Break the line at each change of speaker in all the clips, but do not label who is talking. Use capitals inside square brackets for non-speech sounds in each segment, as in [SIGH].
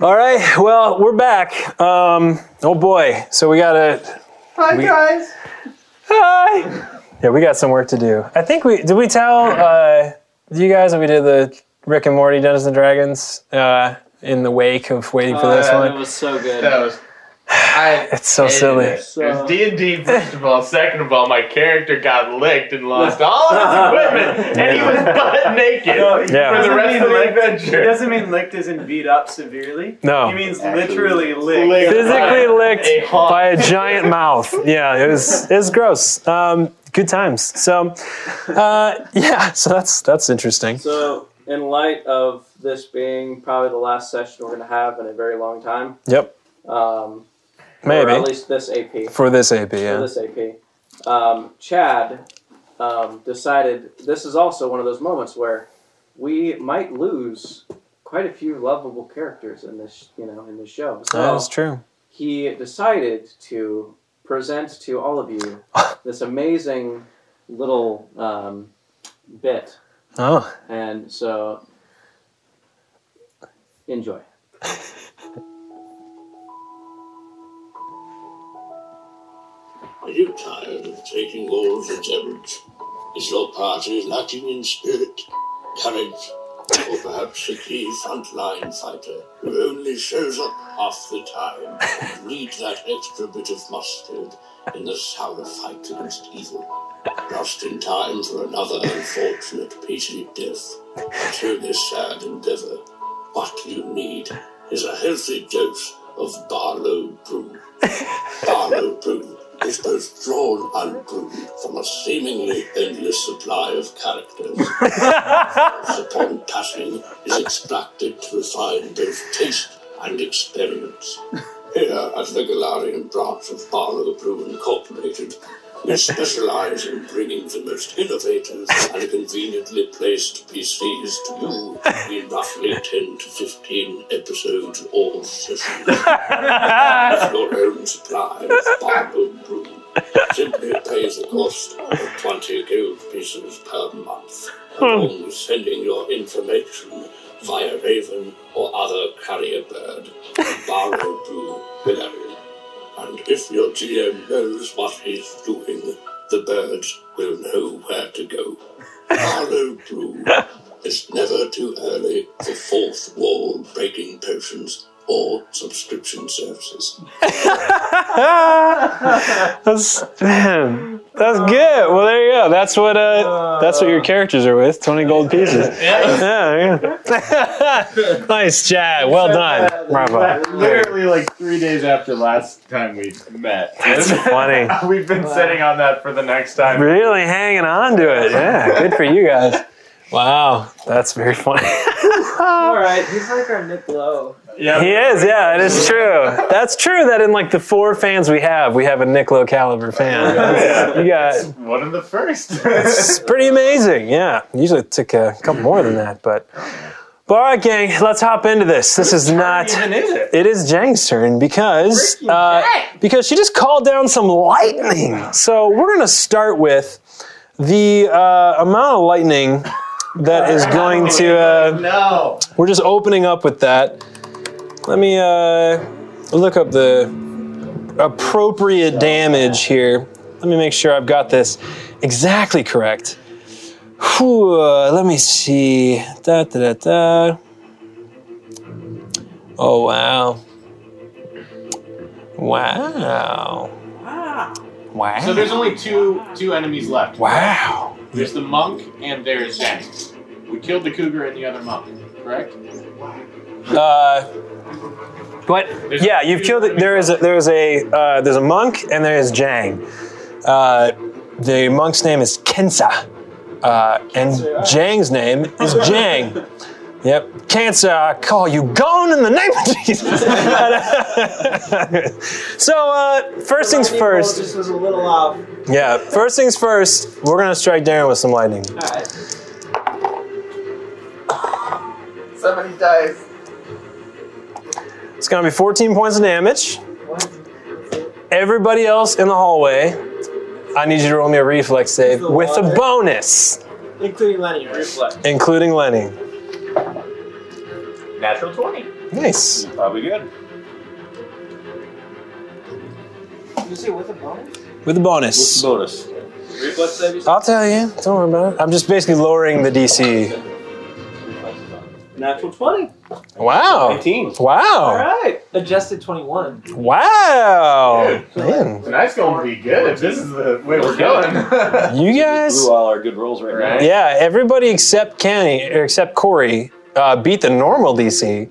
All right, well, we're back. Um, oh boy, so we got to.
Hi guys.
Hi. Yeah, we got some work to do. I think we did. We tell uh, you guys that we did the Rick and Morty Dungeons and Dragons uh, in the wake of waiting for this
yeah,
one.
Uh, That was so good.
That was. I
It's so silly.
So-
D and D. First of all, second of all, my character got licked and lost all [LAUGHS] of his equipment, and he was butt naked
Yeah.
for the rest of the
It
adventure.
doesn't mean licked isn't beat up severely.
No.
He means
Actually,
literally licked.
licked.
physically licked
A hawk.
by a giant mouth. Yeah, it was it was gross. Um, good times. So, uh, yeah, so that's that's interesting.
So, in light of this being probably the last session we're going to have in a very long time,
Yep,
um, or at
maybe
least this AP,
for this AP.
for
Yeah,
this AP, um, Chad um, decided this is also one of those moments where we might lose quite a few lovable characters in this, you know, in this show. So
that is true.
he decided to present to all of
[LAUGHS]
you this amazing little um, bit,
Oh,
and so enjoy.
Are you tired of taking all for granted? Is your party lacking in spirit, courage, or perhaps a key frontline fighter who only shows up half the time to need that extra bit of mustard in the sour fight against evil? Just in time for another unfortunate patient death. A truly sad endeavor. What you need is a healthy dose of Barlow Brew. Barlow Brew is both drawn and brewed from a seemingly endless supply of characters. Once upon passing is extracted to refine both taste and experience. Here at the Galarian branch of Barlow Brew Incorporated, we specialize in bringing the most innovative and conveniently placed PCs to you in roughly 10 to 15 episodes or sessions your own supply of Bible brew. Simply pay the cost of 20 gold pieces per month, along with sending your information via raven or other carrier bird to Barrow Brew, Hilary. And if your GM knows what he's doing, the birds will know where to go. Barlow Brew is never too early for fourth wall breaking potions or subscription services.
[LAUGHS] that's man, that's good. Well, there you go. That's what uh, that's what your characters are with. Twenty gold pieces. [LAUGHS] Yeah, yeah. [LAUGHS] nice, Chad. Well done. Bravo.
Literally like three days after last time we met.
That's funny.
[LAUGHS] We've been sitting on that for the next time.
Really hanging on to it. Yeah, good for you guys. Wow, that's very funny. [LAUGHS]
All right,
He's like our Nick Lowe.
Yeah.
He is, yeah, it is true. That's true that in like the four fans we have, we have a Nick Lowe caliber fan. You got
One of the [LAUGHS] first.
it's pretty amazing, yeah. Usually it took a couple more than that, but but all right, gang, let's hop into this. This is not.
Even is it?
It is Jang's turn because uh, because she just called down some lightning. So we're gonna start with the uh, amount of lightning that is going to. Uh,
no.
we're just opening up with that. Let me uh, look up the appropriate damage here. Let me make sure I've got this exactly correct. Whew, uh, let me see. Da, da, da, da. Oh, wow. Wow. Wow.
So there's only two two enemies left.
wow.
There's the monk and there's Zhang. We killed the cougar and the other monk, correct?
Uh, what?
There's
yeah,
a
you've
few
killed.
enemies
There is a, there is a uh, there's a monk and there is Jang. Uh, the monk's name is Kensa, uh, and Jang's name is Jang. Yep, Kensa, I call you gone in the name of Jesus. [LAUGHS] so uh, first things first.
Just was a little uh, off.
Yeah, first things first, we're gonna strike Darren with some lightning.
Somebody dies.
It's gonna be 14 points of damage. Everybody else in the hallway, I need you to roll me a reflex save
the
with a
water.
bonus,
Including Lenny, right?
including Lenny.
Natural 20.
Nice.
Probably good.
You see with a bonus?
With a bonus.
What's the bonus?
Reflex save. you said?
I'll tell you. Don't worry about it. I'm just basically lowering the DC.
Natural twenty.
Wow.
19.
All
Wow.
right. Adjusted twenty-one.
Wow. Man.
Tonight's gonna be good if this is the way we're [LAUGHS] going.
You guys.
Blew all our good rolls right,
Right.
Yeah, everybody except Kenny, or except Corey, uh, beat the normal DC,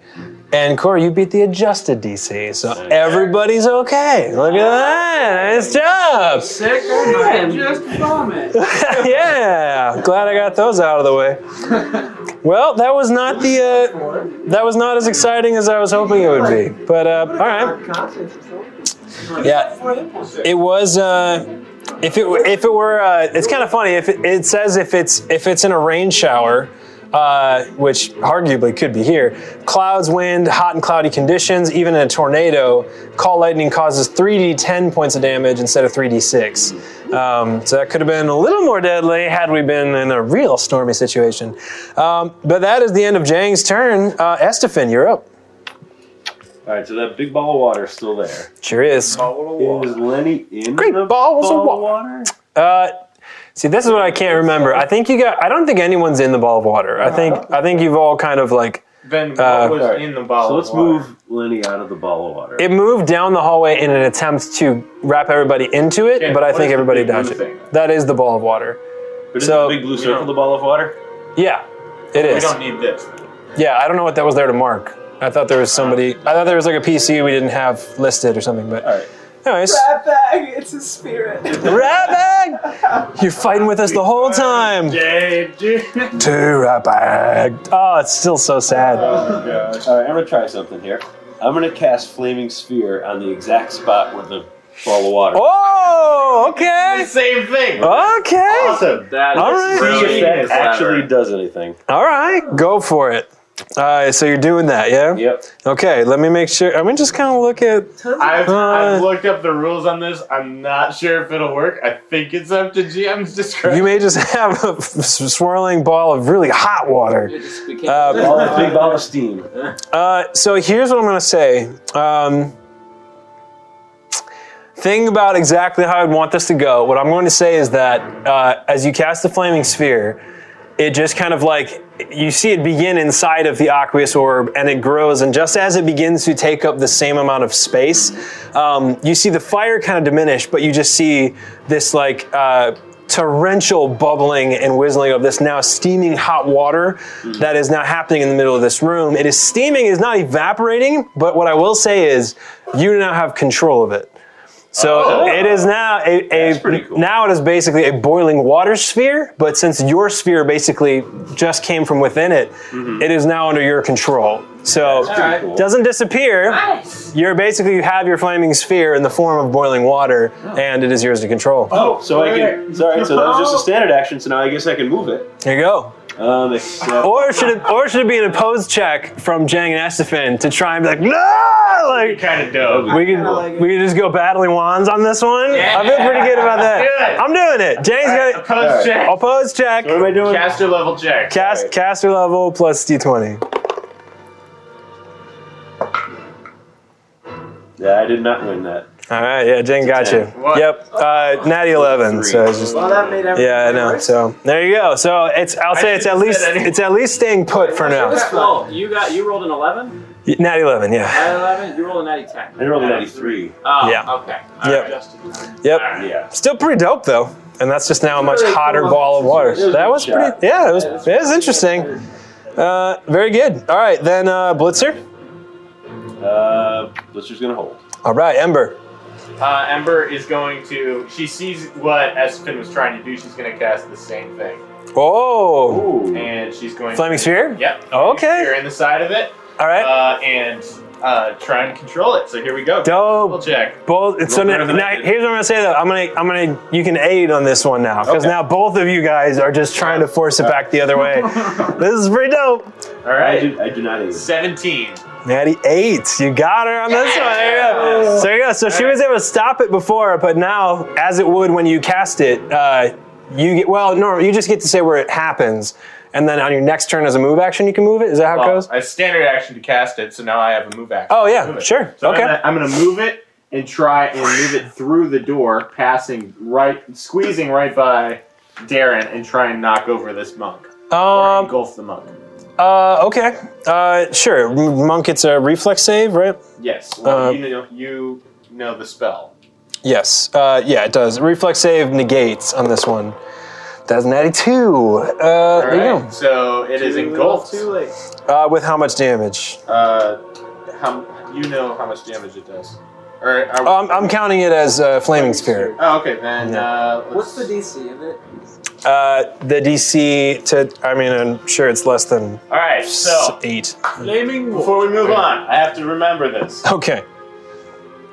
and Corey, you beat the adjusted DC. So everybody's okay. Look at that! Nice job. [LAUGHS]
[LAUGHS] Sick. I just vomit.
yeah, glad I got those out of the way. Well, that was not the uh, that was not as exciting as I was hoping it would be. But uh, all right, yeah. It was. Uh, if it if it were, uh, it's kind of funny. If it, it says if it's if it's in a rain shower, uh, which arguably could be here, clouds, wind, hot and cloudy conditions, even in a tornado, call lightning causes 3d10 points of damage instead of 3d6. Um, so that could have been a little more deadly had we been in a real stormy situation. Um, but that is the end of Jang's turn. Uh, Estefan, you're up.
All right, so that big ball of water is still there.
Sure is.
Is Lenny in
Great
the
balls of
ball
wa- Uh, see, this is what I can't remember. I think you got. I don't think anyone's in the ball of water. I think. I think you've all kind of like.
Then
Uh,
what was
alright.
in the bottle?
So
of
let's
water?
move Lenny out of the ball of water.
It moved down the hallway in an attempt to wrap everybody into it,
Yeah,
but I
what is
think
the
everybody
big blue
dodged
thing?
it. That is the ball of water.
but is
so-
the big blue
We
circle
don't-
the ball of water?
Yeah, it
We
is.
don't need this.
Yeah, I don't know what that was there to mark. I thought there was somebody.
Uh,
I thought there was like a PC we didn't have listed or something. But
All right.
anyways,
Rat bag. It's a spirit.
rat bag. You're fighting with us the whole time.
Yay, dude.
Two rat bag. Oh, it's still so
Uh,
sad.
Oh gosh. All right, I'm gonna try something here. I'm gonna cast flaming sphere on the exact spot where the ball of water.
Oh, okay.
[LAUGHS] Same thing.
Okay.
Awesome.
That
All
is
right.
See if
brilliant.
that actually does anything.
All right, go for it. All right, so you're doing that, yeah?
Yep.
Okay, let me make sure. I'm gonna just kind of look at.
I've, I've
Uh,
looked up the rules on this. I'm not sure if it'll work. I think it's up to GM's discretion.
You may just [LAUGHS] have a swirling ball of really hot water.
It just became-
Uh,
Ball of, big ball of steam.
Uh, so here's what I'm gonna say. Um, thing about exactly how I'd want this to go. What I'm going to say is that uh, as you cast the flaming sphere, it just kind of like you see it begin inside of the aqueous orb and it grows and just as it begins to take up the same amount of space um, you see the fire kind of diminish but you just see this like uh, torrential bubbling and whistling of this now steaming hot water that is now happening in the middle of this room it is steaming it's not evaporating but what i will say is you now have control of it so it is now a, a
Oh. pretty cool.
now it is basically a boiling water sphere, but since your sphere basically just came from within it,
Mm-hmm.
it is now under your control. So
Alright.
Cool.
doesn't disappear. You're basically you have your flaming sphere in the form of boiling water, and it is yours to control.
Oh, so I can. Sorry, so that was just a
[LAUGHS]
standard action. So now I guess I can move it.
There you go.
Um, except
Or should it or should it be an opposed check from Jang and Estefan to try and be like, no, like
kind of
Oh,
dope.
We can
like it.
we can just go battling wands on this one. I feel pretty good about that.
Let's do it.
I'm doing it. Jang's
Alright,
got it.
opposed
Alright.
check.
Opposed check.
what am I doing?
Caster level check.
Cast
Alright.
caster level plus d20.
Yeah, I did not win that.
All right, yeah, Jane got you.
What?
Yep, uh, natty eleven. So it's just
Well, that made everything.
yeah, I know.
worse.
So there you go. So it's I'll say it's at
shouldn't have
least
said anything.
it's at least staying put for now.
That's
Oh, you got you rolled an eleven.
Y- Natty eleven, yeah.
At eleven, you rolled an eighty ten.
I rolled a 93.
Oh,
Yeah.
Okay.
Yep. Yep.
Yeah.
Still pretty dope though, and that's just now a much
Really cool
hotter ball of water.
It was
That
a
was
good
pretty.
shot.
Yeah, it was. It was interesting. Uh, very good. All right, then uh, Blitzer.
Uh, Blitzer's gonna hold.
All right, Ember.
Uh, Ember is going to. She sees what Espen was trying to do. She's going to cast the same thing,
Oh,
Ooh.
and she's going.
flaming
to,
sphere.
Yep.
Okay.
You're in the side of it,
All right.
uh, and uh, try and control it. So here we go.
Dope.
Double check.
Both. So
Roll
now,
for
now,
advantage.
here's what I'm gonna say though. I'm gonna, I'm gonna. You can aid on this one now because
Okay.
now both of you guys are just trying to force it back the other way. this is pretty dope.
All
I
right.
do, I do not aid.
Seventeen.
Natty eight. You got her on this one. There you go. So, there you go. so she was able to stop it before, but now, as it would when you cast it, uh, you get well. No, you just get to say where it happens. and then on your next turn as a move action, you can move it. Is that how it
Oh,
Well,
goes?
I have standard action to cast it, so now I have a move action.
Oh
Move
yeah,
it.
sure.
So
okay.
I'm gonna, I'm gonna move it and try and move it through the door, passing right, squeezing right by Darren, and try and knock over this monk or
Um.
engulf the monk.
Uh. Okay. Uh. Sure. M- Monk gets a reflex save, right?
Yes. Well,
Uh,
you know, you know the spell.
Yes. Uh. Yeah. It does. Reflex save negates on this one. That's an natty two. Uh.
All
There you
right. So it is engulfed.
Too late.
go. Uh. With how much damage?
Uh, how you know how much damage it does? Or are
Um, I'm counting it as uh, flaming spirit.
oh, okay, then. Uh, let's-
What's the DC of it?
Uh. The DC to. I mean, I'm sure it's less than
All right.
s-
So
eight.
Flaming
before we move on, I have to remember this.
Okay.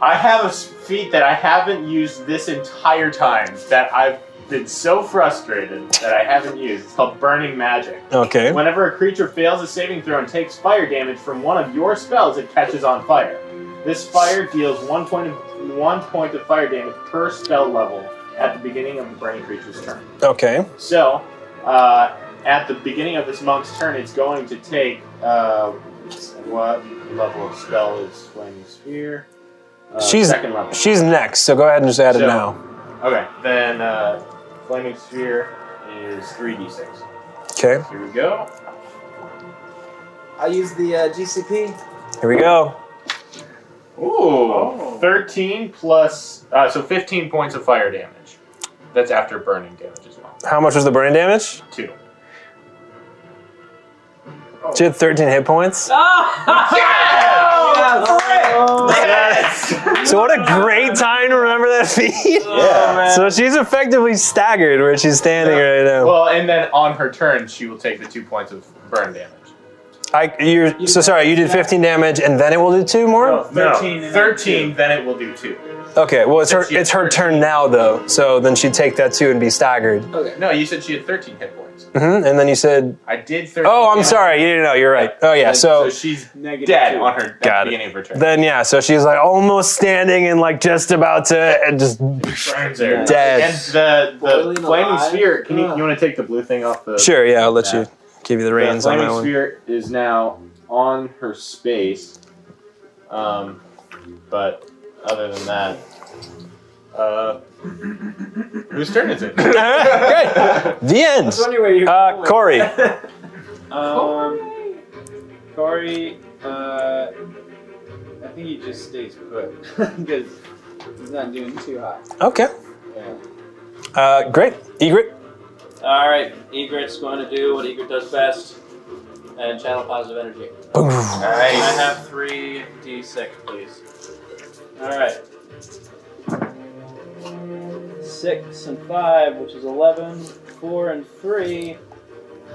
I have a s- feat that I haven't used this entire time that I've been so frustrated that I haven't used. It's called Burning Magic.
Okay.
Whenever a creature fails a saving throw and takes fire damage from one of your spells, it catches on fire. This fire deals one point of, one point of fire damage per spell level at the beginning of the burning creature's turn.
Okay.
So, uh, at the beginning of this monk's turn, it's going to take uh, what level of spell is Flaming Sphere? Uh,
She's-
second level.
She's next, so go ahead and just add it
So-
now.
Okay, then uh, Flaming Sphere is three d six.
Okay.
Here we go.
I use the uh, GCP.
Here we go.
Ooh, thirteen plus uh, so fifteen points of fire damage. That's after burning damage as well.
How much was the brain damage?
Two.
She had 13 hit points.
Oh.
Oh,
Yes.
So what a great time to remember that
[LAUGHS]
feat.
Yeah.
So she's effectively staggered where she's standing right now.
well, and then on her turn, she will take the two points of burn damage.
I, you're so sorry. You did 15 damage, and then it will do two more.
13. No, 13, then it will do two.
Okay. Well, it's her.
That's your
It's her
turn.
turn now, though. So then she'd take that two and be staggered.
No, you said she had 13 hit points.
hmm And then you said,
I did 13.
"Oh, I'm
hit
sorry. You didn't know. You're right. Oh yeah.
points,
So."
she's
Negative
dead
two.
on her at
Got
the
it.
beginning of her turn.
Then yeah, so she's like almost standing and like just about to and just
Burns her.
Dead.
And the, the
Boiling
flaming
alive.
sphere. Can you,
Ugh.
you want to take the blue thing off the.
sure yeah. I'll let
Yeah.
you give you the
The
reins on
flaming
that one.
sphere is now on her space. Um, but other than that. Uh, [COUGHS] whose turn is
[LAUGHS]
it? [COUGHS]
Great. The end.
So anyway, you're
Uh, Corey.
Um, Corey, uh, I think he just stays put [LAUGHS] because he's not doing too hot.
Okay. Uh, great. Egret.
All right, Egret's going to do what Egret does best and channel positive energy.
Boom.
All right, I have three d6, please. All right. Six and five, which is eleven. Four and three,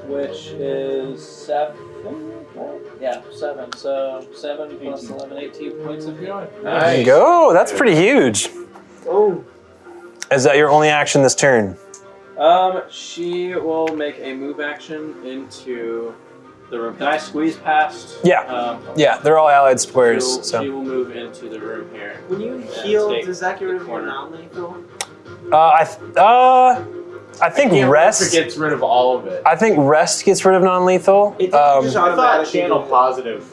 which is seven. right? Yeah, seven. So seven plus 11, 18 points of healing.
There you go. That's pretty huge.
Oh,
Is that your only action this turn?
Um, she will make a move action into the room. Can I squeeze past?
Yeah.
Um,
Yeah, they're all allied
she will-
squares.
She
So
will move into the room here.
when you
Yeah,
heal,
take
does that get
the
rid of your
corner.
anomaly? Phil?
uh, I th- uh, I think
Can't
rest.
gets rid of all of it.
I think rest gets rid of non-lethal.
It did just-
Um,
I thought
automatically
channel
do it.
positive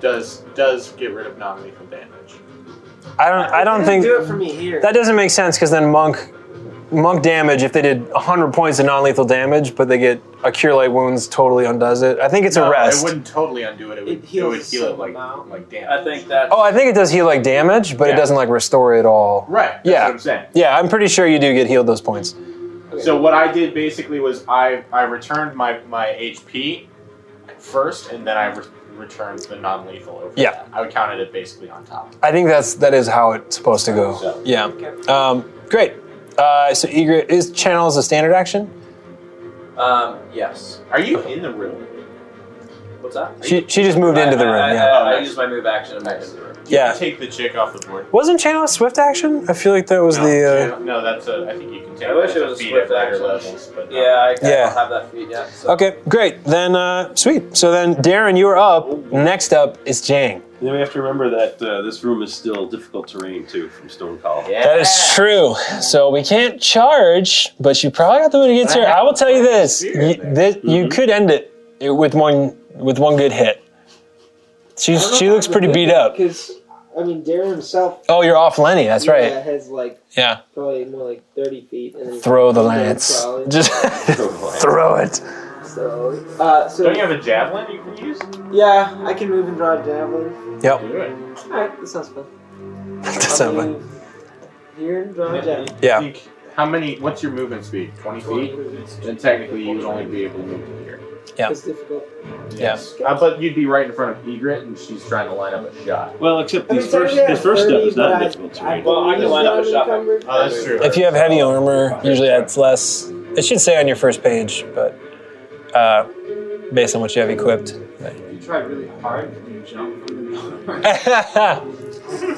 does does get rid of non-lethal damage.
I don't. I don't
It
think
didn't Do it for me here.
that doesn't make sense because then monk monk damage if they did 100 points of non-lethal damage, but they get a cure light wounds totally undoes it. I think it's
No,
a rest.
It wouldn't totally undo it. It would,
It
it
heals
would heal it
some
like
amount.
like damage.
I think that's.
Oh, I think it does heal like damage, but
Yeah.
it doesn't like restore it all.
right. That's
Yeah.
what I'm saying.
Yeah, I'm pretty sure you do get healed those points.
So what I did basically was I I returned my my HP first, and then I re- returned the non-lethal over.
Yeah.
that. I would count it basically on top.
I think that's that is how it's supposed to
So.
go. Yeah. Um, great. Uh, so eager is channel is a standard action.
Um, yes.
Are you in the room?
What's that?
She she just moved into the room.
I, I,
Yeah.
I, I
Oh,
used my move action to move into the room.
You can
Yeah.
Take the chick off the board.
Wasn't channel a swift action? I feel like that was
no,
the. uh,
channel- no, that's a. I think you can take.
I wish
that
it
as
was a
feat
swift
at later
action.
levels, but no.
[LAUGHS]
Yeah, I, I
Yeah.
don't have that feat yet.
Uh,
So.
okay. Great. Then uh, sweet. So then Darren, you're up. Next up is Jang.
And then we have to remember that uh, this room is still difficult terrain too from Stone Call.
Yeah.
That is true. So we can't charge, but you probably got the when it gets here. I will tell you this:
Spear
you,
in
thi- you
Mhm.
could end it with one with one good hit. She's, she looks pretty beat up.
Because I mean, Darren himself.
Oh, you're off Lenny. That's
yeah,
right.
Has like
Yeah.
probably more like thirty feet. And then
Throw the
Yeah,
lance. [LAUGHS]
probably.
Just throw it. [LAUGHS]
So, uh, so
[LAUGHS] Don't you have a javelin you can use?
yeah, I can move and draw a javelin.
Yep.
Do it.
All right, that sounds fun.
That's not
I'll
bad.
move Here and draw a javelin.
Yeah.
You c- How many? What's your movement speed? Twenty feet. Then technically you would only be able to move to here.
Yeah.
It's difficult.
Yes.
Uh, but you'd be right in front of Egret, and she's trying to line up a shot.
Well, except
I mean,
these
so
first,
yeah,
this first step
30,
is not
but I-
difficult
I
terrain.
Well, I can line up a shot.
Encumbered.
Oh, that's true. Oh.
If you have heavy
[LAUGHS]
armor, usually that's less. It should say on your first page, but uh, based on what you have equipped.
If you try really hard, you can jump from the [LAUGHS]
[LAUGHS] All
All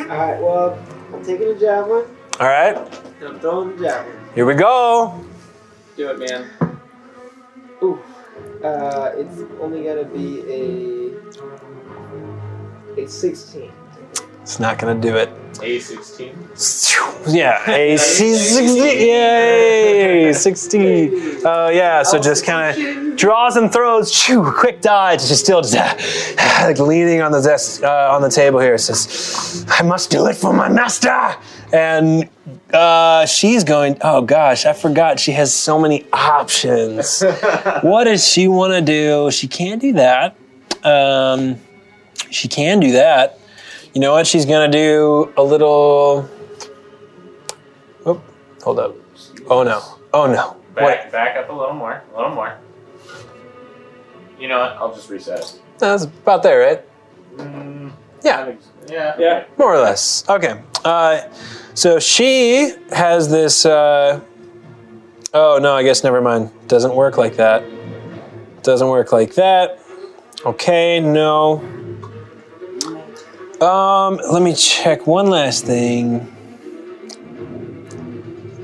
right, well, I'm taking a javelin.
right.
And I'm throwing the javelin.
Here we go.
Do it, man.
Ooh, uh, it's only gonna be a a 16.
It's not gonna do it.
A sixteen.
Yeah, a C60. Yay! 60. Oh, yeah, so just kind of draws and throws. Shoo, quick dodge. She's still just [SIGHS] ah, like leaning on the desk, uh, on the table here. Says, I must do it for my master. And uh, she's going, oh gosh, I forgot she has so many options. what does she want to do? She can't do that. Um, she can do that. You know what? She's going to do a little. Oop, hold up. Oh no. Oh no.
Back,
Wait.
back up a little more. A little more. You know what? I'll just reset. it.
That's about there, right?
Mm,
Yeah.
I think so. Yeah.
Yeah.
More or less. Okay. Uh, so she has this. Uh, oh no, I guess never mind. Doesn't work like that. Doesn't work like that. Okay, no. Um, let me check one last thing.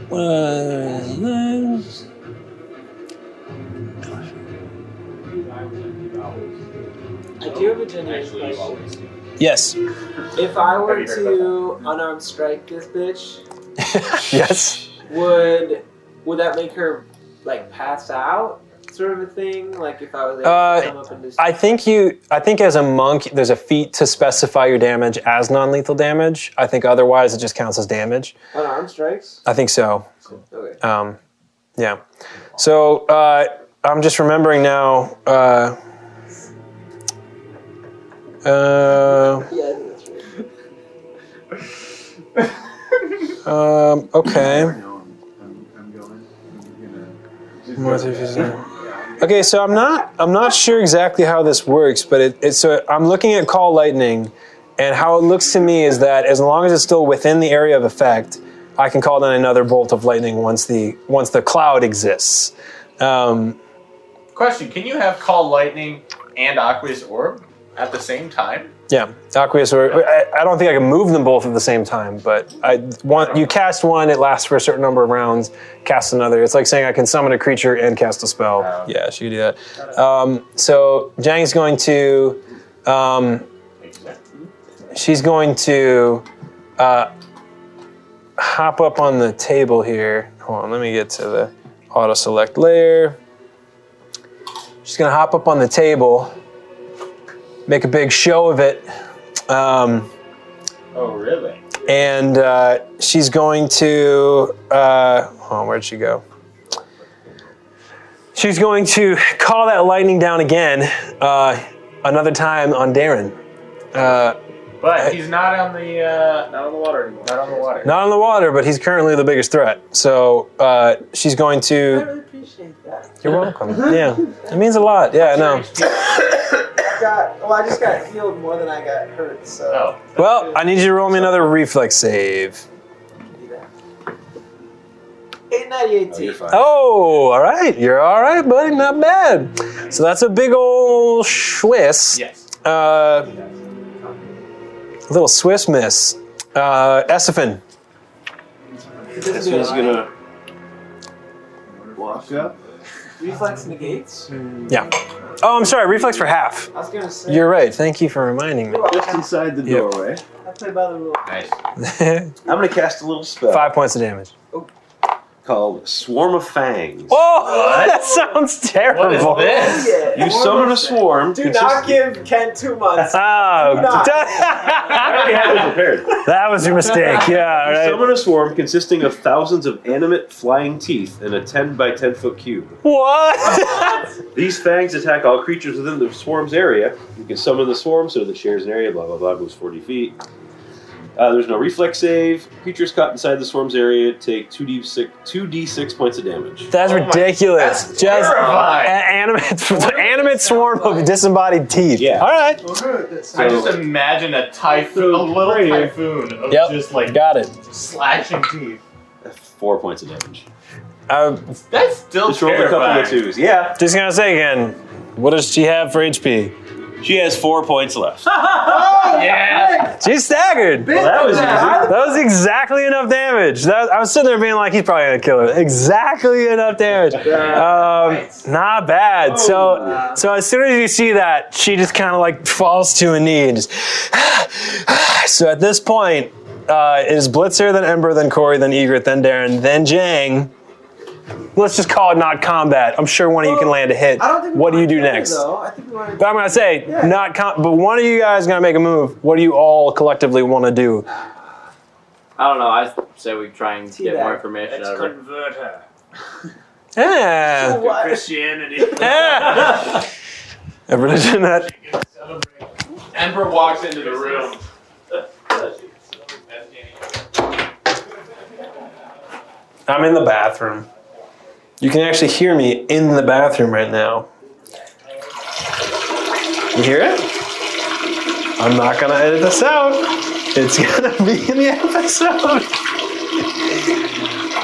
One last-
I do have a genuine question.
Yes. [LAUGHS]
If I were
Have you heard
to unarmed strike this bitch,
yes.
would would that make her like pass out, sort of a thing? Like if I was able
Uh,
to come up and just
I think you. I think as a monk, there's a feat to specify your damage as non-lethal damage. I think otherwise, it just counts as damage.
unarmed strikes?
I think so.
Okay.
Um, yeah. So uh, I'm just remembering now. Uh, uh,
Yeah, I think that's right.
um, okay.
I'm, I'm going. I'm
More
gonna.
than 50%. Okay, so I'm not I'm not sure exactly how this works, but it, it's so I'm looking at call lightning, and how it looks to me is that as long as it's still within the area of effect, I can call down another bolt of lightning once the once the cloud exists. Um,
Question: Can you have call lightning and Aqueous Orb at the same time?
yeah, Aqueous or I, I don't think I can move them both at the same time, but I want you cast one, it lasts for a certain number of rounds. Cast another. It's like saying I can summon a creature and cast a spell.
Oh.
Yeah, she could do that. Um, so Jang's going to. Um, she's going to uh, hop up on the table here. Hold on, let me get to the auto select layer. She's going to hop up on the table, make a big show of it, um,
Oh, really?
and uh, she's going to. Uh, hold on, where'd she go? She's going to call that lightning down again, uh, another time on Darren. Uh,
But he's not on the uh, not on the water anymore. Not on the water.
Not on the water, but he's currently the biggest threat. So uh, she's going
I
to.
really appreciate that.
You're welcome.
Mm-hmm.
Yeah, it means a lot. Yeah, I know.
I [LAUGHS] got well, I just got healed more than I got hurt, so
Oh,
Well, I need you to roll me another reflex save.
I can do that. 898
Oh, you're fine.
Oh, all right. You're all right, buddy. Not bad. So that's a big old Swiss.
yes.
Uh, little Swiss miss. Uh, Esophan.
This one's gonna walk up
Reflex negates.
Oh, I'm sorry. Reflex for half.
I was gonna say.
You're right. Thank you for reminding me. [LAUGHS]
Just inside the
Yep.
doorway.
I play by the rules.
Nice.
I'm going to cast a little spell
Five points of damage.
called Swarm of Fangs.
Oh, [LAUGHS] that sounds terrible.
What is [LAUGHS] this?
Yeah.
You summon a swarm.
Do
consist-
not give Ken
[LAUGHS]
two months.
Oh,
Do not.
I [LAUGHS] already had it prepared.
[LAUGHS] that was your mistake. Yeah, all
You
right.
summon a swarm consisting of thousands of animate flying teeth in a 10 by 10 foot cube.
[LAUGHS]
What?
These fangs attack all creatures within the swarm's area. You can summon the swarm so that it shares an area, blah, blah, blah, moves 40 feet. Uh, there's no reflex save. Creatures caught inside the swarm's area take 2d6, 2d6 points of damage.
That's
Oh my-
ridiculous.
that's
Just
terrifying.
a- animate, [LAUGHS] animate swarm of disembodied teeth.
Yeah.
All right.
I just imagine a typhoon, a little typhoon of
Yep.
just like
Got it.
slashing teeth.
Four points of damage.
I'm
That's still
Just rolled a couple of
terrifying.
twos. Yeah.
just gonna say again. What does she have for HP?
She has four points left.
Yeah.
She's staggered.
Well, [LAUGHS] that was easy.
That was exactly enough damage. That, I was sitting there being like, he's probably gonna kill her. Exactly enough damage.
Uh,
Um, not bad. so, so as soon as you see that, she just kind of like falls to a knee and just. [SIGHS] so at this point, uh, it is Blitzer, then Ember, then Corey, then Egret, then Darren, then Jang. Let's just call it not combat. I'm sure one of you can land a hit.
I don't think. we
What do you
wanna
do
kill her,
next?
Though. I think we want
But I'm gonna say
Yeah.
not com- but one of you guys is gonna make a move. What do you all collectively want to do?
I don't know. I say we try and get
Teabag.
more information out of her.
convert her
Yeah.
[LAUGHS]
Christianity.
[LAUGHS]
Yeah. A religion that
Ember walks into the room.
I'm in the bathroom. You can actually hear me in the bathroom right now. You hear it? I'm not gonna edit this out. It's [LAUGHS] gonna be in the episode. [LAUGHS]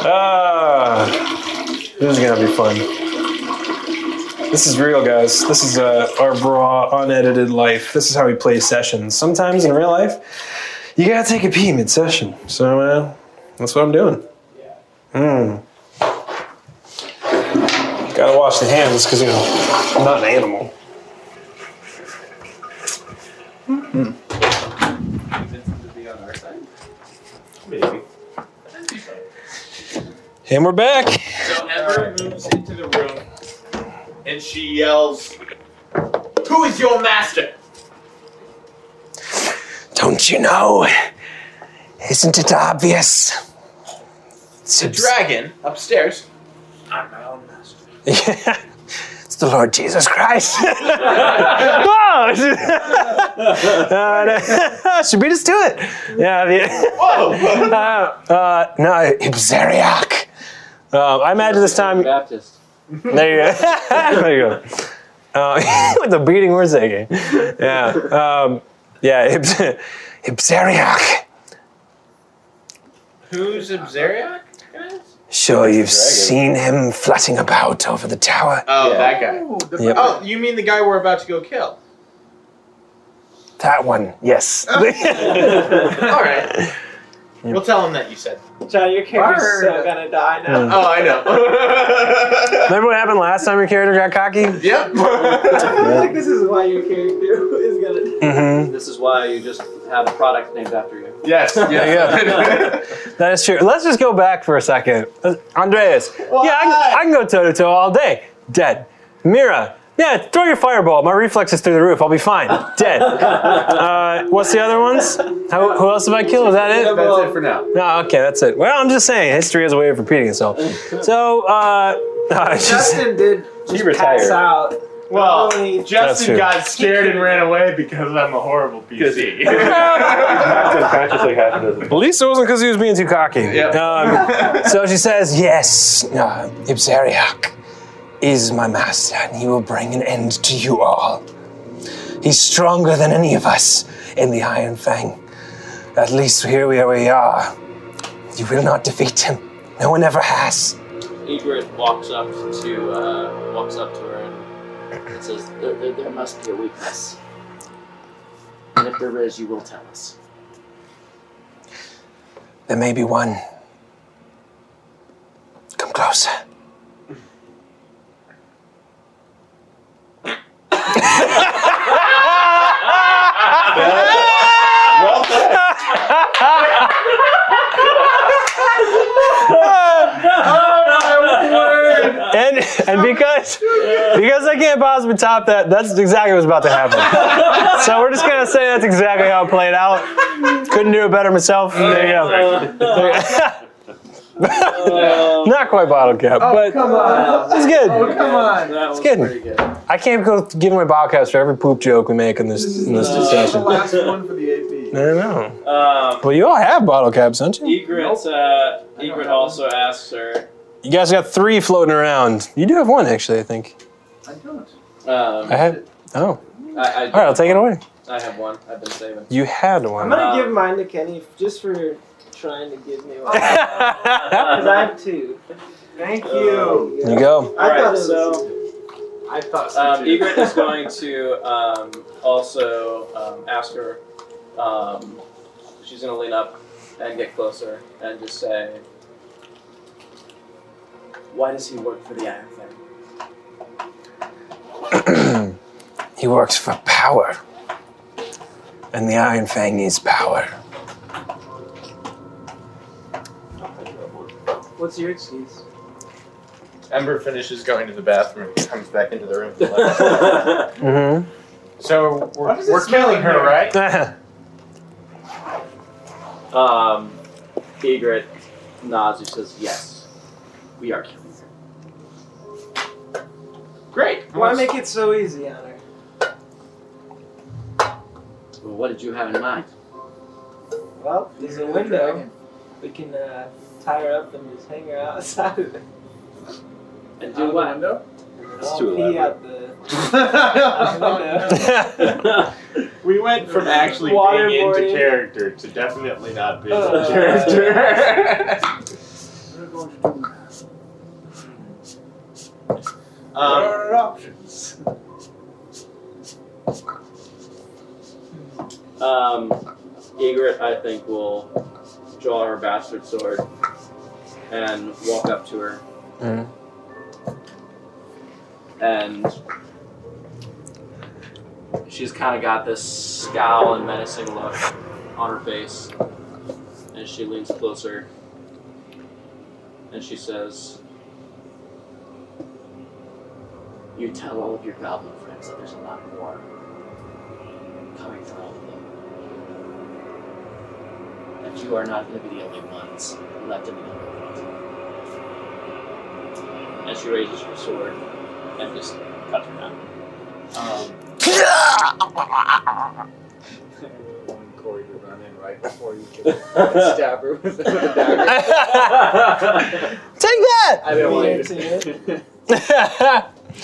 Ah, this is gonna be fun. This is real, guys. This is uh, our raw, unedited life. This is how we play sessions. Sometimes in real life, you gotta take a pee mid-session. So uh, that's what I'm doing. Mm. Gotta wash the hands because you know I'm not an animal.
Maybe.
And we're back.
So Ember moves into the room and she yells, Who is your master?
Don't you know? Isn't it obvious? It's,
The dragon upstairs.
I'm my own master.
Yeah. [LAUGHS] It's the Lord Jesus Christ. [LAUGHS] Whoa! uh, should beat us to it. Yeah. The,
Whoa!
[LAUGHS] uh, uh, no, Ibsariac. Um, I imagine this time.
Baptist.
There you go. [LAUGHS] there you go. Uh, [LAUGHS] with the beating we're taking. Yeah. Um, yeah. Ibs- [LAUGHS] Ibsariac.
Who's Obseriac?
Sure, you've
dragon.
seen him flutting about over the tower.
Oh,
Yeah.
that guy.
Yep.
Oh, you mean the guy we're about to go kill?
That one,
[LAUGHS]
yes.
All right. We'll tell him that you said.
John, your character's so
Bird.
gonna die now.
Oh, I
[LAUGHS]
know.
Remember what happened last time your character got cocky?
yep.
I feel like this is why your character [LAUGHS] is gonna. die.
Mm-hmm.
This is why you just have a product named after you.
[LAUGHS] Yes.
Yeah. That is true. Let's just go back for a second. Uh, Andreas, yeah, I can, I can go toe to toe all day. Dead. Mira, yeah, throw your fireball. My reflex is through the roof. I'll be fine. Dead. Uh, what's the other ones? How, who else have I killed? Is that it?
That's it for now.
No, okay, that's it. Well, I'm just saying, history has a way of repeating itself. So, uh, [LAUGHS] uh, just-
Justin did
She
pass
retired.
out.
Well,
Really?
true.
Justin got scared and ran away because I'm a horrible PC.
Knocked unconscious like half a dozen.
At least it wasn't because he was being too cocky. Um, so she says, Yes, uh, Ibsariak is my master, and he will bring an end to you all. He's stronger than any of us in the Iron Fang. At least here we are. We are. You will not defeat him. No one ever has.
Egret walks up to uh, walks up to her and says, there, there, "There must be a weakness, and if there is, you will tell us."
There may be one. Come closer. And because because I can't possibly top that, that's exactly what's about to happen. so we're just gonna say that's exactly how it played out. Couldn't do it better myself. There you go. [LAUGHS] Not quite bottle cap, but
Oh, Come [LAUGHS] on.
it's good.
Oh, come on.
That was
It's good.
pretty good.
I can't go th- give my bottle caps for every poop joke we make in this in this
That's the
discussion. I
last one for the AP.
know.
Um,
Well, you all have bottle caps, don't you?
Egret, uh, Egret also asks her.
You guys got three floating around. You do have one actually, I think.
I don't.
I
Um,
had. Oh, all
I,
right. I'll take it away.
I have one. I've been saving.
You had
I'm [LAUGHS]
one.
gonna
Um,
give mine to Kenny just for trying to give me [LAUGHS] one. Because
there
I have two. Oh,
Thank
you go.
I
Alright,
thought it was
so-
I thought so
Um,
too.
Egret is going to um, also um, ask her. Um, she's going to lean up and get closer and just say, "Why does he work for the Iron Fang?"
He works for power, and the Iron Fang is power.
[LAUGHS] What's your excuse?
Ember finishes going to the bathroom, comes back into the
[LAUGHS]
room.
Mm-hmm. [LAUGHS]
so we're,
Why does it
we're
smell
killing
in
her,
here?
right?
Um, Egret nods and says, "Yes, we are killing her."
Great.
Why make it so easy on her?
Well, what did you have in mind?
Well, there's a window. We can uh, tie her up and just hang her outside of it.
And do what?
That's
I'll
too
pee
elaborate.
out the
[LAUGHS]
[LAUGHS]
we went from actually
Water
being into
boarding.
character to definitely not being
Uh, [LAUGHS]
into character. um,
There are options.
Um, Egret, I think, will draw her bastard sword and walk up to her.
Mhm.
And she's kind of got this scowl and menacing look on her face. And she leans closer and she says, You tell all of your goblin friends that there's a lot more coming for all of them that you are not going to be the only ones left in the underworld. And she raises her sword and just cuts her down. Um,
Corey to run in right before [LAUGHS] you can
Um, [LAUGHS]
stab her [LAUGHS] with a dagger.
Take that.
I didn't [LAUGHS] want to.
[LAUGHS]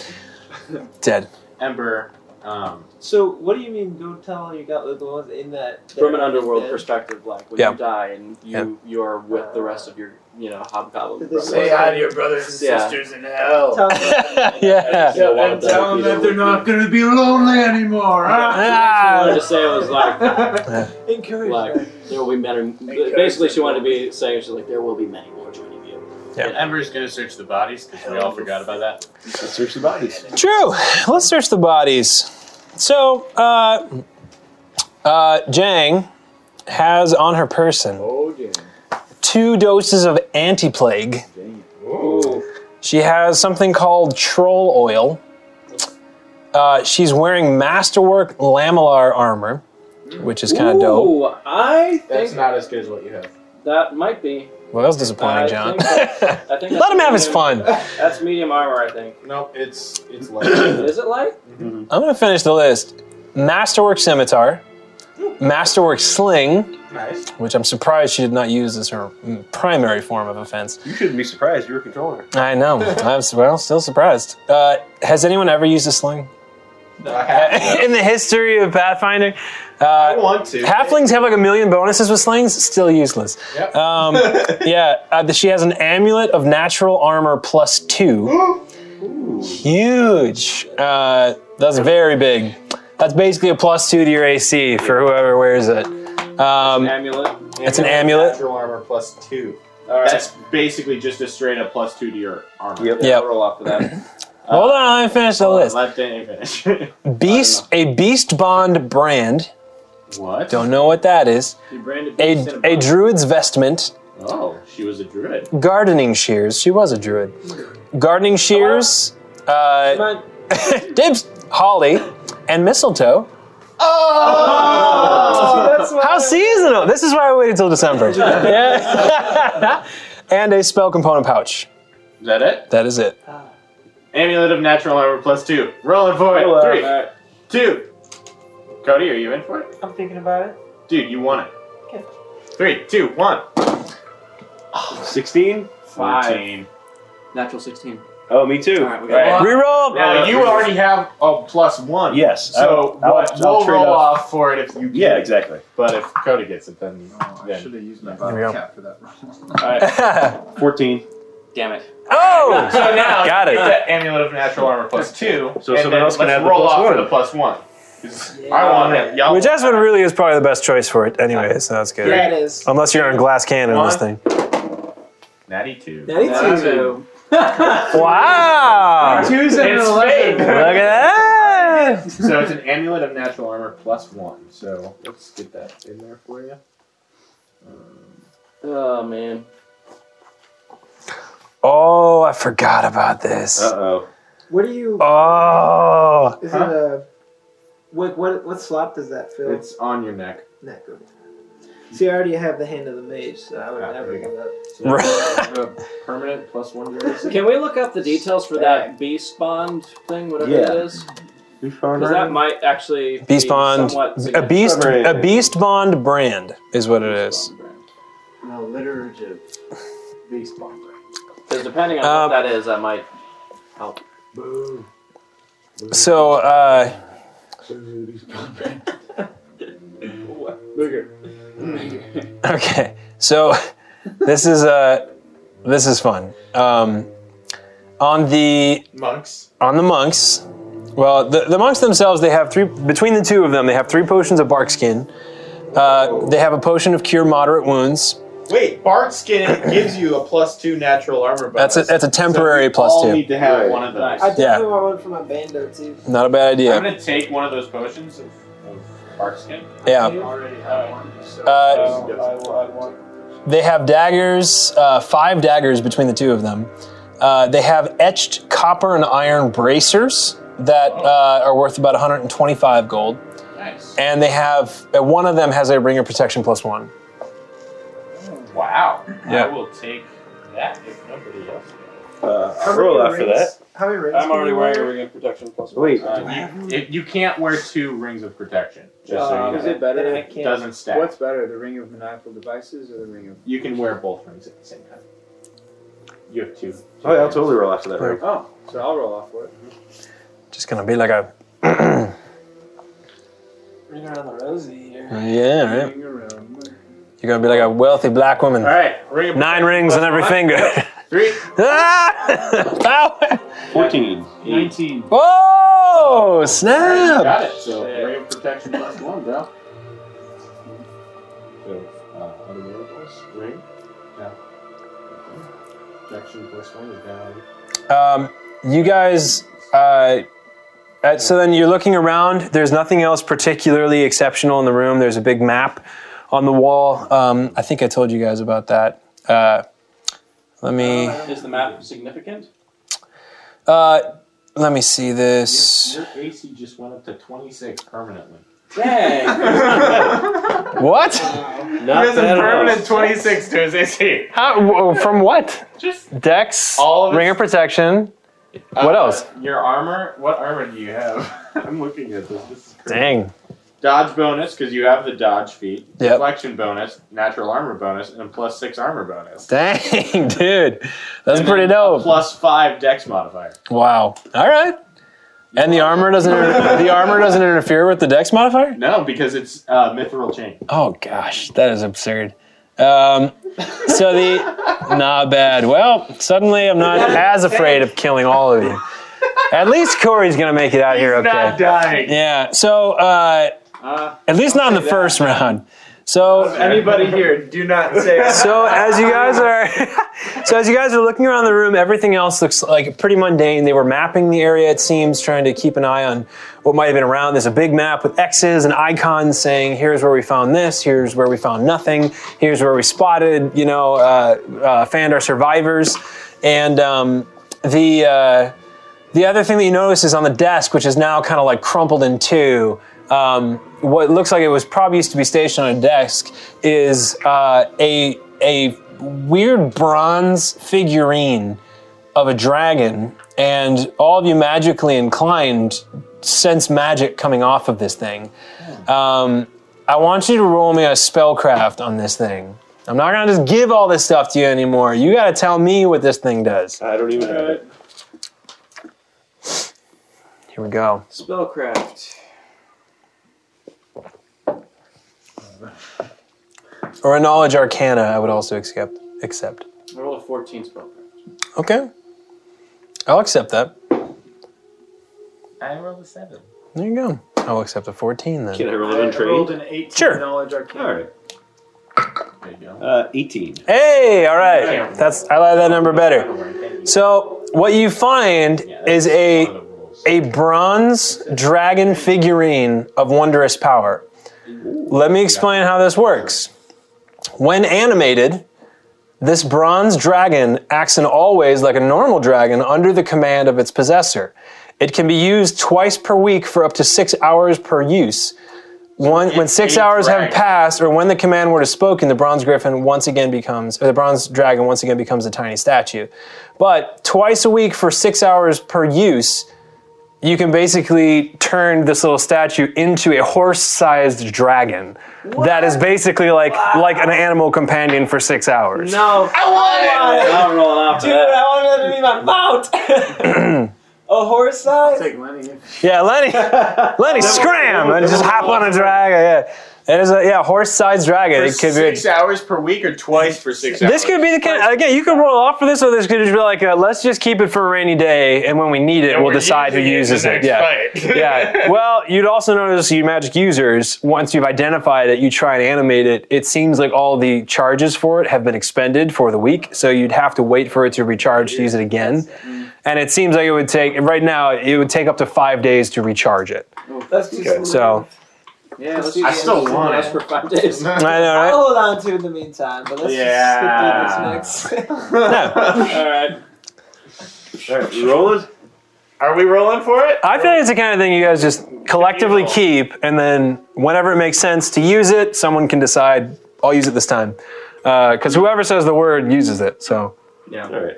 Dead.
Ember. Um,
So, what do you mean? Go tell all you got the ones in that.
from an underworld
that-
perspective, like when
Yeah.
you die and you
Yeah.
you're with the rest of your you know hobgoblin.
Did they
brothers.
say hi to
your brothers
and Yeah. sisters
in hell.
Tell them-
yeah.
[LAUGHS] Yeah, one of them
tell
would
them
be
that
the
they're not going to be lonely anymore. huh?
I wanted
Ah.
to say it was like [LAUGHS]
[LAUGHS] Encourage
Like-
them.
there will be many. Basically, she wanted to be saying she's like there will be many more joining you.
Yeah.
Ember's gonna search the bodies because we all forgot about that.
Let's search the bodies.
True. Let's search the bodies. So, uh, uh, Jang has on her person
Oh, yeah.
two doses of anti plague. She has something called troll oil. Uh, she's wearing masterwork lamellar armor, which is kind of dope.
Ooh, I
That's
think
not as good as what you have.
that might be.
Well, that was disappointing,
I
John.
think I
[LAUGHS]
think
Let him have his
that's
fun.
medium- That's medium armor, I think.
Nope, it's [COUGHS] it's
Is it light?
I'm gonna finish the list. Masterwork scimitar, masterwork sling,
nice.
which I'm surprised she did not use as her mm, primary form of offense.
You shouldn't be surprised. You were controlling her.
I know. I'm s- well, still surprised. Uh, has anyone ever used a sling [LAUGHS] in the history of Pathfinder?
I
Uh,
want to.
halflings have like a million bonuses with slings. Still useless.
Yep.
Um, [LAUGHS] yeah, uh, the- she has an amulet of natural armor plus two. Huge. Uh, that's very big. That's basically a plus two to your AC for whoever wears it. Um,
Amulet.
it's an amulet.
Natural armor plus two.
All right.
That's basically just a straight up plus two to your armor.
Yep.
Yep.
Roll off of that.
Hold on, let me finish the list.
Left and finish.
Beast, a Beast Bond brand.
what?
Don't know what that is.
You branded
A,
beast in
a
box.
druid's vestment,
Oh, she was a druid.
gardening shears. She was a druid. gardening shears, uh,
Come
[LAUGHS]
on.
dibs, holly, and mistletoe.
Oh!
Oh!
Oh!
See, that's why
How
I-
seasonal! This is why I waited till
[LAUGHS]
December. Yeah. and a spell component pouch.
Is that it?
That is it.
Amulet of natural armor plus two. Rolling for it.
Roll out.
Three,
All right.
two. Cody, are you in for it?
I'm thinking about it.
Dude, you won it.
Okay.
Three, two, one.
16?
Five.
Fourteen.
Natural 16.
Oh, me
All
too.
right, we got
Right.
Reroll.
Now
[LAUGHS]
you already have a plus one.
Yes.
So
I'll-
what,
I'll- I'll
we'll
trade
roll
off.
off for it if you.
Yeah,
get it.
exactly.
But if Cody gets it, then
Oh, I
Yeah.
should have used my
we go.
bottle cap for that roll.
oh!
14.
Damn it.
[LAUGHS]
[LAUGHS]
So now
Got
you get
it.
that amulet of natural armor plus two.
So
and
someone
then
else can
let's
have the
roll
plus
off
one.
for the plus one. 'Cause I
Yeah.
want it. Y'all
Which Aspen really is probably the best choice for it anyway, so that's good.
Yeah, it is.
Unless you're on glass cannon on this
One.
thing.
Natty [LAUGHS] two.
Now you
That's
two.
Wow! Look
Two's and an
It's fake.
eleven.
at that!
so it's an amulet of natural armor plus one. So let's get that in there for you.
Oh, man.
Oh, I forgot about this.
Uh oh.
What do you?
Oh!
Is
Huh?
it a? What what what slot does that fill?
It's on your neck.
not good. See, I already have the hand of the mage, so I would
Ah, there
never
you
give up.
Right.
You have a permanent plus one. duration.
Can we look up the details for that beast bond thing, whatever
Yeah.
it is?
Who's found
Because that might actually be
Beast bond.
somewhat
[LAUGHS] A
significant.
beast,
Brand.
a beast bond brand is what it is.
No, literature.
Beast bond. brand.
'Cause depending on
Um,
what that is, that might help.
So, uh,
Bigger.
okay. So, this is uh, this is fun. Um, on the
Monks.
on the monks. Well, the, the monks themselves, they have three, between the two of them, they have three potions of bark skin. Uh, they have a potion of cure moderate wounds.
Wait, bark skin gives you a plus two natural armor bonus.
That's a, that's a temporary
so we
plus
all
two.
need to have
Right.
one of those.
I definitely
Yeah.
want one for my bando too.
Not a bad
I'm
idea.
gonna take one of those potions of, of bark skin.
Yeah.
already have one. So
Uh,
I,
Um,
I, I want.
They have daggers, uh, five daggers between the two of them. Uh, they have etched copper and iron bracers that uh, are worth about 125 gold.
Nice.
And they have, uh, one of them has a ring of protection plus one.
Wow.
Yeah.
I will take that if nobody else.
Uh,
How
I'll
many
roll after
rings-
that.
How many rings?
I'm already
can you
wearing a
wear?
ring of protection plus one.
Wait.
Uh,
Uh, you, if you can't wear two rings of protection. Just
uh,
Um,
so you
is
know.
it better?
Then I
It
can't.
doesn't stack.
What's better, the ring of maniacal devices or the ring of?
You can wear both rings at the same time. You have two.
Oh, yeah, I'll totally roll after that ring.
Oh, so I'll roll off for it.
Just gonna be like a,
Ring around the rosy
[LAUGHS]
here.
yeah, right?
Ring around.
You're gonna be like a wealthy black woman.
All right. Ring of
Nine rings on every finger. [LAUGHS]
Three.
Ah!
14.
19.
Whoa! Snap!
Got it. So
Yeah.
ring of protection plus one, bro. So uh, other miracles, ring. Yeah. Protection plus one is down.
Um, you guys. Uh, uh, so then you're looking around. There's nothing else particularly exceptional in the room. There's a big map on the wall. Um, I think I told you guys about that. Uh, let me
Is the map significant?
uh, let me see this.
Your AC just went up to 26 permanently. [LAUGHS]
Dang!
What?
Not bad at all.
26 to his
[LAUGHS]
AC.
How, whoa, from what?
Just
Dex,
All of
ringer
it's-
protection. What else?
Uh, Your armor. What armor do you have? I'm looking at this. this is crazy.
Dang.
Dodge bonus because you have the dodge feat.
Yep.
Deflection bonus, natural armor bonus, and a plus six armor bonus.
Dang, [LAUGHS] dude. That's
And
pretty
then a
dope.
Plus five dex modifier.
Wow. All right. And the armor doesn't inter- the armor doesn't interfere with the dex modifier?
No, because it's uh, mithril chain.
Oh gosh, that is absurd. Um, so the not bad. Well, suddenly I'm not as afraid of killing all of you. At least Corey's gonna make it out here okay.
dying.
Yeah. So uh,
[LAUGHS]
Uh,
at least not in the first round. So
Anybody here? Do not
[LAUGHS]
say.
so as you guys are [LAUGHS] so as you guys are looking around the room everything else looks like pretty mundane they were mapping the area it seems trying to keep an eye on what might have been around there's a big map with x's and icons saying here's where we found this here's where we found nothing here's where we spotted you know uh, uh, fanned our survivors and um, the uh, the other thing that you notice is on the desk, which is now kind of like crumpled in two. Um, what looks like it was probably used to be stationed on a desk is uh, a a weird bronze figurine of a dragon, and all of you magically inclined sense magic coming off of this thing. Um, I want you to roll me a spellcraft on this thing. I'm not gonna just give all this stuff to you anymore. You gotta tell me what this thing does.
I don't even have it.
Here we go.
Spellcraft.
Or a knowledge arcana, I would also accept. Accept.
I rolled a 14 spellcraft.
Okay. I'll accept that.
I rolled a seven.
There you go. I'll accept a 14 then.
Can I roll
I
it on
rolled
trade?
an 18
Sure.
knowledge arcane.
All right.
There you go.
Uh, 18.
Hey, all right. That's I like that number better. So what you find is a a bronze dragon figurine of wondrous power. Let me explain how this works. When animated, this bronze dragon acts in all ways like a normal dragon under the command of its possessor. It can be used twice per week for up to six hours per use. One, when six
a
hours have
dragon.
passed, or when the command word is spoken, the bronze griffin once again becomes, or the bronze dragon once again becomes a tiny statue. But twice a week for six hours per use, you can basically turn this little statue into a horse-sized dragon that is basically like like an animal companion for six hours.
No,
I want it!
I'm rolling off
dude, I want [LAUGHS] that to be my mount.
[CLEARS THROAT]
a horse size.
Take money.
Yeah,
[LAUGHS]
Lenny, Lenny, scram and just hop on a dragon. Yeah, it is a yeah horse-sized dragon.
For
It could be.
six hours per week or twice for six hours.
This could be the kind again. You could roll off for this, or this could just be like, uh, let's just keep it for a rainy day, and when we need it,
And
we'll
we're
decide who
using in the
uses it.
next
Yeah. [LAUGHS]
fight.
yeah. Well, you'd also notice you magic users, once you've identified it, you try and animate it. It seems like all the charges for it have been expended for the week, so you'd have to wait for it to recharge to use it again. And it seems like it would take right now it would take up to five days to recharge it.
Let's just
Okay.
So
Yeah, let's
I still want
That's
it.
for five days.
I [LAUGHS] know,
I'll
Oh.
right?
hold on to it in the meantime, but let's
Yeah.
just skip through this next. [LAUGHS]
No.
All right.
All right, roll it.
[LAUGHS] Are we rolling for it?
I feel like it's the kind of thing you guys just collectively keep, and then whenever it makes sense to use it, someone can decide. I'll use it this time, because whoever says the word uses it. So.
All right.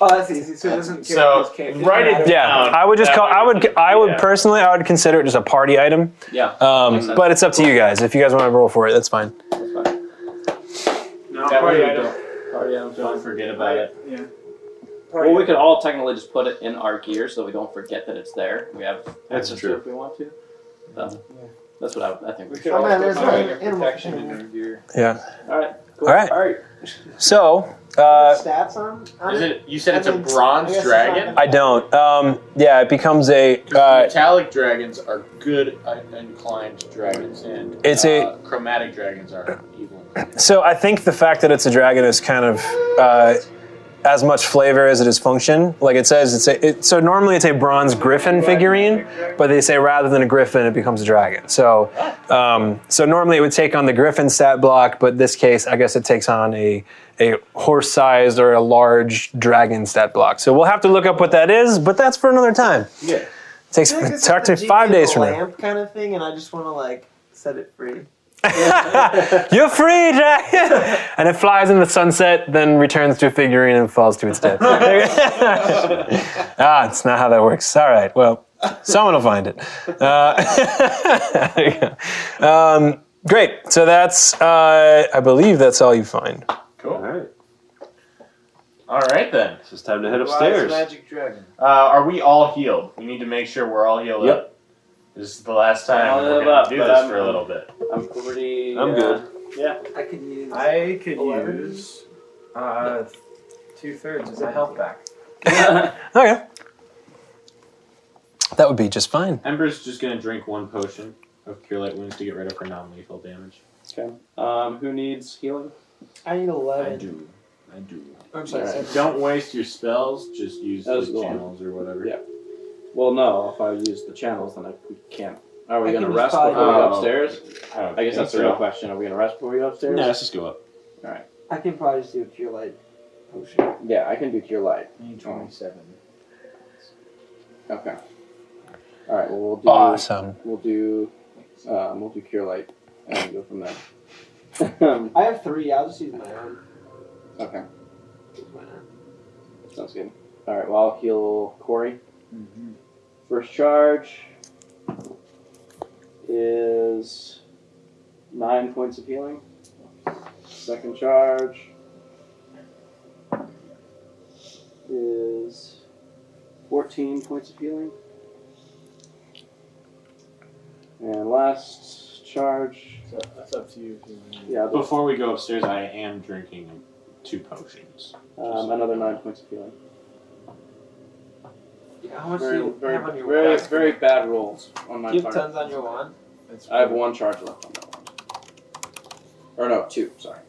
oh, that's easy. So it doesn't care
So,
who's care-
write it
matter.
Yeah,
Um,
I would just
that
call. I
would
would. I would
yeah.
personally. I would consider it just a party item.
Yeah.
Um, but it's up to you guys. If you guys want to roll for it, that's fine.
No,
That
party
way we
item.
Party item's
Don't
fine.
forget about it.
Well, we could all technically just put it in our gear so we don't forget that it's there. We have
That's
access to
true.
it if we want to. So,
Mm-hmm.
That's what I, I think we should.
Oh, man, there's
Fire
an animal
protection
control.
in our gear.
All right.
All right.
All right.
So uh,
stats on, on
Is
it?
it? You said it's
I
a
mean, I
bronze
guess it's
dragon.
not-
I don't. Um, yeah, it becomes a.
'Cause
Uh,
metallic dragons are good uh, inclined dragons, and
It's a-
uh, chromatic dragons are evil.
so I think the fact that it's a dragon is kind of uh, as much flavor as it is function. Like it says, it's a. It, so normally it's a bronze griffin figurine, but they say rather than a griffin, it becomes a dragon. So, um, so normally it would take on the griffin stat block, but this case, I guess it takes on a a horse-sized or a large dragon stat block. So we'll have to look up what that is, but that's for another time.
Yeah.
takes
I feel like
it
it's
takes
like the
five
GP
days from now.
lamp kind of thing, and I just want to like set it free.
You're free, dragon! [LAUGHS] and it flies in the sunset, then returns to a figurine and falls to its death. ah, it's not how that works. All right, well, someone will find it. Uh, [LAUGHS] there you go. um, great. So that's, uh, I believe that's all you find.
All right.
All right then.
So it's time to head
Wise
upstairs.
Magic dragon.
Uh, are we all healed? We need to make sure we're all healed
Yep.
up. This is the last time
I'll
we're
live
gonna
up,
do
but
this
I'm-
for a little bit.
I'm pretty.
I'm
uh,
good.
I could use.
I could
Eleven.
use uh, two thirds as a health back.
uh,
[LAUGHS]
Okay. That would be just fine.
Ember's just gonna drink one potion of cure light wounds to get rid of her non-lethal damage.
um, who needs healing?
I need
I
eleven.
do. I do.
I'm sorry.
Alright,
seven.
Don't waste your spells. Just use
That
the
was the one.
channels or whatever.
Yeah. Well, no. If I use the channels, then I can't. Are we
I
gonna
can use
rest
five.
before we go
Oh.
upstairs?
I, don't
I guess
think
that's the
so.
real question. Are we gonna rest before we go upstairs?
No, let's just go up.
I can probably just do a cure light.
Oh shit.
Yeah, I can do cure light.
Need 27.
Okay. All right. Well, we'll do.
Awesome.
We'll do. Um, we'll do cure light and go from there. [LAUGHS] Um,
I have three. I'll just use my own.
okay.
Use my own.
Sounds good. All right. Well, I'll heal Corey.
Mm-hmm.
First charge is nine points of healing. Second charge is 14 points of healing. And last charge,
So that's up to you if you want
yeah, there's,
Before we go upstairs, I am drinking two potions.
um, another nine points of healing.
Yeah, how much do
Very,
you
very,
have on your
very,
wand?
very bad rolls on my
Do you have
part.
tons on your wand?
That's
I have one charge left on that one. Or no, two, sorry.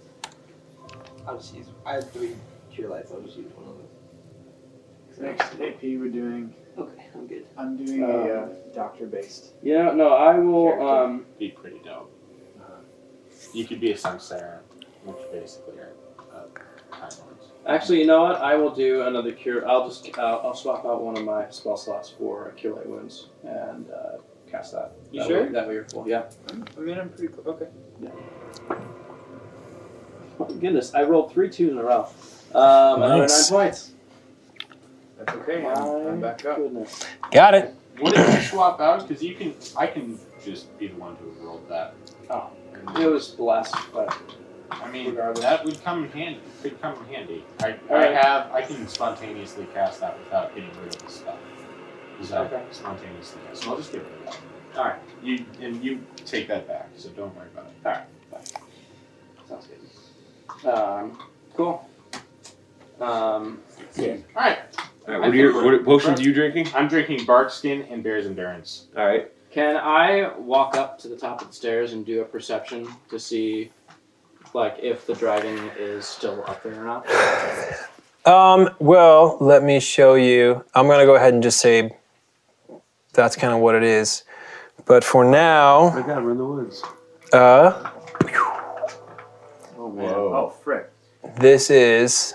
I'll just use. I have three cure lights. I'll just use one of those.
Next AP we're doing.
Okay, I'm good.
I'm doing a uh, doctor based.
Yeah, no, I will,
Character.
um,
Be pretty dope. You could be a samsara, which basically are uh, time lords.
actually, you know what? I will do another cure. I'll just, uh, I'll swap out one of my spell slots for Cure Light Wounds and uh, cast that.
You
That
sure?
Way, that way you're full, yeah.
I mean, I'm pretty cool. Okay.
My Oh, goodness, I rolled three twos in a row. Um, another nine
Nice.
points.
That's okay. I'm, I'm
My
back up.
goodness.
Got it.
What did you swap out? Because you can, I can just be the one to have rolled that.
Oh.
And
It was blessed, but
I mean,
Regardless.
that would come in handy. Could come in handy. I, I
Alright.
have. I can spontaneously cast that without getting rid of the spell. So
Okay.
spontaneously. cast. So I'll just get rid of that. All right. You and you take that back. So don't worry about it. All right.
sounds good. Um, cool. Um,
All right.
All right. What, are your, what potions are you drinking?
I'm drinking bark skin and bear's endurance.
All right.
Can I walk up to the top of the stairs and do a perception to see, like, if the dragon is still up there or not?
Um, well, let me show you. I'm going to go ahead and just say that's kind of what it is. But for now,
my God, we're in the woods.
uh,
Oh, man.
Whoa.
Oh, frick.
this is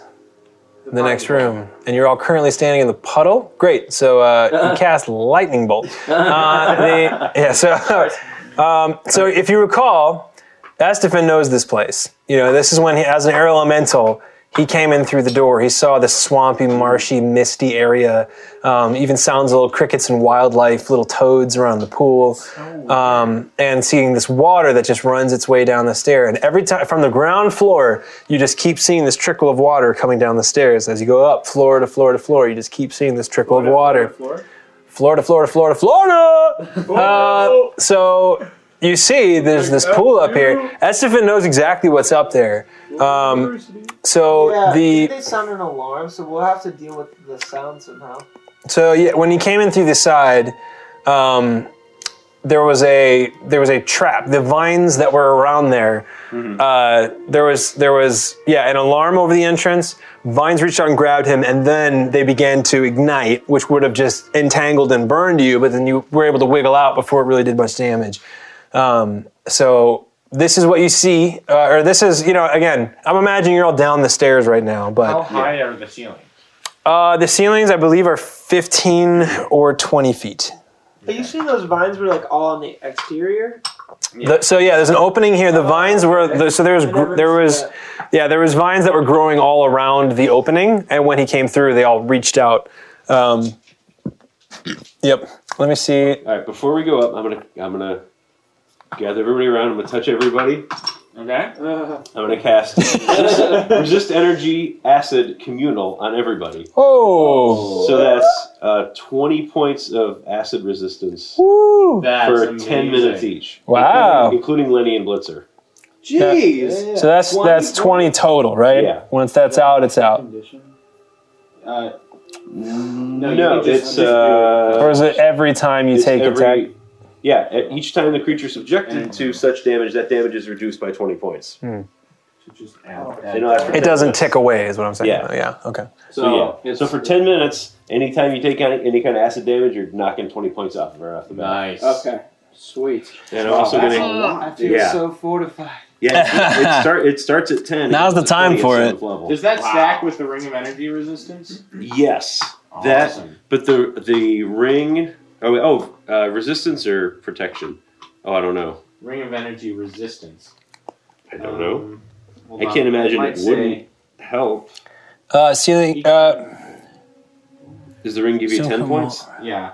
the next room. And you're all currently standing in the puddle. Great. So
[LAUGHS]
uh, you cast lightning bolt. Uh, the, yeah. So, um, so if you recall, Estefan knows this place. You know, this is when he, as an air elemental, he came in through the door. He saw this swampy, marshy, misty area. Um, even sounds of little crickets and wildlife, little toads around the pool, um, and seeing this water that just runs its way down the stair. And every time from the ground floor, you just keep seeing this trickle of water coming down the stairs. As you go up floor to floor to floor, you just keep seeing this trickle of water. Florida, Florida, Florida, Florida. Uh, so you see, there's this pool up here. Estefan knows exactly what's up there. Um, so
yeah,
the
they sound an alarm, so we'll have to deal with the sound somehow.
so yeah, when he came in through the side, um, there was a there was a trap. The vines that were around there, uh, there was there was yeah an alarm over the entrance. Vines reached out and grabbed him, and then they began to ignite, which would have just entangled and burned you. But then you were able to wiggle out before it really did much damage. Um, so this is what you see, uh, or this is you know again. I'm imagining you're all down the stairs right now, but
How high are the ceilings?
uh, the ceilings, I believe, are 15 or 20 feet.
Are you sure those vines were like all on the exterior?
The- so yeah, there's an opening here. The vines were the, so there was
I
gr-
never
there was
noticed
yeah there was vines that were growing all around the opening, and when he came through, they all reached out. Um, yep. Let me see.
All right. Before we go up, I'm gonna I'm gonna gather everybody around. I'm gonna touch everybody.
Okay.
Uh,
I'm gonna cast
[LAUGHS]
resist, resist energy acid communal on everybody.
Oh.
So that's uh, 20 points of acid resistance
Woo.
That's
for
amazing.
10 minutes each.
Wow.
Including, including Lenny and Blitzer.
jeez.
So that's that's 20 total, right?
Yeah.
Once that's out, it's out.
Condition.
Uh,
No,
you can just-
it's
just do it.
uh,
Or is it every time you
it's
take attack?
every- Yeah, at each time the creature is subjected to such damage, that damage is reduced by 20 points.
should just add
Oh.
that.
You know, after
It doesn't tick away, is what I'm saying.
Yeah.
Yeah. Okay.
So, yeah.
it's-
so for 10 minutes, anytime you take any, any kind of acid damage, you're knocking 20 points off right off the bat.
Nice.
Okay, sweet.
And I'm also
Wow, that's
[LAUGHS]
getting.
I feel
Yeah.
so fortified.
Yeah, it, it, start, it starts at 10.
Now's the
It's
time for
27th
it.
level.
Does that stack with the ring of energy resistance?
Yes. That-
Awesome.
But the the ring. Oh, wait, oh uh, resistance or protection? Oh, I don't know.
ring of energy resistance.
I don't know.
Um, hold
I
on.
can't imagine
might
it
say-
wouldn't help.
Uh, ceiling. Uh,
Does the ring give you
so
10
come
points?
on.
Yeah.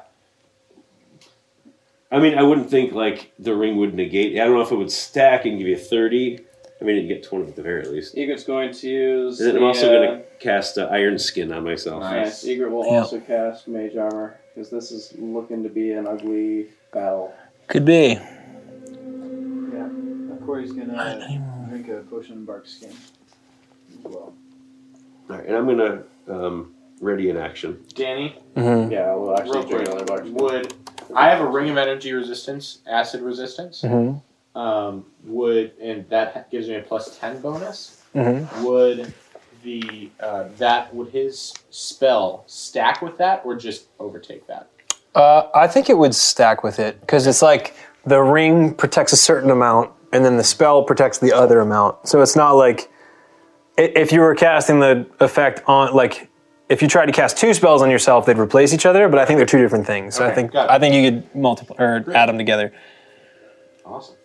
I mean, I wouldn't think like the ring would negate. I don't know if it would stack and give you 30. I mean, it'd get 20 at the very least.
Egret's going to use.
And then I'm
the,
also
uh,
going to cast uh, Iron Skin on myself.
Yes,
Nice.
Egret will
Yeah.
also cast Mage Armor because this is looking to be an ugly battle.
Could be.
Corey's gonna drink a potion of bark skin. as Well,
All right, and I'm going to um, ready in action.
Danny,
Mm-hmm.
Yeah, we'll
real
actually drink another
quick,
bark skin.
would I have a ring of energy resistance, acid resistance?
Mm-hmm.
Um, would and that gives me a plus ten bonus.
Mm-hmm.
Would the uh, that would his spell stack with that or just overtake that?
Uh, I think it would stack with it because it's like the ring protects a certain amount, and then the spell protects the other amount. So it's not like i- if you were casting the effect on like. If you tried to cast two spells on yourself, they'd replace each other, but I think they're two different things. So I
Okay,
think
got it.
I think you could multiply or add them together.
Awesome.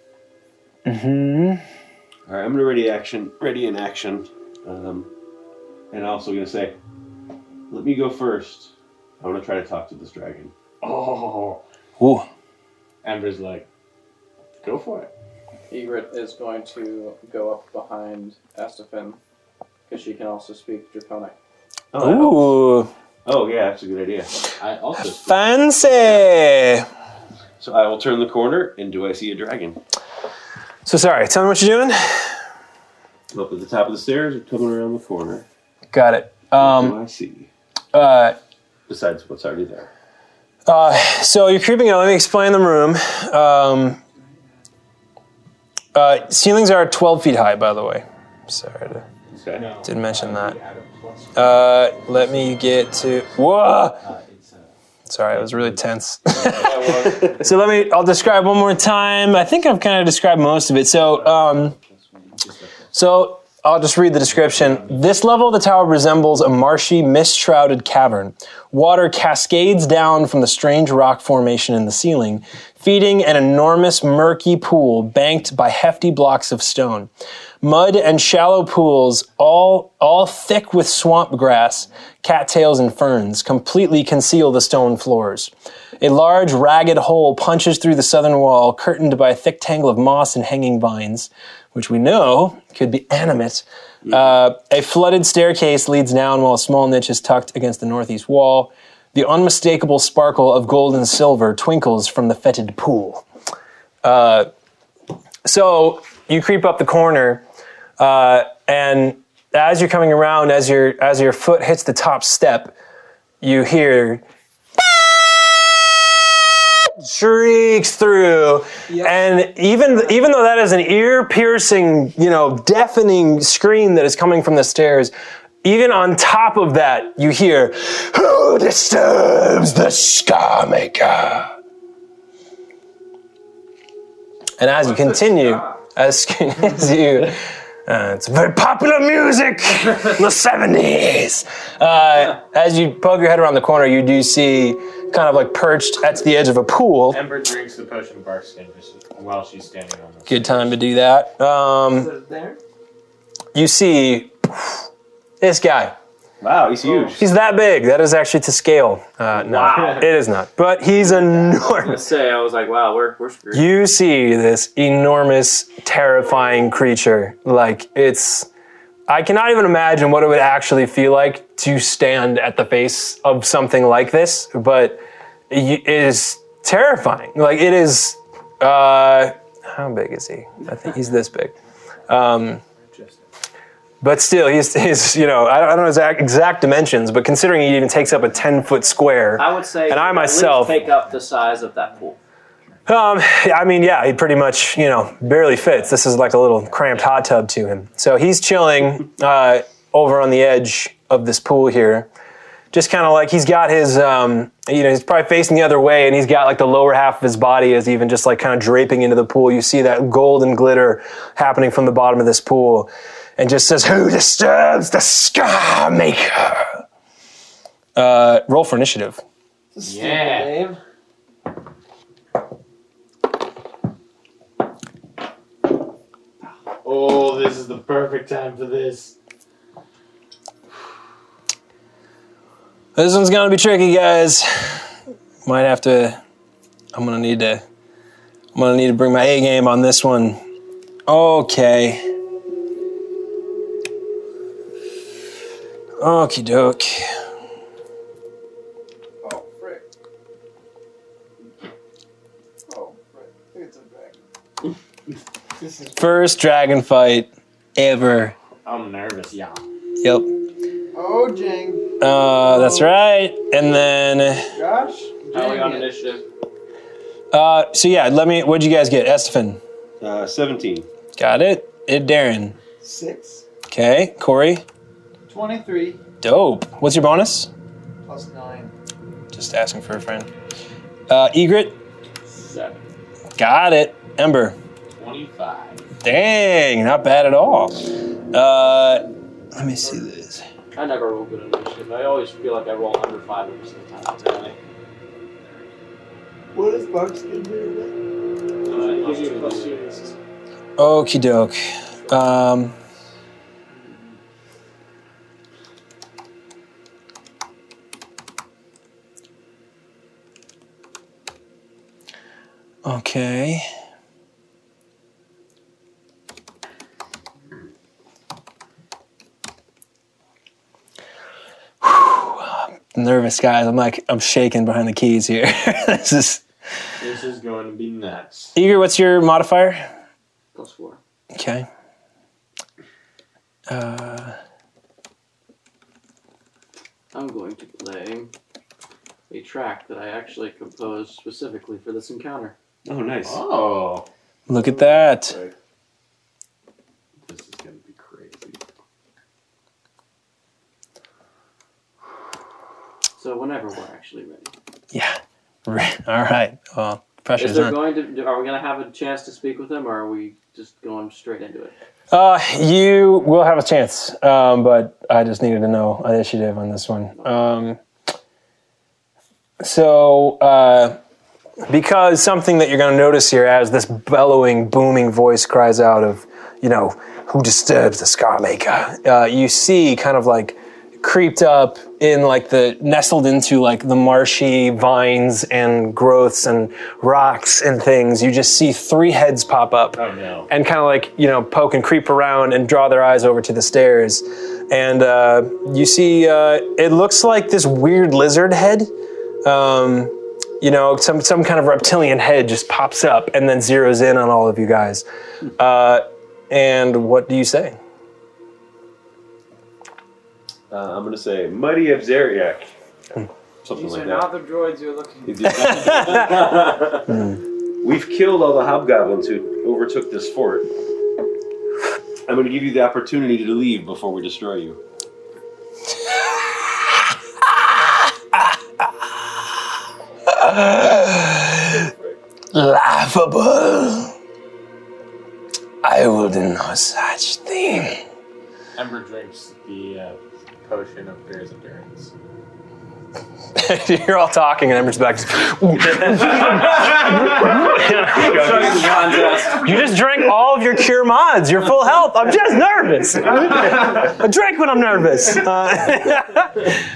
Mm-hmm.
All right, I'm gonna ready action, ready in action, um, and also gonna say, let me go first. I'm gonna try to talk to this dragon.
Oh,
Ooh.
Ember's like, go for it.
Egret is going to go up behind Astafin because she can also speak Draconic.
Oh,
Ooh.
oh yeah, that's a good idea.
I also speak-
Fancy.
So I will turn the corner, and do I see a dragon?
So sorry, tell me what you're doing.
I'm up at the top of the stairs, and coming around the corner.
Got it.
what
Um,
do I see?
uh,
Besides what's already there.
uh, so you're creeping out. Let me explain the room. Um, uh, ceilings are 12 feet high, by the way. Sorry, to,
Okay.
didn't mention that. Uh, let me get to. Whoa! Sorry, it was really tense. [LAUGHS] so let me. I'll describe one more time. I think I've kind of described most of it. So, um, so I'll just read the description. This level of the tower resembles a marshy, mist-shrouded cavern. Water cascades down from the strange rock formation in the ceiling, feeding an enormous, murky pool banked by hefty blocks of stone. Mud and shallow pools, all, all thick with swamp grass, cattails, and ferns, completely conceal the stone floors. A large, ragged hole punches through the southern wall, curtained by a thick tangle of moss and hanging vines, which we know could be animate. Uh, a flooded staircase leads down, while a small niche is tucked against the northeast wall. The unmistakable sparkle of gold and silver twinkles from the fetid pool. Uh, so you creep up the corner, uh, and as you're coming around, as your as your foot hits the top step, you hear shrieks through, and even even though that is an ear piercing, you know, deafening scream that is coming from the stairs. Even on top of that, you hear, Who disturbs the Scar Maker? And as you continue, as, [LAUGHS] as you, uh, it's very popular music, the 70s. Uh, as you poke your head around the corner, you do see kind of like perched at the edge of a pool.
Ember drinks the potion of bark skin just while she's standing on this.
Good time to do that. Um,
So there.
you see this guy.
Wow, he's
Oh.
huge.
He's that big. That is actually to scale. Uh, no, it is not. But he's
I
enormous.
say, I was like, wow, we're, we're screwed.
You see this enormous, terrifying creature. Like, it's. I cannot even imagine what it would actually feel like to stand at the face of something like this, but it is terrifying. Like, it is. Uh, how big is he? I think he's this big. Um, but still, he's, he's you know, I don't, I don't know exact, exact dimensions, but considering he even takes up a 10 foot square.
I would say,
And I
at least
myself-
take up the size of that pool.
Um, I mean, yeah, he pretty much, you know, barely fits. This is like a little cramped hot tub to him. So he's chilling uh, over on the edge of this pool here. just kind of like he's got his, um, you know, he's probably facing the other way, and he's got like the lower half of his body is even just like kind of draping into the pool. You see that gold and glitter happening from the bottom of this pool, and just says, "Who disturbs the Scar Maker?" Uh, roll for initiative.
Yeah.
Name?
Oh, this is the perfect time for this.
This one's gonna be tricky, guys. Might have to. I'm gonna need to. I'm gonna need to bring my A game on this one. Okay. Okie doke.
Oh, frick. Oh, frick. I think it's a dragon. [LAUGHS]
First dragon fight ever.
I'm nervous, y'all.
Yep.
Oh, Jing.
Uh, that's right. And then.
Gosh.
How are we on
dang it.
initiative?
Uh, so yeah, let me. What'd you guys get? Estefan.
Uh, 17.
Got it. It Darren.
Six.
Okay. Corey.
23
Dope. What's your bonus?
plus 9.
Just asking for a friend. Uh, Egret.
Seven
Got it. Ember.
twenty-five.
Dang, not bad at all. Uh, let me see this.
I never roll good on initiative. I always feel like I roll under five every single time. Apparently.
What is Buckskin doing?
Give you a plus two.
Okie doke. Um, okay. Whew, nervous guys. I'm like I'm shaking behind the keys here. [LAUGHS] this is
This is going to be nuts.
eager. What's your modifier?
Plus four.
Okay. Uh,
I'm going to play a track that I actually composed specifically for this encounter.
Oh, nice.
Oh,
look at that.
Right.
this is going to be crazy.
So whenever we're actually ready.
Yeah. Right. [LAUGHS] All right. Well,
Is
pressure's
there
on.
going to are we going to have a chance to speak with him, or are we just going straight into it?
Uh, you will have a chance, um, but I just needed to know initiative on this one. Um, so, uh, because something that you're going to notice here as this bellowing, booming voice cries out of, you know, who disturbs the Scar Maker, uh, you see kind of like creeped up in like the nestled into like the marshy vines and growths and rocks and things, you just see three heads pop up
Oh no.
and kind of like you know poke and creep around and draw their eyes over to the stairs and uh, you see uh, it looks like this weird lizard head um, you know some, some kind of reptilian head just pops up and then zeroes in on all of you guys uh, and what do you say [SIGHS]
Uh, I'm going to say Mighty Abzeriak.
Hmm.
Something
These
like
are
that.
not the droids you're looking
It did- [LAUGHS] We've killed all the hobgoblins who overtook this fort. I'm going to give you the opportunity to leave before we destroy you.
laughable i will do no such thing
Ember drinks the uh, potion of Bear's endurance.
[LAUGHS] you're all talking and i'm just back You just drank all of your cure mods. You're full health. I'm just nervous. I drink when I'm nervous. Uh, [LAUGHS]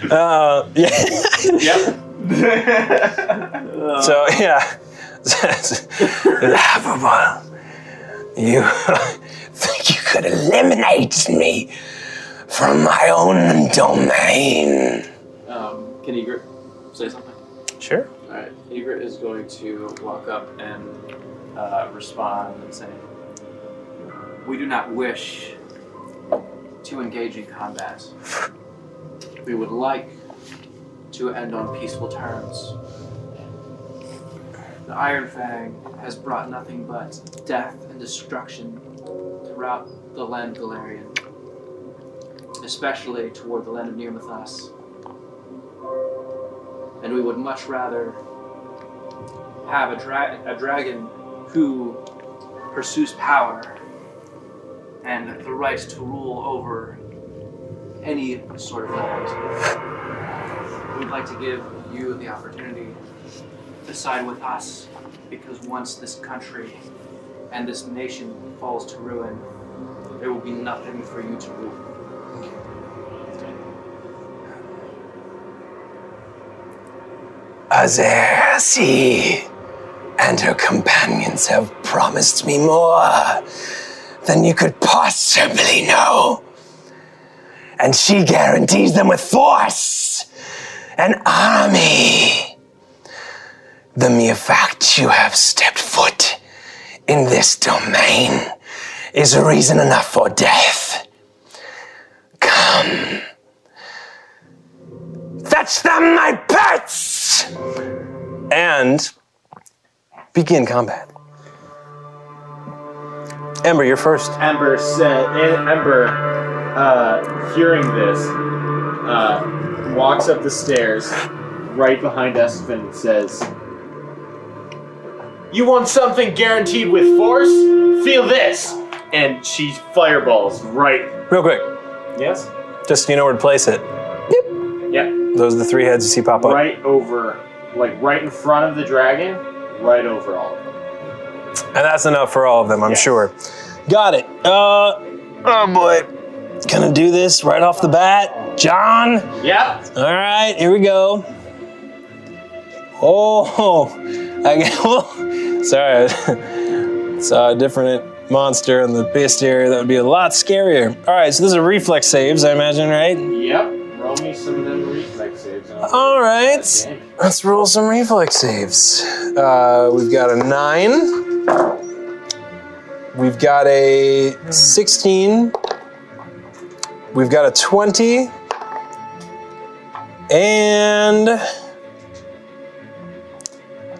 uh, yeah. [LAUGHS] So yeah. [LAUGHS] Laughable. You [LAUGHS] think you could eliminate me from my own domain?
Um, can Egret say something?
Sure.
All right. Egret is going to walk up and uh, respond and say, "We do not wish to engage in combat. We would like to end on peaceful terms. The Iron Fang has brought nothing but death and destruction throughout the land Galarian, especially toward the land of Near Mythos.
And we would much rather have a, dra- a dragon who pursues power and the right to rule over any sort of land. We'd like to give you the opportunity to side with us because once this country and this nation falls to ruin, there will be nothing for you to rule.
Azersi and her companions have promised me more than you could possibly know. And she guarantees them with force, an army. The mere fact you have stepped foot in this domain is reason enough for death. Come. Fetch them, my pets! And begin combat. Ember, you're first.
Ember said, and Ember, uh, hearing this, uh, walks up the stairs right behind Estefan and says, You want something guaranteed with force? Feel this! And she fireballs right.
Real quick,
Yes?
just so you know where to place it.
Yeah.
Those are the three heads you see pop up.
Right over, like right in front of the dragon, right over all of them.
And that's enough for all of them, I'm
Yes.
sure. Got it. Uh, oh boy. Gonna do this right off the bat. John.
Yep.
All right, here we go. Oh, I got, [LAUGHS] sorry. [LAUGHS] Saw a different monster in the beast area. That would be a lot scarier. All right, so this is reflex saves, I imagine, right?
Yep. Roll me some of them reflex saves.
All right. Let's roll some reflex saves. Uh, we've got a nine. We've got a 16. We've got a 20. And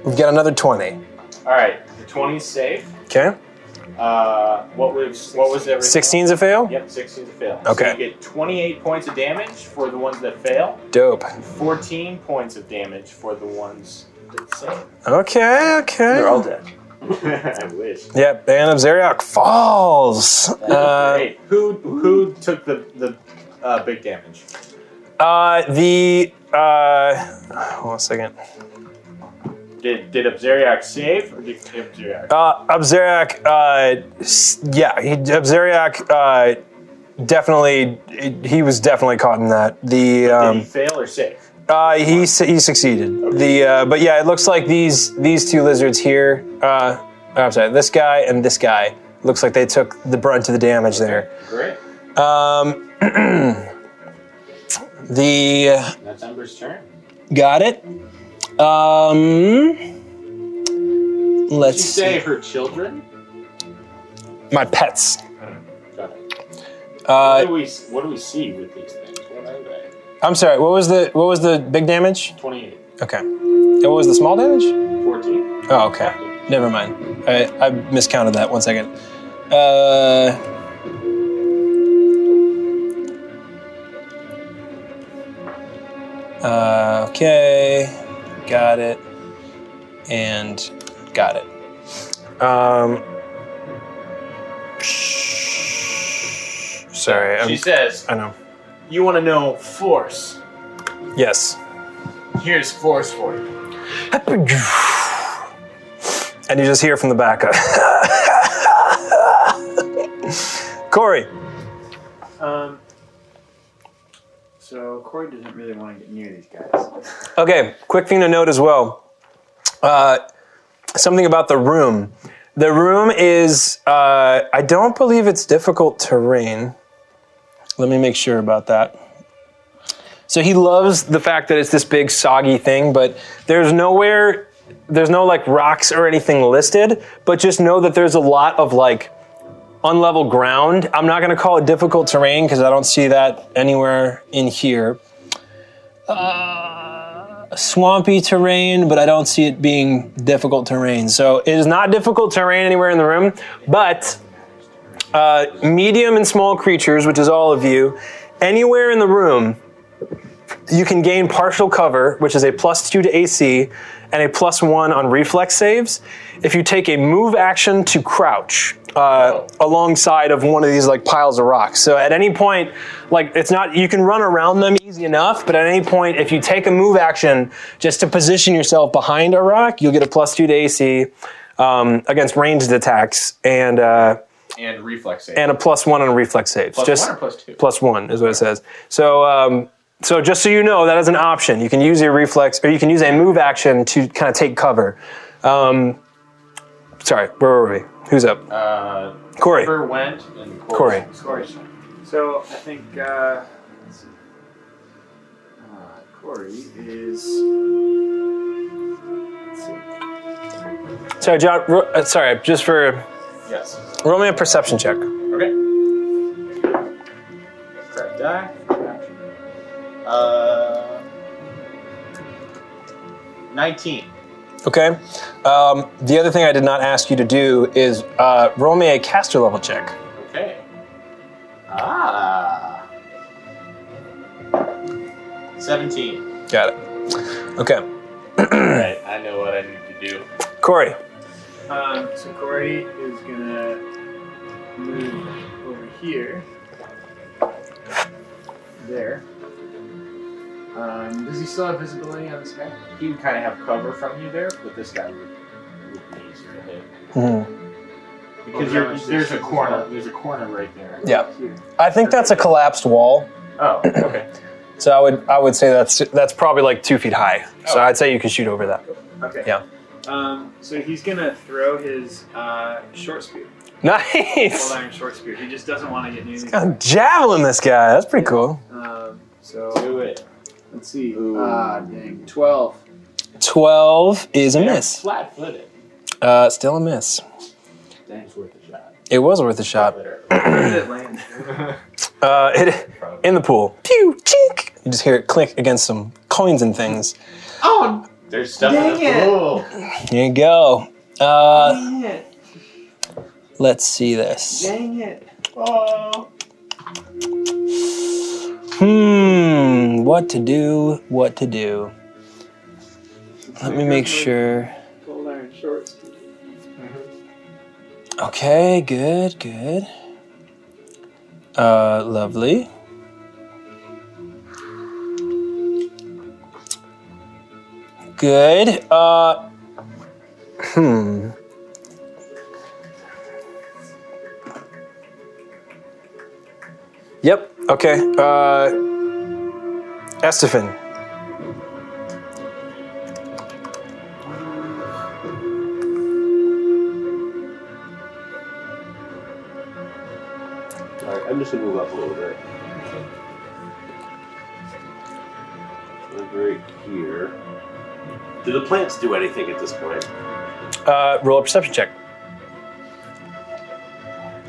we've got another 20.
All right. The 20 is safe.
Okay.
Uh, what was what was everything?
16's a fail?
Yep, 16 to fail.
Okay.
So you get 28 points of damage for the ones that fail,
Dope.
14 points of damage for the ones that save.
Okay, okay.
They're all dead.
I wish.
Yep, and of Zeriok
[LAUGHS]
falls. Uh,
hey, who who took the the uh, big damage?
uh, the. Uh, hold on a second.
Did did Abzeriak save or did Abzeriak?
Uh, Abzeriak, uh, s- yeah, he, Abzeriak, uh, definitely, he was definitely caught in that. The,
did
um,
he fail or save?
uh, he, su- he succeeded. The, uh, but yeah, it looks like these, these two lizards here, uh, oh, I'm sorry, this guy and this guy, looks like they took the brunt of the damage there.
Great.
Um, [CLEARS THROAT] the,
That's Ember's turn.
got it. Um,
Did
let's
you
see.
say her children?
My pets.
Got it.
Uh,
what, do we, what do we see with these things? What are they?
I'm sorry. What was the what was the big damage?
28,
Okay. And What was the small damage?
14.
Oh, okay. Never mind. I, I miscounted that. One second. Uh, uh, okay. Got it. And got it. Um, sorry.
She
I'm,
says,
I know.
You want to know force?
Yes.
Here's force for you.
[LAUGHS] And you just hear from the back. [LAUGHS] Corey.
Um, so Corey doesn't really want to get near these guys.
Okay, quick thing to note as well. Uh, something about the room. The room is, uh, I don't believe it's difficult terrain. Let me make sure about that. So he loves the fact that it's this big soggy thing, but there's nowhere, there's no like rocks or anything listed, but just know that there's a lot of like unlevel ground. I'm not gonna call it difficult terrain because I don't see that anywhere in here Uh, swampy terrain, but I don't see it being difficult terrain. So it is not difficult terrain anywhere in the room, but uh, medium and small creatures, which is all of you, anywhere in the room, you can gain partial cover, which is a plus two to AC and a plus one on reflex saves, if you take a move action to crouch uh, alongside of one of these like piles of rocks. So at any point, like it's not you can run around them easy enough, but at any point, if you take a move action just to position yourself behind a rock, you'll get a plus two to AC um, against ranged attacks and uh,
and reflex save.
and a plus one on reflex saves.
Plus
just
one or plus two?
plus one is what it says. So, um, so just so you know, that is an option. You can use your reflex, or you can use a move action to kind of take cover. Um, sorry, where were we? Who's up?
uh,
Corey.
River went and
Corey.
Corey. So I think uh, let's see. Uh, Corey is. Let's see.
Sorry, John. ro- uh, sorry, just for
Yes.
roll me a perception check.
Okay.
Correct die.
Uh, Nineteen.
Okay. Um, the other thing I did not ask you to do is uh, roll me a caster level check.
Okay. Ah. Seventeen. [CLEARS THROAT]
Got it. Okay,
Right, I know what I need to do.
Corey.
Um, so Corey is gonna move over here. There. Um, does he still have visibility on this guy?
He would kind of have cover from you there, but this guy would, would be easier to hit
Mhm.
because you're, there's a corner. There's a corner right there.
Yeah.
Here.
I think that's a collapsed wall.
Oh. Okay.
So I would I would say that's that's probably like two feet high. So
Oh.
I'd say you can shoot over that. [LAUGHS]
Okay.
Yeah.
Um, so he's gonna throw his uh, short spear,
Nice.
old iron short spear. He just doesn't want to get near these
God, javelin this guy. That's pretty cool.
Um, so
Do
[CLEARS THROAT]
it.
let's see. Ah, dang. Twelve.
12 is a miss.
Flat footed.
Uh, still a miss.
Dang.
Worth a shot.
It was worth a
Uh,
shot.
Where did it land?
[CLEARS THROAT]
Uh, it, in the pool. Pew, chink. You just hear it click against some coins and things.
Oh,
[LAUGHS] There's stuff in
Dang
the
it.
pool.
Here you go. Uh,
dang it.
let's see this.
Dang it.
Oh.
Hmm. What to do? What to do? Let me make sure.
Cold iron shorts.
Mm-hmm. Okay, good, good. Uh, lovely. Good. Uh, hmm. Yep. Okay. Uh, Estefan.
All right, I'm just gonna move up a little bit. Over here. Do the plants do anything at this point?
Uh, roll a perception check.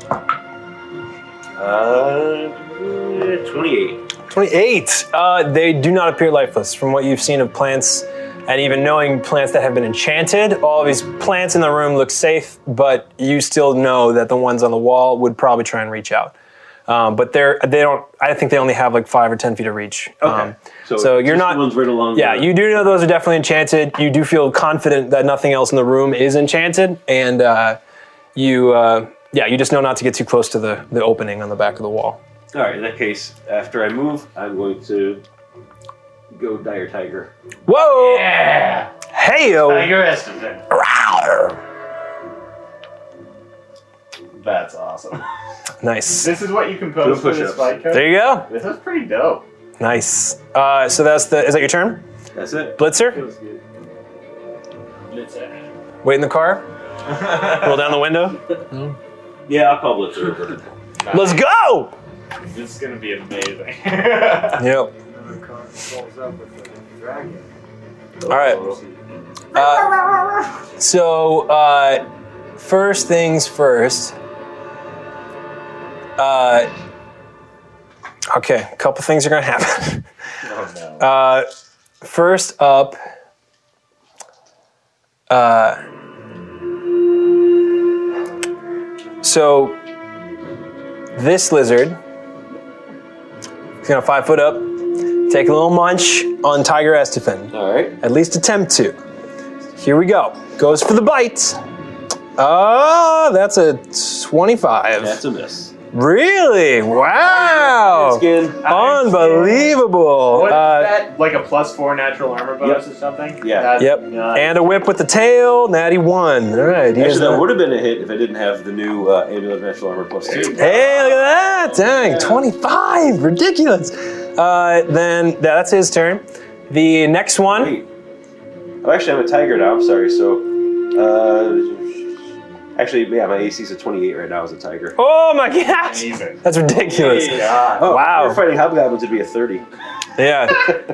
Uh, eh, 28.
28. Uh, they do not appear lifeless. From what you've seen of plants, and even knowing plants that have been enchanted, all these plants in the room look safe, but you still know that the ones on the wall would probably try and reach out. Um, but they're they don't. I think they only have like five or ten feet of reach. Um,
So,
So you're
just
not-
The ones right along.
yeah,
the-
you do know those are definitely enchanted. You do feel confident that nothing else in the room is enchanted, and uh, you uh, yeah, you just know not to get too close to the the opening on the back of the wall.
All right. In that case, after I move, I'm going to go dire tiger.
Whoa!
Yeah.
Hey
Oh.
yo!
Tiger Estefan. That's
[LAUGHS]
awesome.
Nice.
This is what you can
Do
post for this
push-ups.
fight coach.
There you go.
This is pretty dope.
Nice. Uh, so that's the. Is that your turn,
That's it.
Blitzer?
Feels good.
Wait in the car. Roll down the window.
Yeah, I'll call [LAUGHS] Blitzer over.
[LAUGHS] Let's go.
This is gonna be [LAUGHS] amazing.
Yep.
Another car rolls up with a dragon.
All
[LAUGHS]
right. Uh, so uh, first things first. Uh, okay, a couple things are gonna happen. [LAUGHS]
oh no.
Uh, first up. Uh, so this lizard is gonna five foot up. Take a little munch on Tiger Estefan.
All right.
At least attempt to. Here we go. Goes for the bite. Ah, that's a 25.
That's a miss.
really? Wow.
Skin.
Unbelievable.
What is
Uh,
that? Like a plus four natural armor bonus or something?
Yeah.
That's
Yep.
nuts.
and a whip with the tail. Natty one. All right. he is
Actually, that
a-
would have been a hit if I didn't have the new uh, Amulet of Natural Armor plus two.
Hey, look at that! Dang, 25! Ridiculous! Uh, then that's his turn. The next one,
Wait. Oh, actually, I'm a tiger now. I'm sorry. So, uh, actually, yeah, my AC's at 28 right now as a tiger.
oh my gosh!
Even.
That's ridiculous.
God.
Oh,
Wow.
we We're fighting hobgoblins would be a 30. [LAUGHS]
Yeah.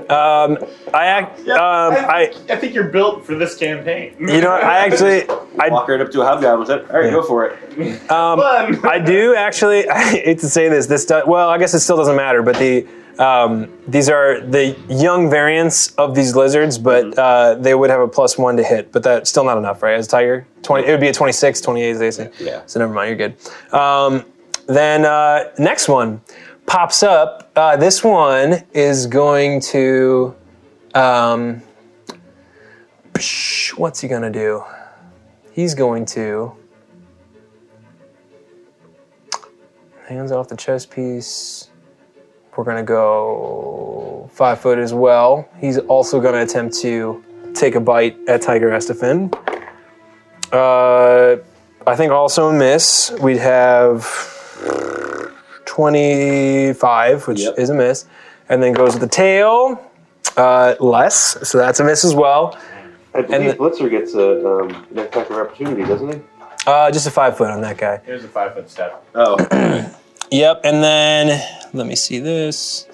Um, I, act, um, I,
I think you're built for this campaign.
you know, I actually, I,
Walk right up to a hobgoblin. and say, All right,
Yeah.
go for it.
um,
Fun.
I do actually. [LAUGHS] I hate to say this. This does, well, I guess it still doesn't matter. But the um, these are the young variants of these lizards, but uh, they would have a plus one to hit. But that's still not enough, right? As a tiger, twenty. It would be a 26, 28 is AC.
Yeah.
So never mind. You're good. Um, then uh, next one pops up. Uh, this one is going to. Um, psh, what's he gonna do? He's going to. Hands off the chest piece. We're gonna go five foot as well. He's also gonna attempt to take a bite at Tiger Estefan. Uh, I think also a miss. We'd have 25, which
Yep.
is a miss. And then goes with the tail, uh, less. So that's a miss as well.
I
believe
Blitzer gets a um, an attack of opportunity, doesn't he?
Uh, just a five foot on that guy.
Here's a five foot step.
[COUGHS] Oh,
Yep, and then let me see this.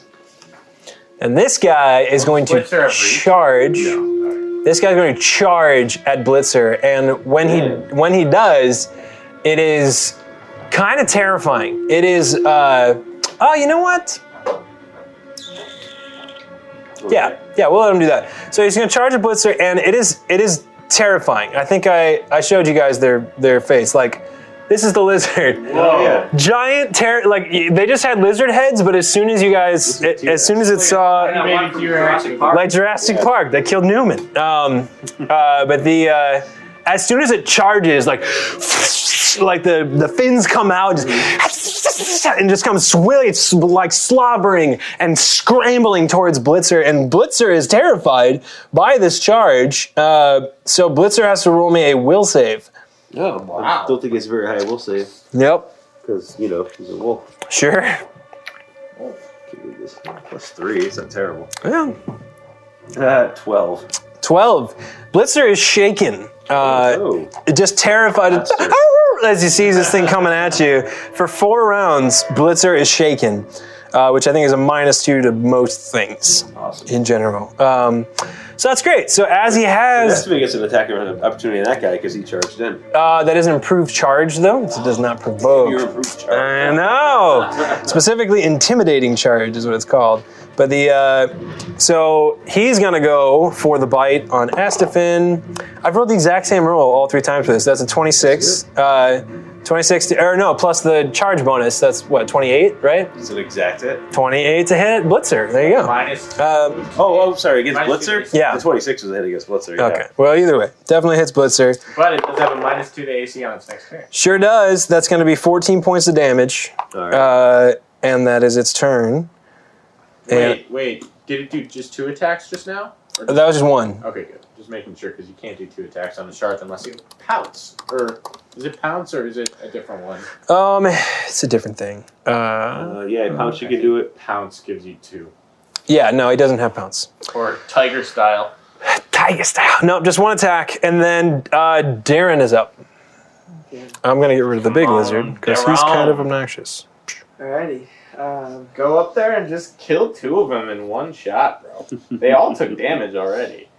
And this guy is going to
Blitzer every-
charge. This guy's going to charge at Blitzer, and when he when he does, it is kind of terrifying. It is. Uh, oh, you know what? Yeah, yeah, we'll let him do that. So he's going to charge at Blitzer, and it is it is terrifying. I think I I showed you guys their their face. Like, this is the [LAUGHS] lizard
Oh, yeah.
giant ter- like y- they just had lizard heads but as soon as you guys
Lizard
it, as
T-Rex. Oh,
soon as uh, it saw
Maybe
That one from
you're-
Jurassic Park.
like jurassic
Yeah.
park they killed newman um,
[LAUGHS]
uh, but the uh, as soon as it charges like like the, the fins come out just, and just comes swilly it's like slobbering and scrambling towards blitzer and blitzer is terrified by this charge uh, so blitzer has to roll me a will save
Oh, wow. I don't think it's very high, we'll say,
yep
because, you know, he's a wolf.
sure
Can't read this. Plus three, it's not terrible.
yeah
Uh, 12.
12. Blitzer is shaken, uh,
oh,
just terrified
Bastard.
[LAUGHS] as he sees this thing coming at you. For four rounds, Blitzer is shaken, uh, which I think is a minus two to most things
awesome.
in general. Um, so that's great. So as he
That's
has,
when he gets an attack of opportunity on that guy because he charged in.
uh, that is an improved charge though, so it does not
Your
provoke.
improved charge.
I know. Specifically, intimidating charge is what it's called. But the uh, so he's gonna go for the bite on Astafin. I've rolled the exact same roll all three times for this. That's a 26. Uh, 26 to, or no, plus the charge bonus. That's what 28, right?
It's an exact hit.
28 to hit Blitzer. There you go.
Minus two.
Um,
Oh, oh, sorry, against
Minus two
Blitzer?
AC.
Yeah.
The 26 was a hit against Blitzer. yeah.
okay. Well, either way, definitely hits Blitzer.
But it does have a minus two to AC on its next turn.
Sure does. That's gonna be 14 points of damage,
All right.
uh, and that is its turn. And
Wait, wait. Did it do just two attacks just now? Or
that was just one.
Okay, good. Just making sure because you can't do two attacks on the shark unless you pounce. Or is it pounce or is it a different one?
Um, it's a different thing. Uh,
uh, yeah, Pouch, you can do it.
Pounce gives you two.
yeah, no, he doesn't have pounce.
Or tiger style.
Tiger style. No, just one attack, and then uh, Darren is up. I'm gonna get rid of the big
Come on,
lizard because he's
Darren.
kind of obnoxious.
Alrighty. Um,
Go up there and just kill two of them in one shot, bro. They all took damage already.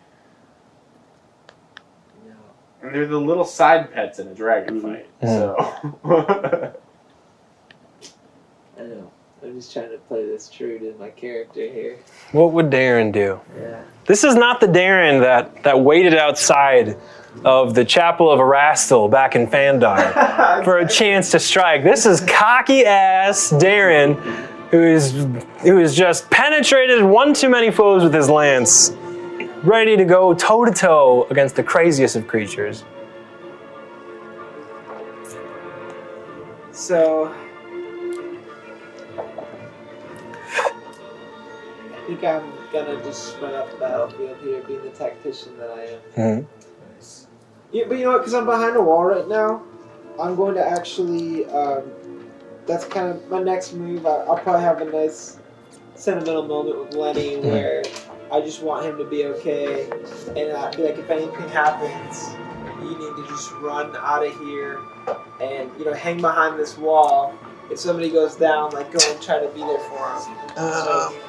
And they're the little side pets in a dragon fight. So.
I know. I'm just trying to play this true to my character here.
What would Darren do?
Yeah.
This is not the Darren that that waited outside of the chapel of Erastil back in
[LAUGHS]
Fandar for a chance to strike. This is cocky ass Darren who is who is just penetrated one too many foes with his lance, ready to go toe to toe against the craziest of creatures.
So. I think I'm gonna just run up the battlefield here, being the tactician that I am.
Mhm.
Yeah, but you know what? Because I'm behind a wall right now, I'm going to actually. Um, that's kind of my next move. I, I'll probably have a nice sentimental moment with Lenny where I just want him to be okay, and I feel like if anything happens, you need to just run out of here and you know hang behind this wall. If somebody goes down, like go and try to be there for him.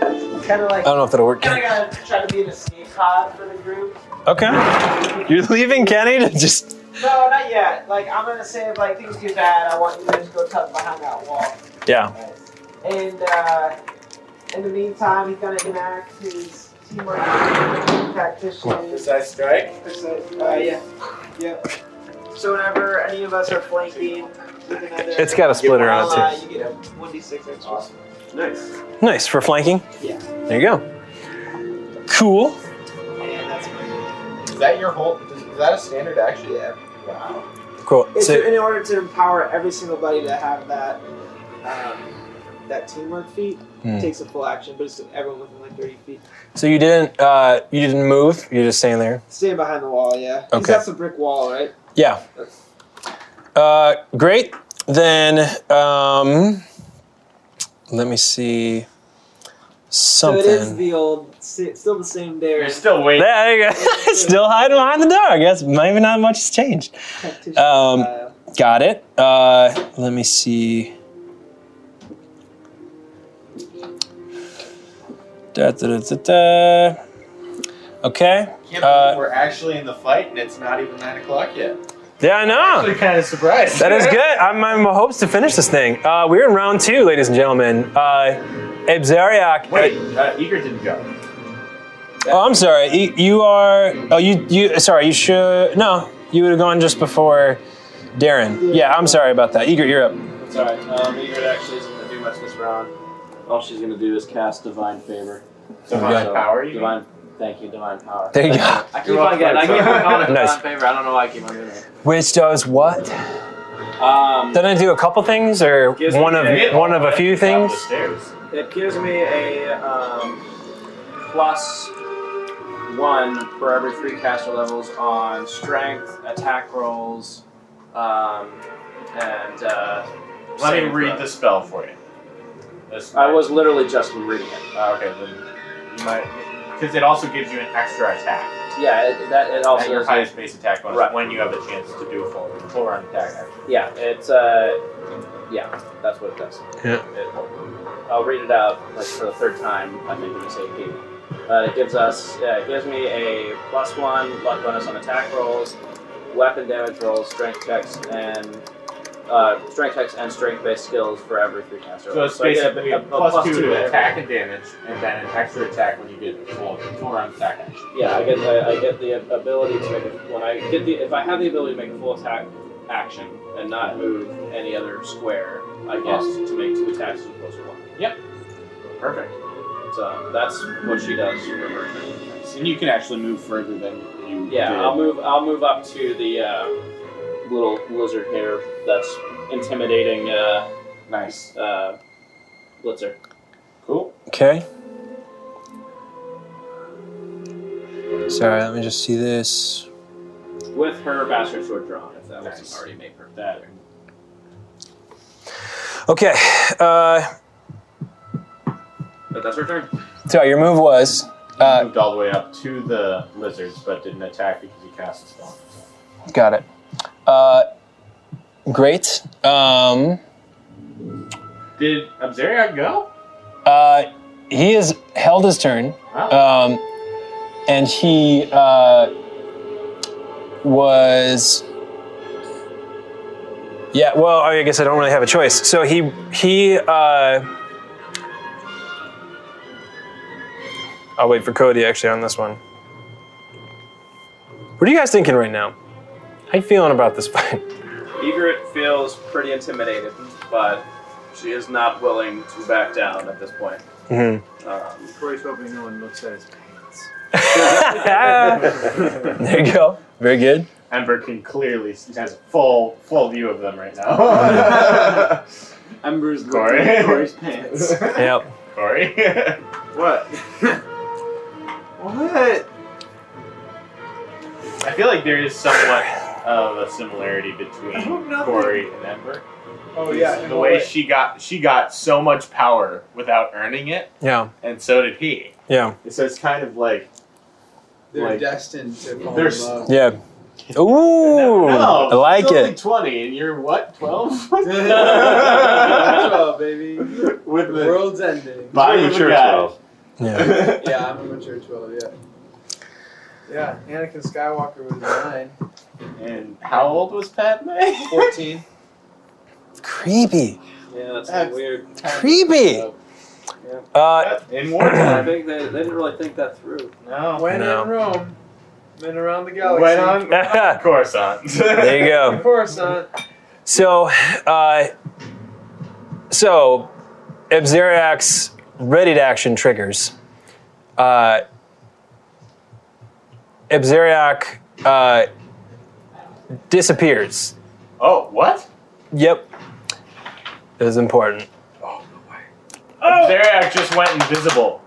kind of
I
like
don't know if that'll work.
kind of gonna try to be an escape pod for the group.
Okay, you're leaving Kenny to just.
No, not yet. Like I'm gonna say if like things get bad, I want you to just go tuck behind that wall.
Yeah.
And uh, in the meantime, he's gonna enact his teamwork tactician.
Precise strike.
Uh, yeah, yep. So whenever any of us are flanking, with another,
It's got a splitter on it
Uh, you get a one d six extra.
Nice.
too. Nice for flanking.
Yeah.
There you go. Cool.
And that's
Is that your whole? Is that a standard action? Yeah. Wow.
Cool.
it's
So,
in order to empower every single buddy to have that um, that teamwork feat.
Hmm.
It takes a full action, but it's everyone within like thirty feet.
so you didn't uh, you didn't move. You're just staying there.
Staying behind the wall, yeah. 'Cause
Okay.
That's a brick wall, right?
Yeah. Uh, great. Then um, let me see something.
So it is the old, si- still the same
You're
Darren
still waiting.
there you go. [LAUGHS] Still hiding behind the door. I guess maybe not much has changed.
tactician
Um,
style.
Got it. Uh, let me see. Da, da, da, da, da. Okay.
Can't believe
Uh,
we're actually in the fight, and it's not even nine o'clock yet.
Yeah, I know.
Actually, kind of surprised.
That is good. I'm, I'm in hopes to finish this thing. Uh, we're in round two, ladies and gentlemen. Uh, Ebzariak.
Wait, uh, Eager didn't go.
Oh, I'm sorry. You, you are. Oh, you you. Sorry, you should. No, you would have gone just before Darren. Yeah, I'm sorry about that. Eager, you're up.
It's alright. Um, Egret actually isn't going to do much this round. All she's going to do is cast Divine Favor.
Divine
go.
power. You mean?
Divine. Thank you, Divine Power.
There you go.
[LAUGHS] I keep
You're
on getting. I keep on calling it
Nice.
Divine Favor. I don't know why I keep on doing it.
Which does what?
Um,
Did I do a couple things or
Gives me
one of
a-
one of a few
Top of
things?
the stairs.
It gives me a um, plus one for every three caster levels on strength, attack rolls, um, and. Uh,
Let me
saving
read the
throws.
spell for you. This
I was literally just reading it.
Oh, okay, then you might. Because it also gives you an extra attack.
Yeah, it, that it
Also,
also
your
does it.
highest base attack bonus
Oh, Right.
when you have a chance to do a full, full round attack action.
Yeah, it's uh, yeah, that's what it does.
Yeah.
It- I'll read it out like for the third time. I think it's AP. But it gives us, yeah, it gives me a plus one luck bonus on attack rolls, weapon damage rolls, strength checks, and uh, strength checks and strength-based skills for every three caster.
So it's
I get
basically
a,
a, plus two to
every-
attack and damage, and then an extra attack when you get full, full round attack action.
Yeah, I get the, I get the ability to make a, when I get the if I have the ability to make a full attack action and not move any other square, I guess to make two attacks as opposed to one.
Perfect.
So that's what she does for her turn.
And you can actually move further than you
Yeah,
did.
I'll move. I'll move up to the uh, little lizard here that's intimidating. Uh,
Nice.
uh, Blitzer.
Cool.
Okay. Sorry, let me just see this.
with her bastard sword drawn. If that
Nice.
wasn't already made perfect.
That.
Okay. Uh,
But that's her turn.
so your move was. Uh,
moved all the way up to the lizards, but didn't attack because he cast a spell.
Got it. Uh, great. Um,
Did Obseria go?
uh, he has held his turn,
Wow.
um, and he uh, was. Yeah. Well, I guess I don't really have a choice. So he he. Uh, I'll wait for Cody actually on this one. What are you guys thinking right now? How you feeling about this fight? [LAUGHS]
Egret feels pretty intimidated, but She is not willing to back down at this point.
Mhm.
Um,
Corey's hoping no one looks at his pants.
[LAUGHS] there you go. Very good.
[LAUGHS] Ember can clearly has full full view of them
[LAUGHS]
right now. [LAUGHS]
Ember's looking
Corey.
at Corey's pants.
[LAUGHS]
Yep.
Corey,
what? what?
I feel like there is somewhat of a similarity
I hope
between
nothing-
Corey and Ember.
Oh yeah.
the way she got she got so much power without earning it,
Yeah.
and so did he.
Yeah.
So it's kind of like
they're
like-
destined to fall
There's-
[LAUGHS]
in love. [LAUGHS]
Yeah. Ooh.
no,
I like
it's only
it.
Twenty, and you're what?
[LAUGHS]
Twelve? [LAUGHS]
Twelve, baby. The
With the
world's ending.
body
Really
of a
mature
guy.
twelve.
Yeah.
Yeah, I'm a mature twelve. Yeah. Yeah, Anakin Skywalker was nine.
[LAUGHS] and how old was Padme?
Fourteen.
Creepy.
Yeah, that's,
That's-
[CLEARS THROAT]
weird.
Creepy. Uh,
[LAUGHS] In
I
wartime.
think they, they didn't really think that through.
No.
When
No.
in Rome, men around the galaxy.
Went on
[LAUGHS]
Coruscant.
there you go.
Of course not.
So, uh, so Abzeriak's ready to action triggers. Uh, Abzeriak uh, disappears.
[LAUGHS] Oh, what?
Yep, it was important.
Oh. Zarek just went invisible.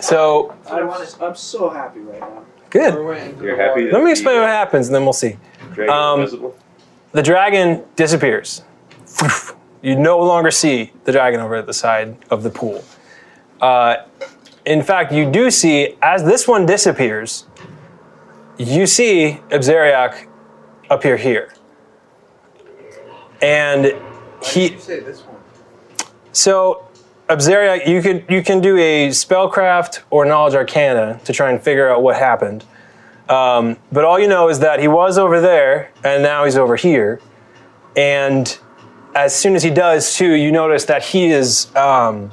So
I want I'm so happy right now.
good.
We're waiting for
You're
the
happy
Let me explain what happens, and then we'll see.
Dragon
Um,
invisible?
The dragon disappears. You no longer see the dragon over at the side of the pool. Uh, in fact, you do see, as this one disappears, you see Ibzeriak appear here. And
Why did
he,
you say this one?
so Ibzeriak, you could you can do a spellcraft or knowledge arcana to try and figure out what happened. Um, but all you know is that he was over there and now he's over here. And as soon as he does too, you notice that he is um,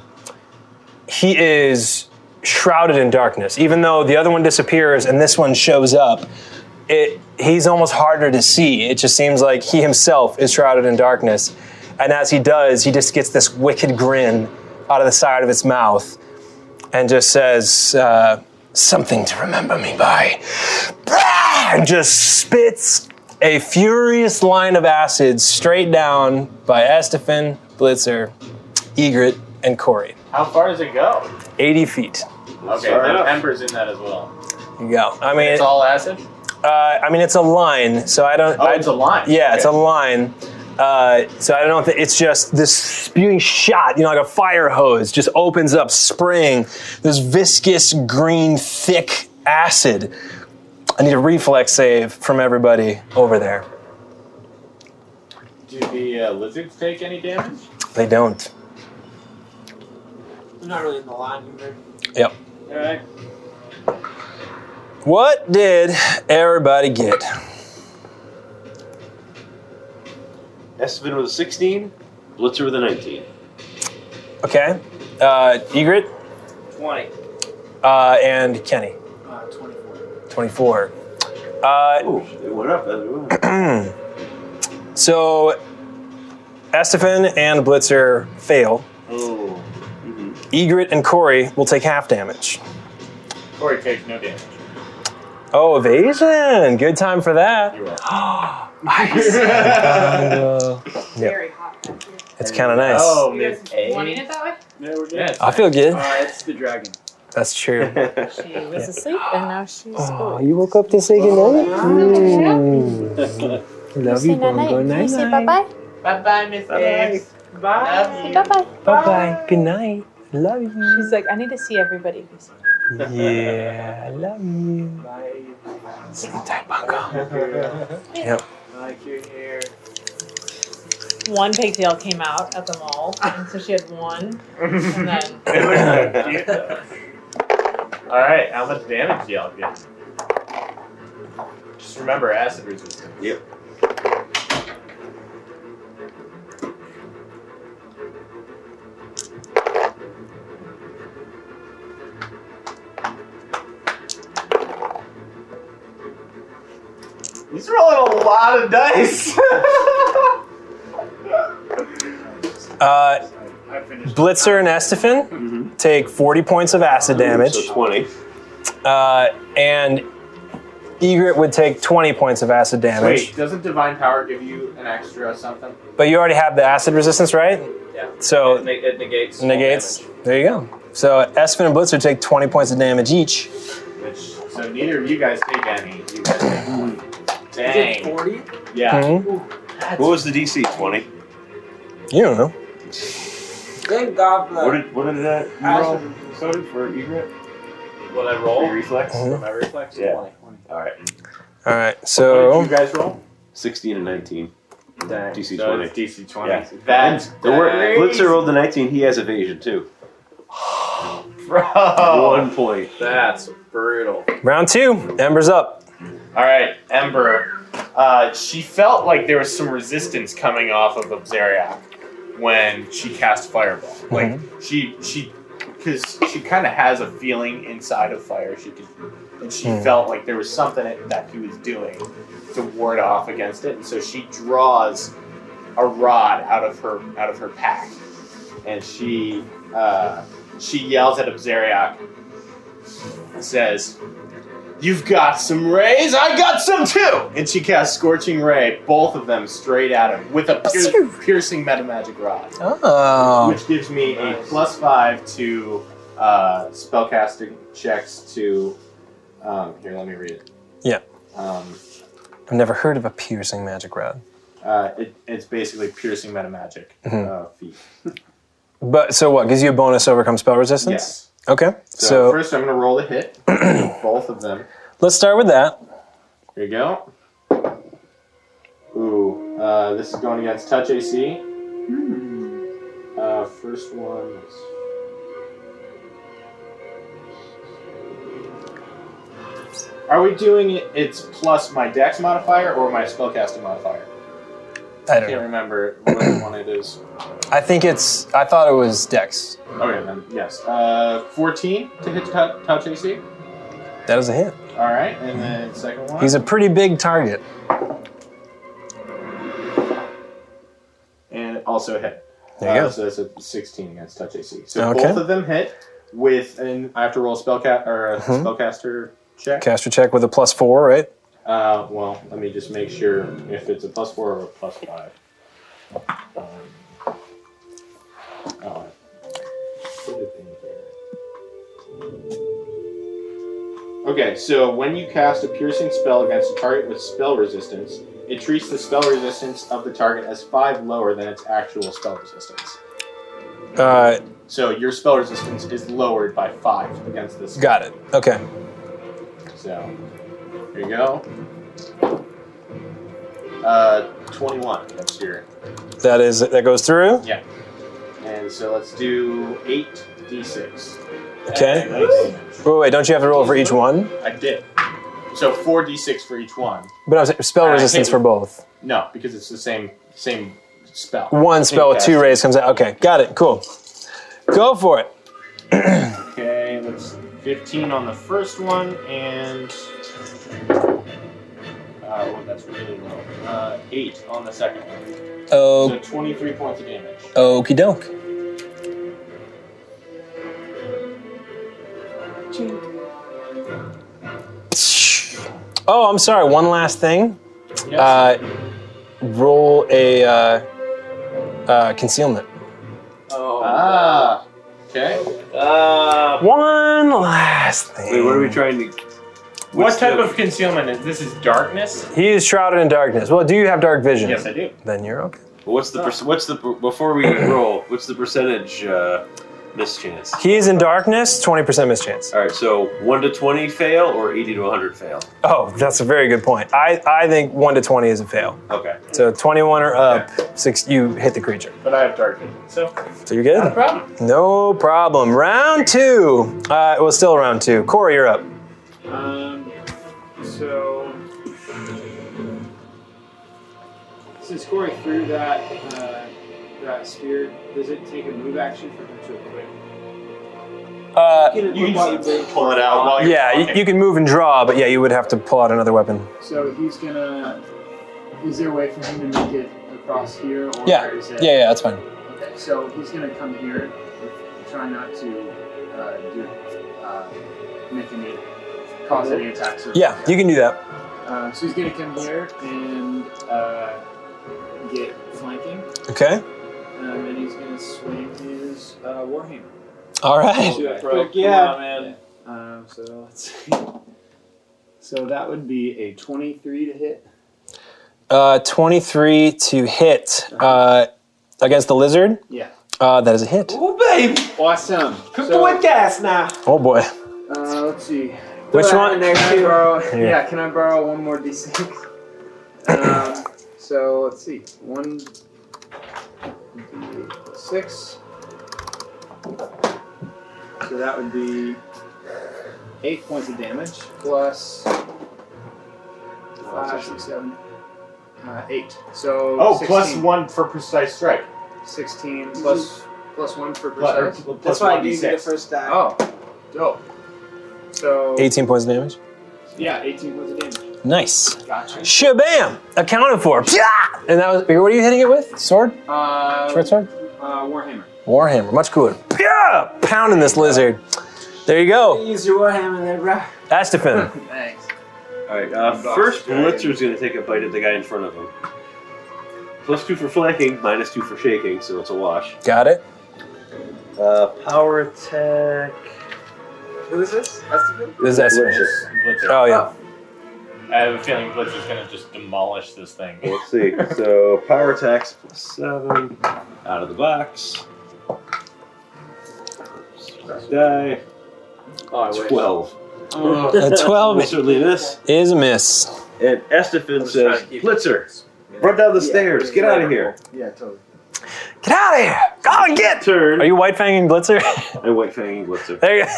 he is shrouded in darkness. Even though the other one disappears and this one shows up, it he's almost harder to see. It just seems like he himself is shrouded in darkness. And as he does, he just gets this wicked grin out of the side of its mouth and just says, uh, Something to remember me by. And just spits a furious line of acid straight down by Estefan, Blitzer, Egret, and Corey.
How far does it go?
80 feet.
Okay,
Far
then
enough.
Ember's in that as well.
You go. I mean,
It's all acid?
uh, I mean, it's a line, so I don't.
Oh,
I-
it's a line.
Yeah, it's a
Okay.
line. Uh, so I don't know if it- it's just this spewing shot, you know, like a fire hose just opens up, spraying this viscous, green, thick acid. I need a reflex save from everybody over there.
Do the uh, lizards take any damage?
They don't.
I'm not really in the line either.
Alright.
What did everybody get?
Estevan with a 16, Blitzer with a 19.
Okay. Uh, Egret
20.
uh, and Kenny,
Uh, 24.
24. Uh,
Ooh, it went up. It went up.
So, Estefan and Blitzer fail.
Oh. hmm
Egret and Corey will take half damage.
Corey takes no damage.
Oh, evasion! Good time for that. [GASPS] uh,
You're welcome. [LAUGHS]
Very hot back here.
It's kind of nice.
Oh,
You guys
Miss A.
wanting it that way?
Yeah, we're good.
Yeah, it's
I
[LAUGHS]
feel good.
Uh, it's
[LAUGHS]
the dragon.
That's true.
She was asleep and now she's
Oh,
woke.
you woke up to say goodnight? Mm. Love you. Bongo.
Can you say bye
Night-night.
bye?
Bye-bye, Miss A. Love
Say
you.
bye bye.
Bye-bye. Good night. Love you.
She's like, I need to see everybody.
Yeah, I love you. Sleep tight, Bongo.
Like your hair.
One pigtail came out at the mall, and so she had one, and then
[LAUGHS] Alright, how much damage do y'all get? Just remember acid resistance.
Yep.
He's [LAUGHS] rolling a lot of dice.
Uh,
I finished.
Blitzer and Estefan take 40 points of acid [LAUGHS] damage,
So 20.
uh, and Egret would take 20 points of acid damage.
Wait, doesn't divine power give you an extra something?
But you already have the acid resistance, right?
Yeah. It,
Oh,
So
neg- it negates. all
negates.
damage.
There you go. So Espen and Blitzer take 20 points of damage each.
Which so neither of you guys take any. You guys take one.
Did
Dang.
40?
Yeah.
Mhm.
What was the DC? 20.
You don't know.
Thank God for
What did, what did that you roll?
acid.
Coded for Egret?
What I
Your
roll?
Uh,
reflex?
Mhm.
My reflex.
Yeah.
Twenty.
All right.
All right.
What did
So
you guys roll?
16 and 19.
Dang.
DC
So
20.
it's DC 20.
Yeah.
That's
The wor-
crazy.
Blitzer rolled a 19. He has evasion too.
Bro.
One point.
That's brutal.
round two, Ember's up.
All right, Ember. Uh, she felt like there was some resistance coming off of Obseriac when she cast Fireball. Like
Mm-hmm.
she she because she kind of has a feeling inside of fire. She could and she
Hmm.
felt like there was something that he was doing to ward off against it, and so she draws a rod out of her out of her pack, and she uh, she yells at Obseriac and says. You've got some rays, I got some too! And she casts Scorching Ray, both of them straight at him, with a pier- piercing metamagic rod
Oh.
which gives me a plus five to uh, spellcasting checks to. Um, here, let me read it.
Yeah.
Um,
I've never heard of a piercing magic rod.
uh, it, it's basically piercing metamagic
Mhm.
uh, feat.
But so what? Gives you a bonus to overcome spell resistance?
Yes.
Okay.
So,
So,
first, I'm going to roll
[CLEARS THROAT]
the hit. both of them.
let's start with that.
Here you go. Ooh, uh, this is going against touch AC. Uh, first one is. Are we doing it? It's plus my dex modifier or my spellcasting modifier?
I
I
don't
can't
know.
remember which [COUGHS] one it is.
I think it's. I thought it was Dex.
Okay, Oh, then, yes. Uh, 14 to hit tou- touch AC.
That is a hit.
All right, and then second one.
He's a pretty big target.
and also a hit.
There you
Uh,
go.
So that's a 16 against touch AC. So
Okay.
both of them hit with an. I have to roll a spellca- or a
Mhm.
spellcaster check.
Caster check with a plus four, right?
Uh, well, let me just make sure if it's a plus four or a plus five. Um, oh, I put it in here. Okay, so when you cast a piercing spell against a target with spell resistance, it treats the spell resistance of the target as five lower than its actual spell resistance.
Uh,
So your spell resistance is lowered by five against this.
got it. Okay.
So here you go. Uh, 21. That's your.
That is. That goes through.
And so let's do 8d6.
Okay. Wait, wait. Don't you have to roll for each one?
I did. So 4d6 for each one.
But I'm saying spell
Uh,
resistance
hit.
for both.
No, because it's the same same spell.
One spell,
Okay.
two rays comes out. Okay, got it. Cool. Go for it.
Okay, let's 15 on the first one and uh, well, that's really low. Uh, 8 on the second one.
Oh,
So 23 points of damage.
okie doke. Oh, I'm sorry. One last thing.
Yes.
Uh, roll a uh, uh, concealment.
Oh.
ah. Okay.
Uh,
One last thing.
Wait, what are we trying to?
What
what's
type
the-
of concealment is this? Is darkness?
He is shrouded in darkness. Well, do you have dark vision?
Yes, I do.
Then you're okay.
What's the? Per- what's the? per- Before [COUGHS] we roll, what's the percentage uh, mischance?
He is in darkness, 20% mischance.
All right, so one to twenty fail or eighty to one hundred fail.
Oh, that's a very good point. I, I think 1 to 20 is a fail.
Okay.
So 21 or up, six, you hit the creature.
But I have dark vision. So
So you're good?
problem.
No problem. Round two. Uh, well, still round two. Corey, you're up.
Um, so
Since Corey threw that uh, that spear, does it take a move action for him to equip?
Uh,
Get it
You
while
can
you're big.
just pull it out while you're
yeah, you,
talking.
you can move and draw, but yeah, you would have to pull out another weapon.
So he's gonna. Is there a way for him to make it across here, or
Yeah,
is it?
yeah, that's fine.
Okay.
So he's going to come here, try not to uh, do uh, make any cause any attacks. Or
Yeah, you can do that.
Uh, so he's going to come here and uh, get flanking,
Okay.
um, and he's going to swing his uh, warhammer.
All [LAUGHS] right.
Do it, bro.
Quick, yeah.
Come on, man.
Um, so let's see. So that would be a twenty-three to hit.
Uh, 23 to hit uh, against the lizard.
Yeah.
Uh, that is a hit.
Ooh, babe.
Awesome.
Cook
So,
the with gas now.
Oh boy.
Uh, let's see.
Which
Throw that
one?
in There too.
Here.
Yeah, can I borrow one more [LAUGHS] d6? um, so let's see. One d6. So that would be eight points of damage plus five, six, seven, uh, eight. So
Oh,
16,
plus one for precise strike.
Sixteen plus plus one for
Plus,
precise.
plus
That's why I gave you the
1d6.
first die.
Oh, dope. So
18 points of damage.
yeah, eighteen points of damage.
Nice.
Gotcha.
Shabam! Accounted for. Pya! And that was. What are you hitting it with? Sword?
Uh,
Short sword?
Uh, Warhammer.
Warhammer. Much cooler. Pya! Pounding this lizard. There you go.
Use your warhammer there, bro.
Astafin.
Thanks.
All right. Uh,
Box
first,
dragon.
Blitzer's going to take a bite at the guy in front of him. Plus two for flanking, minus two for shaking, so it's a wash.
[LAUGHS] Got it.
Uh, power attack.
Who is this? Estefan?
This is Astafin.
Blitzer.
Blitzer.
Oh
[LAUGHS]
yeah.
I have a feeling Blitzer's gonna just demolish this thing.
Let's see. So power attacks plus seven out of the box. Die.
Oh, I wish.
Twelve.
A 12
certainly miss.
is a miss.
Oh, And Estefan
just trying
says,
to keep-
Blitzer, run down the stairs. Get out of here.
Yeah, totally.
Get out of here! Go and get!
Turn.
Are you white fanging [LAUGHS] Blitzer?
and White Fang Blitzer.
There you go.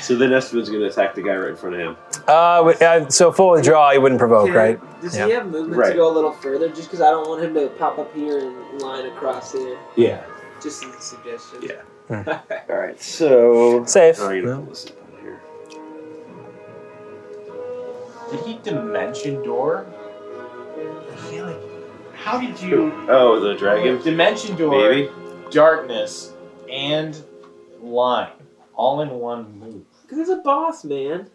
So then Estefan's going to attack the guy right in front of him.
[LAUGHS] Uh, wi- uh, so full withdrawal, you wouldn't provoke, right?
Does
Yeah.
he have movement
Right.
to go a little further? Just because I don't want him to pop up here and line across here.
Yeah.
Just as a suggestion.
Yeah. All right. So.
Safe.
Oh, you
No.
know, listen here.
Did he dimension door? I feel like. How did you
Oh, the dragon.
dimension door,
Maybe.
darkness, and line all in one move?
Because he's a boss, man.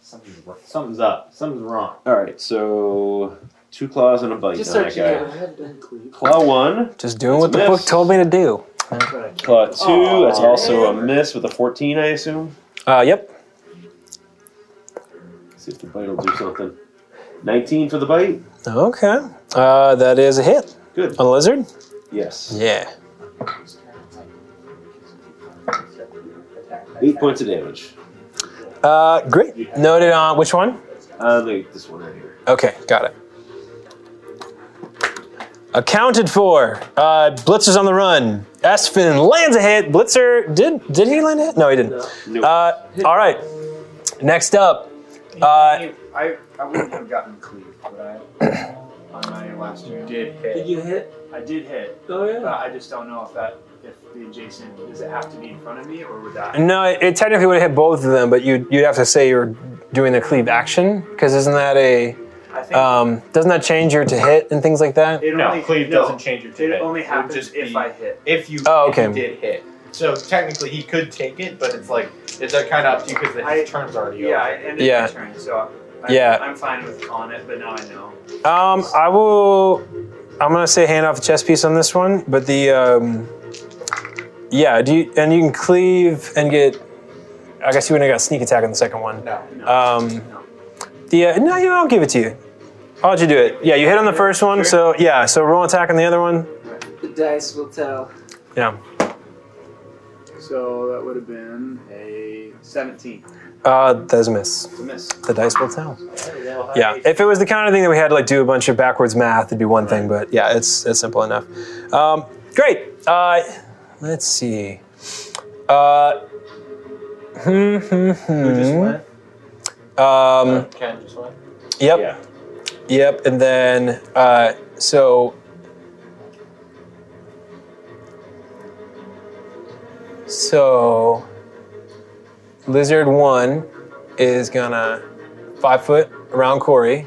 Something's wr- something's up. Something's wrong.
All right. So two claws and a bite
Just
on
start you
that guy.
your head down, Cleve.
Claw one,
Just doing what the
Miss.
book told me to do.
claw two.
Aw,
that's also a
man.
miss with a fourteen, I assume.
Uh, yep.
see if the bite will do something. Nineteen for the bite.
Okay. Uh, that is a hit.
Good.
On the lizard?
Yes.
Yeah.
Eight points of damage.
Uh, great. Noted on which one?
Uh, the, this one right here.
Okay, got it. Accounted for. Uh, Blitzer's on the run. Esfin lands a hit. Blitzer did did he land a hit? No, he didn't.
No.
Uh, all right. Next up. Uh,
I, I wouldn't have gotten cleaved, but I on my last turn did
Did
hit.
you hit?
I did hit,
Oh,
but
yeah.
I just don't know if that if the adjacent does it have to be in front of me or would that
No, it, it technically would have hit both of them, but you you'd have to say you're doing the cleave action because isn't that a
I think
um, doesn't that change your to hit and things like that?
it
No,
only
cleave
no,
doesn't change your
It
ticket.
only
would
happens
just
if
be-
I hit.
if you
Oh,
if you
okay.
did hit. So technically he could take it, but it's like it's like kind of up to you because
I-
his turn's already
Yeah, I
over.
ended
Yeah.
my turn, so I,
Yeah.
I'm fine with on it, but now I know.
Um, I will. I'm gonna say hand off the chess piece on this one, but the um, yeah. Do you and you can cleave and get. I guess you wouldn't have got sneak attack on the second one.
No.
No.
Um,
no.
the uh, no, you know, I'll give it to you. I'll let you do it. Yeah, you hit on the first one, so yeah. So roll attack on the other one.
The dice will tell.
Yeah.
So that would have been a 17.
Uh, that is a miss.
It's a miss.
The dice will tell. Yeah, if it was the kind of thing that we had to like do a bunch of backwards math, it'd be one thing. But yeah, it's it's simple enough. Um, great. Uh, let's see. Uh, hmm, hmm,
Who just
hmm.
went?
Um,
Ken just went.
yep,
Yeah.
yep. And then uh, so. So, lizard one is gonna five foot around Corey,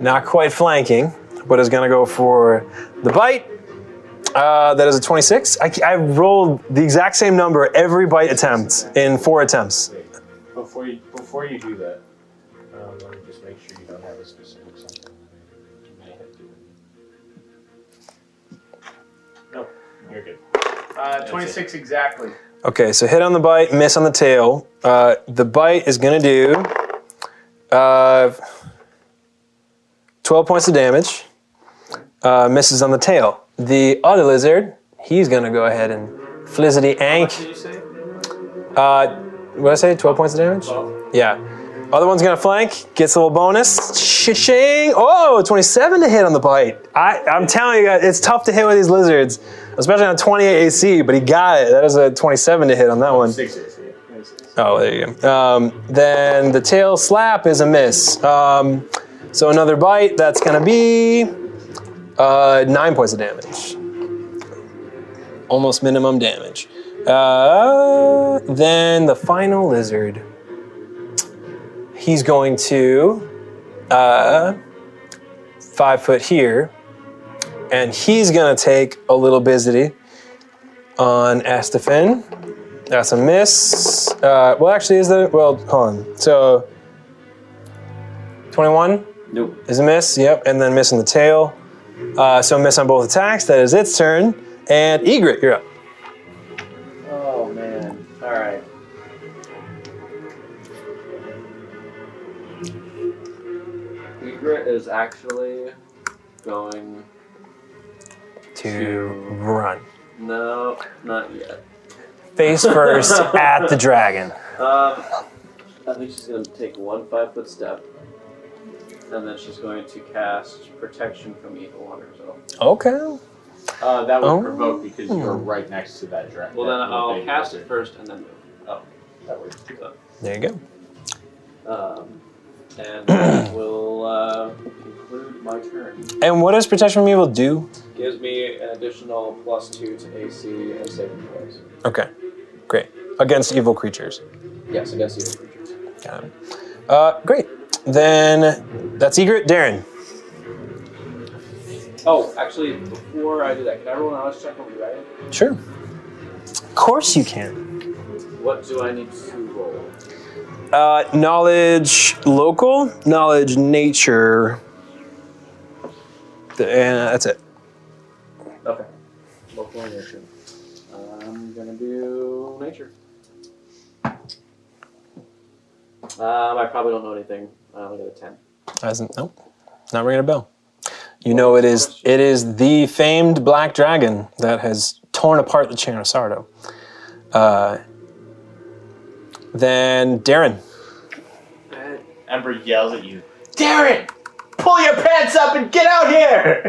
not quite flanking. but is going to go for the bite. Uh, that is a 26. I, I rolled the exact same number every bite attempt in four attempts.
Before you before you do that, um, let me just make sure you don't have a specific something. that You may have given. No, you're good. Uh, Twenty-six exactly.
Okay, so hit on the bite, miss on the tail. Uh, the bite is going to do uh, 12 points of damage, uh, misses on the tail. The other lizard, he's going to go ahead and flizzity ank.
Did you say?
Uh, what did I say? 12 points of damage? Yeah. Other one's gonna flank, gets a little bonus. Shing! Oh, 27 to hit on the bite. I, I'm telling you guys, it's tough to hit with these lizards, especially on 28 AC, but he got it. That is a 27 to hit on that one.
Six is yeah. That's it.
Oh, there you go. Um, then the tail slap is a miss. Um, so another bite, that's gonna be uh, nine points of damage. Almost minimum damage. Uh, then the final lizard. He's going to uh, five foot here, and he's gonna take a little busy on Astafin. That's a miss. Uh, well, actually, is that well? Hold on. So, twenty-one
Nope.
is a miss. Yep, and then missing the tail. Uh, so miss on both attacks. That is its turn. And Egret, you're up.
Oh man. All right. Egret is actually going.
To run
No, not yet.
face first at the dragon.
Um, I think she's going to take one five foot step, and then she's going to cast protection from evil on herself.
Okay.
Uh, that would
Oh.
provoke because you're right next to that dragon.
Well, then
that
I'll
big
cast it
lizard.
first and then move.
That works.
There you go.
Um,
[CLEARS THROAT]
and that will uh, conclude my turn.
And what does protection from evil do?
Gives me an additional plus two to AC and saving throws.
Okay, great. Against evil creatures.
Yes, against evil creatures.
Got it. Uh, great. Then that's Egret. Darren.
Oh, actually, before I do that, can I roll an knowledge check on the dragon?
Sure. Of course you can.
What do I need to roll?
Uh, knowledge local, knowledge nature. The- And uh, that's it.
Okay. Local and nature. I'm gonna do nature. Um, I probably don't know anything. I only got a ten.
Hasn't nope. Not ringing a bell. You know it is it is the famed black dragon that has torn apart the chain of Sardo. Uh, then Darren.
Ember yells at you, Darren, pull your pants up and get out here!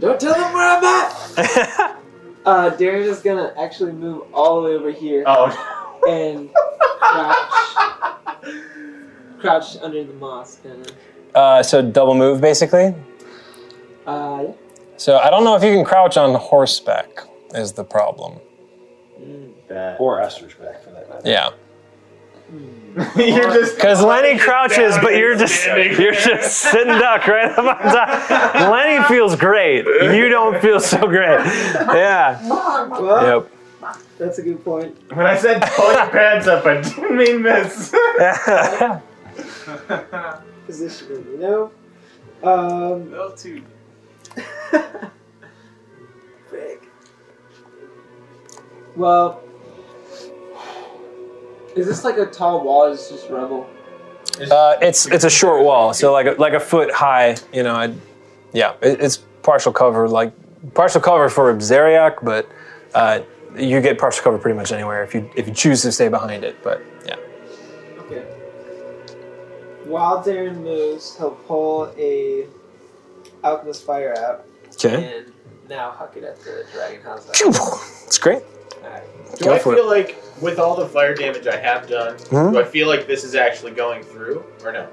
Don't tell them where I'm at. Uh, Darius is gonna actually move all the way over here
[LAUGHS] oh,
and crouch, crouch under the moss. Kind of.
[LAUGHS] Uh, so double move basically.
Uh, yeah.
So I don't know if you can crouch on horseback is the problem.
that.
Or Aster's back for that matter.
Yeah.
[LAUGHS] you're just
Because
[LAUGHS]
Lenny crouches,
down
but
and
you're just
standing
[LAUGHS] you're
there.
just sitting duck right [LAUGHS] up on top. Lenny feels great. You don't feel so great. Yeah.
Well,
[LAUGHS] Yep.
that's a good point.
when I said pull your pants up, I didn't mean this.
Positioning, you know. Um,
[LAUGHS]
[LAUGHS]
Well, two.
big. Well, is this like a tall wall? Is this just rubble?
uh, it's it's a short wall, so like a, like a foot high. You know, i yeah, it, it's partial cover, like partial cover for Zeriac, but uh, you get partial cover pretty much anywhere if you if you choose to stay behind it. But yeah,
Okay. While Darren moves, he'll pull a alchemist fire out
okay,
and now huck it at the dragon. How's that?
it's great.
Alright.
Do
Go
I
for
feel like, with all the fire damage I have done,
Mhm.
do I feel like this is actually going through or no?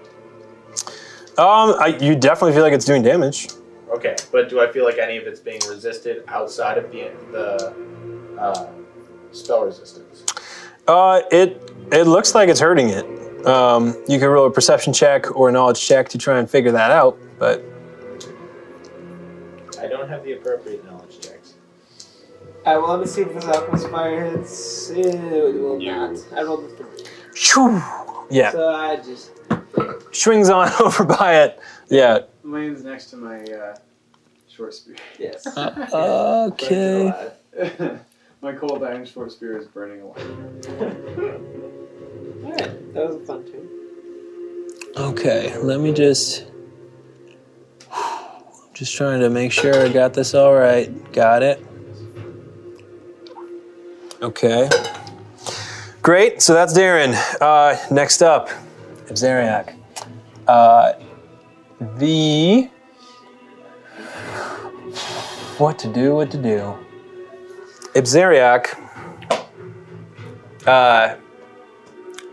Um, I, you definitely feel like it's doing damage.
Okay, but do I feel like any of it's being resisted outside of the the uh, spell resistance?
Uh, it it looks like it's hurting it. Um, you can roll a perception check or a knowledge check to try and figure that out, but
don't have the appropriate knowledge checks.
Alright, well, let me see if this alchemist fire hits. It will
You-
not. I rolled a three.
Shoo! Yeah,
So I just.
swings on [LAUGHS] over by it. Yeah.
Mine's next to my uh, short spear. [LAUGHS]
Yes.
Burns it
Okay.
alive. my cold iron short spear is burning alive.
Alright, that was a fun tune.
Okay. Let me just. Just trying to make sure I got this all right. Got it. Okay. Great. So that's Darren. Uh, next up, Abzariak. Uh, the. What to do, what to do. Ibzariak uh,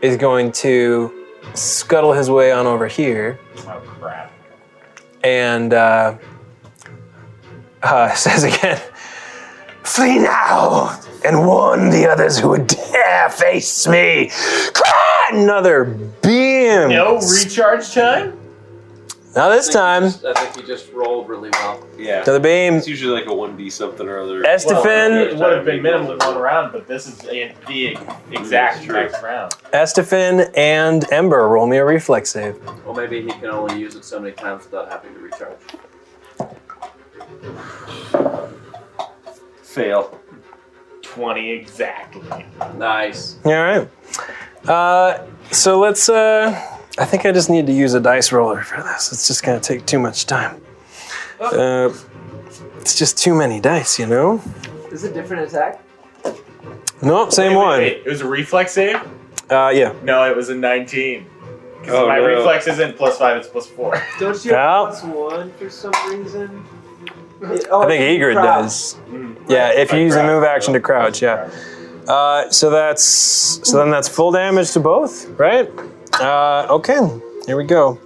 is going to scuttle his way on over here
Oh crap!
and uh, uh, [LAUGHS] says again, Flee now and warn the others who would dare face me. Another beam.
No recharge time.
Now this time,
I think you just rolled really well.
Yeah.
another beam.
It's usually like a 1D something or other.
Estefan,
Well,
it would have been minimum one round, but this is the the exact next round.
Estefan, and Ember, roll me a reflex save.
Well, maybe he can only use it so many times without having to recharge.
Fail.
Twenty exactly.
Nice.
All right. Uh, so let's. Uh, I think I just need to use a dice roller for this. It's just gonna take too much time.
Oh.
Uh, it's just too many dice, you know.
Is it a different attack?
Nope, same
Wait, wait,
one.
wait. It was a reflex save.
Uh, yeah.
No, it was a nineteen. 'Cause
Oh,
my
no.
reflex isn't plus five; it's plus four.
Don't you
Yeah.
have plus one for some reason? It- oh,
I think
you
Egrid
crouch.
does.
Mm.
Yeah, if you use a move action to crouch, [LAUGHS] yeah. Uh, so that's so then that's full damage to both, right? Uh, okay, here we go.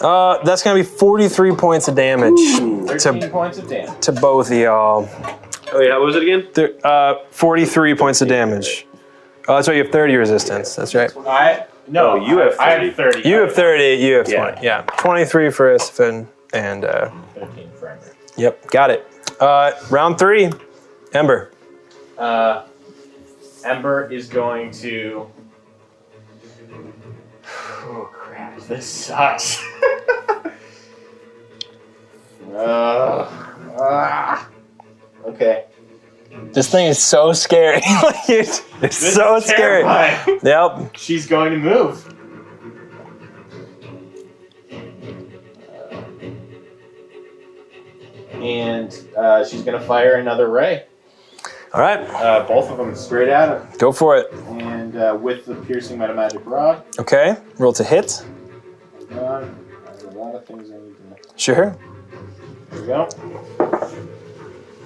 Uh, that's gonna be 43 points of damage
Thirteen
to
points of damage.
to both of y'all.
Oh, yeah, what was it again?
There- uh, 43 points of damage. Oh, that's right. You have 30 resistance. That's right.
I no,
Oh, you have
I, I
30.
have thirty.
You have 30. You have
Yeah.
20. Yeah, 23 for Isfin. And uh,
Thirteen for Ember.
yep, got it. Uh, round three, Ember.
Uh, Ember is going to. [SIGHS] Oh crap! This sucks. [LAUGHS] Ugh. Uh, Ah. okay.
This thing is so scary. [LAUGHS] Like, it's it's
This
so
is
scary.
terrifying.
Yep.
She's going to move. And uh, she's going to fire another ray.
All right,
Uh, both of them straight at him.
go for it.
And uh, with the piercing metamagic rod.
Okay, roll to hit.
Hang on. There's a lot of things I need to know.
Sure.
There we go.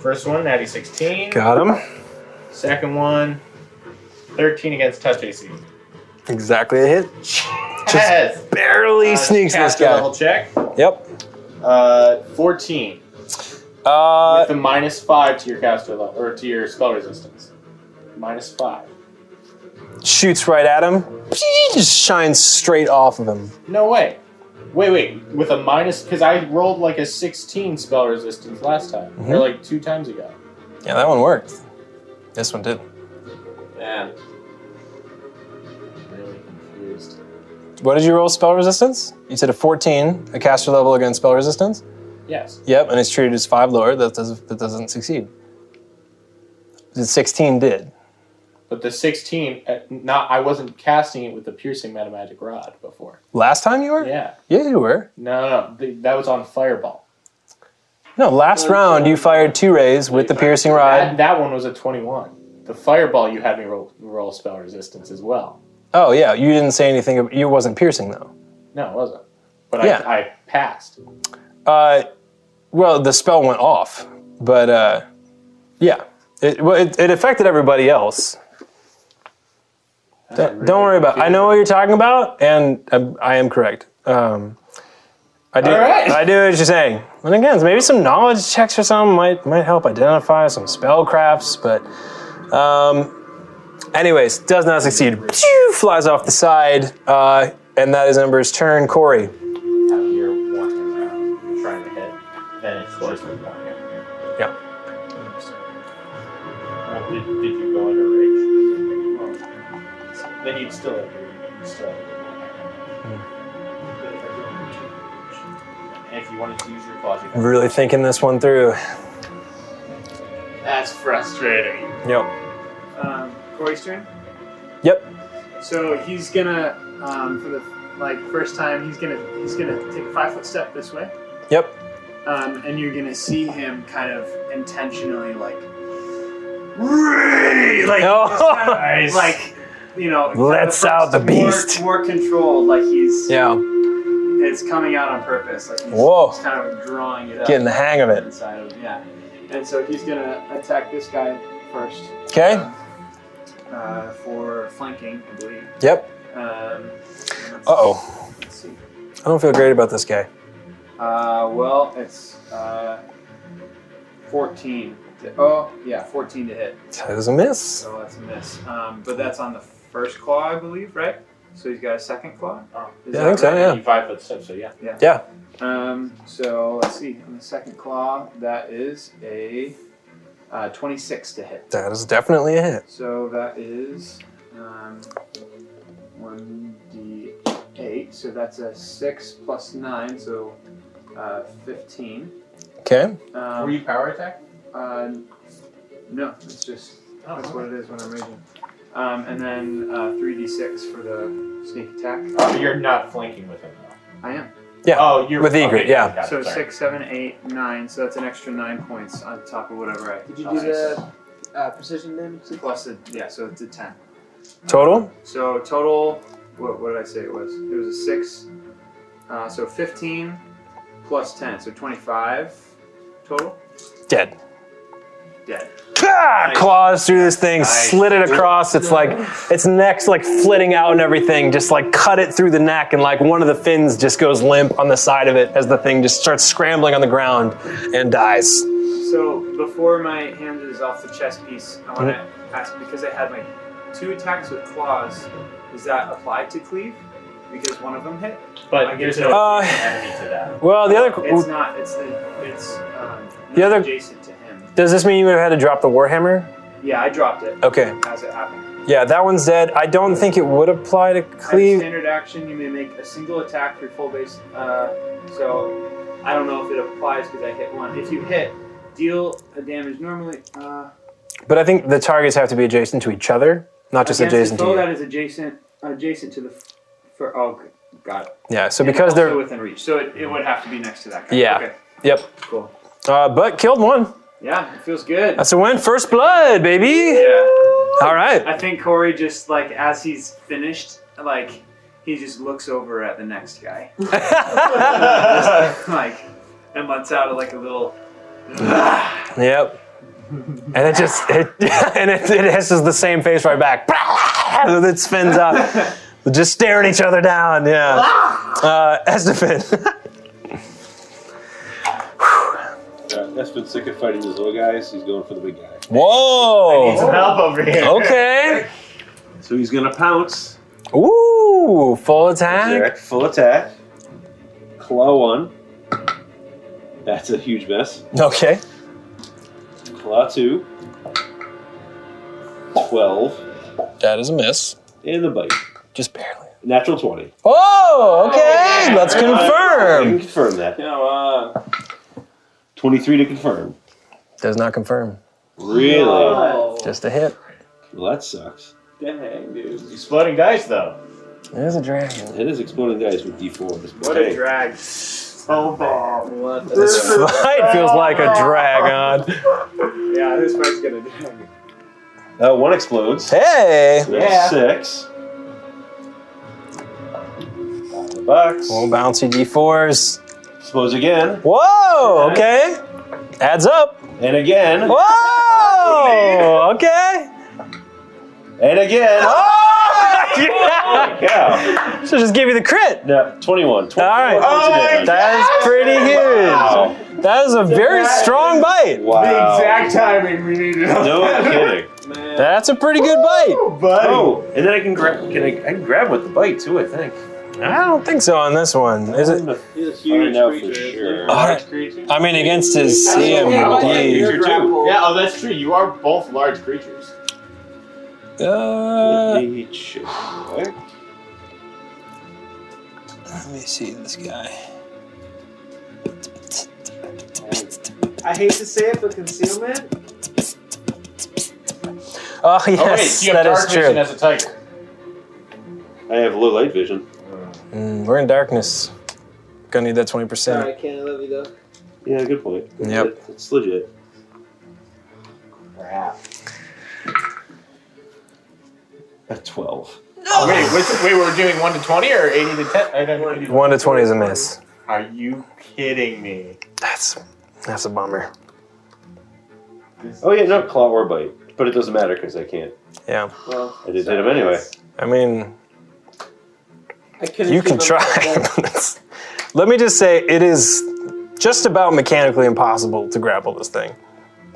First one, natty 16.
Got him.
Second one, 13 against touch AC.
Exactly a hit.
yes!
Barely
Uh,
sneaks this
cast a
guy.
Level check.
Yep.
Uh, 14.
Uh,
with a minus 5 to your caster level, or to your spell resistance. Minus 5.
shoots right at him. [LAUGHS] Just shines straight off of him.
No way. Wait, wait. With a minus, because I rolled like a 16 spell resistance last time, or
Mhm.
like two times ago.
Yeah, that one worked. This one did.
Man.
Really confused.
What did you roll spell resistance? You said a 14, a caster level against spell resistance?
Yes.
Yep, and it's treated as 5 lower. That doesn't, that doesn't succeed. The 16 did.
But the 16, uh, not I wasn't casting it with the piercing metamagic rod before.
Last time you were?
Yeah.
Yeah, you were.
No, no, no. The, that was on fireball.
No, last round you fired two rays with the piercing rod.
That, that one was a 21. The fireball you had me roll, roll spell resistance as well.
Oh yeah, you didn't say anything. ab- You wasn't piercing though.
No, it wasn't. But
Yeah.
I, I passed.
Uh, well, the spell went off, but uh, yeah, it, well, it it affected everybody else. Don't, don't worry about. I know what you're talking about, and I, I am correct. Um, I do.
All right.
I do what you're saying. And again, maybe some knowledge checks or something might might help identify some spell crafts. But, um, anyways, does not succeed. Phew, flies off the side, uh, and that is Ember's turn. Corey.
Out here, one round, trying to hit. you'd still, you'd still. And if you wanted to use your claws, you could.
Really thinking this one through.
That's frustrating.
Yep.
Um, Corey's turn.
Yep.
So he's gonna, um, for the like first time, he's gonna he's gonna take a five foot step this way.
Yep.
Um, and you're gonna see him kind of intentionally like, really, like,
Oh.
just kind of,
Nice.
like you know, kind of
Let's
first-
out the beast.
More, more controlled, like he's
Yeah.
it's coming out on purpose. Like he's
Whoa.
just kind of drawing it up
Getting the hang of it.
inside of yeah. And so he's gonna attack this guy first
Okay.
uh, for flanking, I believe.
Yep.
Um,
Uh oh.
Let's see.
I don't feel great about this guy.
Uh, well, it's uh, 14. To, oh, yeah, 14 to hit.
That is a miss.
So that's a miss. Um, but that's on the first claw, I believe, right? So he's got a second claw?
Oh.
Is
Yeah, I
that
think so.
right?
Yeah.
Five foot step, so yeah.
Um, so let's see. On the second claw, that is a uh, 26 to hit.
That is definitely a hit.
So that is um, 1d8. So that's a 6 plus 9, so uh, 15.
Okay.
Um,
Were you power attack?
Uh, no, it's just
Oh,
that's what it is when I'm raging. Um, and then uh, 3d6 for the sneak attack.
Oh, you're not flanking with him. though.
I am.
Yeah,
Oh, you're
with Egret,
okay,
yeah.
got it,
So
sorry.
six, seven, eight, nine. So that's an extra nine points on top of whatever I. Oh,
Did you do the uh, precision damage?
Plus a, yeah, so it's a ten.
Total?
So total, what, what did I say it was? It was a six. Uh, so 15 plus 10, so 25 total.
Dead.
Dead.
Ah, claws through this thing,
Nice.
slid it across. It's like its neck's like flitting out and everything. Just like cut it through the neck, and like one of the fins just goes limp on the side of it as the thing just starts scrambling on the ground and dies.
So before my hand is off the chest piece, I want to ask because I had my two attacks with claws. Does that apply to cleave? Because one of them hit. I
But
get
there's
to-
no
Uh,
enemy to that.
well, the
It's
other.
not. It's the. It's um,
The
not
other-
adjacent to him.
Does this mean you would have had to drop the warhammer?
Yeah, I dropped it
Okay.
as it happened.
Yeah, that one's dead. I don't think it would apply to
As a
cleave.
standard action, you may make a single attack for your full base. Uh, so I don't know if it applies because I hit one. If you hit, deal a damage normally. Uh,
But I think the targets have to be adjacent to each other, not just
against
adjacent
a
to
foe
you.
that is adjacent adjacent to the. f- For oh, got it.
Yeah. So
And
because
also
they're
within reach, so it, it would have to be next to that guy.
Yeah.
Okay.
yep.
Cool.
Uh, but killed one.
Yeah, it feels good.
That's a win. First blood, baby.
Yeah.
All right.
I think Corey just like as he's finished, like he just looks over at the next
[LAUGHS]
guy, [LAUGHS] like, and lets out like a little.
Yep. And it just it [LAUGHS] and it, it hisses the same face right back. [LAUGHS] With its fins out, just staring each other down. Yeah.
Ah!
Uh, Estefan. [LAUGHS]
Uh, that's been sick of fighting these little guys. He's going for the big guy.
Need some
Whoa.
help over here.
Okay.
So he's gonna pounce.
Ooh, full attack.
Direct full attack. Claw one. That's a huge mess.
Okay.
Claw two. Twelve.
That is a miss.
And the bite.
Just barely.
Natural twenty.
Oh, okay. Let's
I can
confirm.
confirm that.
Come
uh,
on.
Twenty-three to confirm.
Does not confirm.
Really? Oh.
Just a hit.
Well, that sucks.
Dang, dude.
Exploding dice, though.
It is a dragon.
It is exploding dice with D4.
What a drag!
Oh, bomb.
What the
This fight feels like a dragon.
Yeah, this fight's gonna drag.
Uh, one explodes.
Hey.
So that's
Yeah.
Six. Out of the box.
Little bouncy d4s.
Explodes again.
Whoa, okay. Adds up.
And again.
Oh. Whoa, okay.
And again.
Oh, [LAUGHS] yeah.
Yeah.
So just give you the crit.
No, 21. 24
All right.
points of damage.
That is pretty
Wow.
huge. That is a very strong bite.
Wow.
timing we needed. on
No
that.
kidding.
That's a pretty good bite.
Oh, buddy.
Oh, and then I can grab. Can I, I can grab with the bite too? I think.
I don't think so on this one. Is it?
He's a
I
huge
don't know
creature.
for sure.
All right.
creature.
I mean, against his
Actually,
yeah,
yeah,
but
CMD.
you're
you're
too.
grappled.
Yeah, oh, that's true. You are both large creatures.
Uh,
Let me check.
let me see this guy.
I hate to say it, but concealment.
Oh
Oh, wait,
yes,
you have
that
dark
is
vision
true.
as a tiger.
I have low light vision.
Mm, we're in darkness. Gonna need that twenty percent.
Sorry, Ken. I love you though.
Yeah, good point.
Yep.
That- That's legit.
Crap.
A 12.
Wait, what's, wait, we're doing 1 to 20 or 80 to 10? I don't know.
One to twenty is a miss.
Are you kidding me?
That's that's a bummer.
Oh, yeah, not claw or bite. But it doesn't matter because I can't.
Yeah,
I did hit him anyway.
I mean
I couldn't
you can
even-
try. [LAUGHS] Let me just say it is just about mechanically impossible to grapple this thing.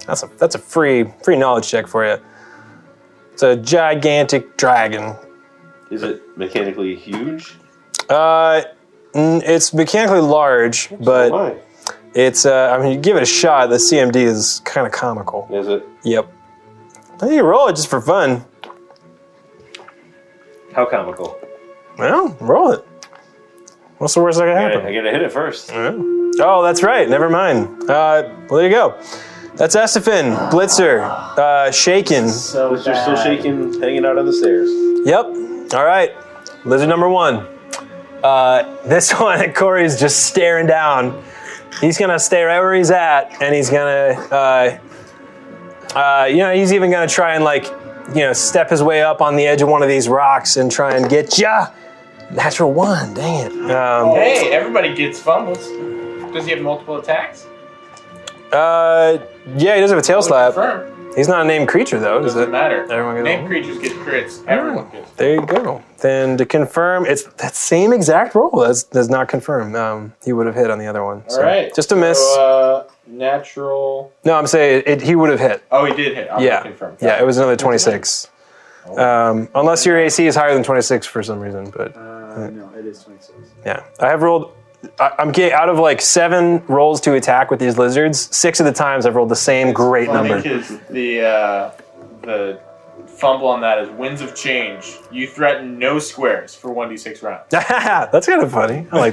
That's a that's a free free knowledge check for you. It's a gigantic dragon.
Is it mechanically huge?
Uh, mm, it's mechanically large, but
Why?
It's uh, I mean, you give it a shot. The CMD is kind of comical.
Is it?
Yep. I think you roll it just for fun.
How comical?
Well, roll it. What's the worst that can
I,
happen?
I gotta hit it first.
Yeah. Oh, that's right. Never mind. Uh, well, there you go. That's Estefan, Blitzer, uh, Shaken.
So
But you're still
bad.
shaking, hanging out on the stairs.
Yep. All right. Lizard number one. Uh, this [LAUGHS] one, Corey's just staring down. He's gonna stay right where he's at, and he's gonna, uh, uh, you know, he's even gonna try and like, you know, step his way up on the edge of one of these rocks and try and get ya. Natural one. Dang it. Um,
Hey, everybody gets fumbles. Does he have multiple attacks?
uh, yeah, he does have a tail slap.
Confirm.
He's not a named creature though. Is
Doesn't
it?
matter.
Everyone gets
Name
one? Oh.
creatures get crits. Everyone gets.
There you go. Then to confirm, it's that same exact roll. That's does not confirm. Um, he would have hit on the other one.
All right.
Just a miss.
So, uh, natural.
no, I'm saying it, he would have hit.
Oh, he did hit. I'm
Yeah.
Confirmed.
Yeah, it was another 26. Um, unless your AC is higher than 26 for some reason, but
Oh. Uh, no, it is 26.
yeah, I have rolled. I, I'm getting out of like seven rolls to attack with these lizards. Six of the times I've rolled the same great
Funny
number.
'cause the uh, the fumble on that is winds of change. You threaten no squares for one d six rounds.
[LAUGHS] That's kind of funny. I like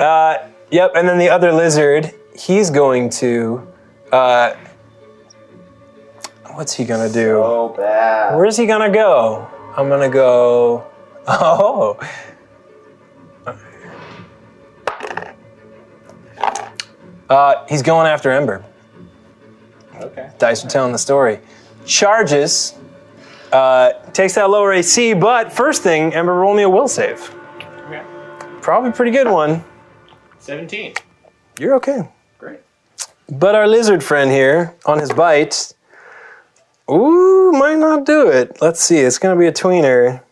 [LAUGHS]
Uh, yep, and then the other lizard, he's going to. Uh, what's he gonna do?
So bad.
Where's he gonna go? I'm gonna go. [LAUGHS] Oh. Uh, he's going after Ember.
okay.
Dice are telling the story. Charges. Uh, takes that lower AC, but first thing, Ember, roll me a will save.
Okay.
Probably a pretty good one.
Seventeen.
You're okay.
Great.
But our lizard friend here on his bite. Ooh, might not do it. Let's see. It's going to be a tweener.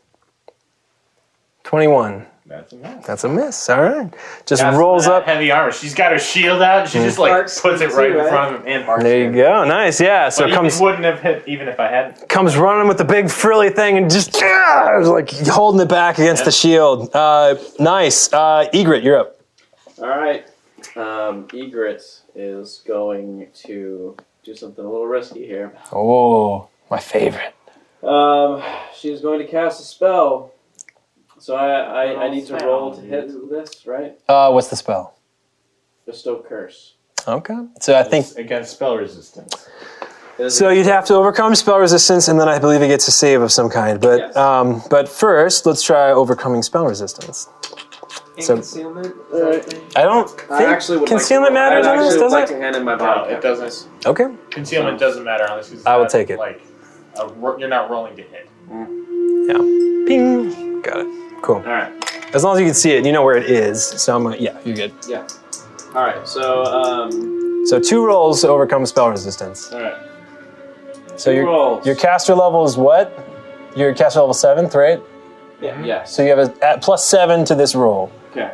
21.
That's enough.
That's a miss. All right. Just rolls
that
up. Mm.
heavy armor. She's got her shield out. And she just like
Marks
puts it
too,
right in
right?
front of him and marks.
There you go. Nice. Yeah. So
But
comes
he wouldn't have hit even if I hadn't.
comes running with the big frilly thing and just yeah, it was like holding it back against the shield. Uh, nice. Uh, Egret, you're up.
All right. Um, Egret is going to do something a little risky here.
Oh, my favorite.
Um, she's going to cast a spell. So I, I, I need to roll to hit this, right?
Uh, what's the spell?
Bestow curse.
Okay. So I think
It's against spell resistance.
It is
So you'd have to overcome spell resistance, and then I believe it gets a save of some kind. But
Yes.
um, but first, let's try overcoming spell resistance.
And
So-
concealment. Is that
Alright.
a thing?
I don't think
I Uh, actually would
concealment
like to,
matters
I
on this,
actually
does
would like
it?
to hand in my
No,
body.
it doesn't.
Okay.
Concealment doesn't matter unless it's
I will
not,
take it.
Like a ro- you're not rolling to hit.
Ping. Got it. Cool.
All right.
As long as you can see it, you know where it is. So I'm gonna, yeah, you're good.
All right. So um,
So two rolls to overcome spell resistance.
all right.
So
Two
your
rolls.
your caster level is what? Your caster level seventh, right?
yeah, yes.
So you have a at plus seven to this roll.
Okay.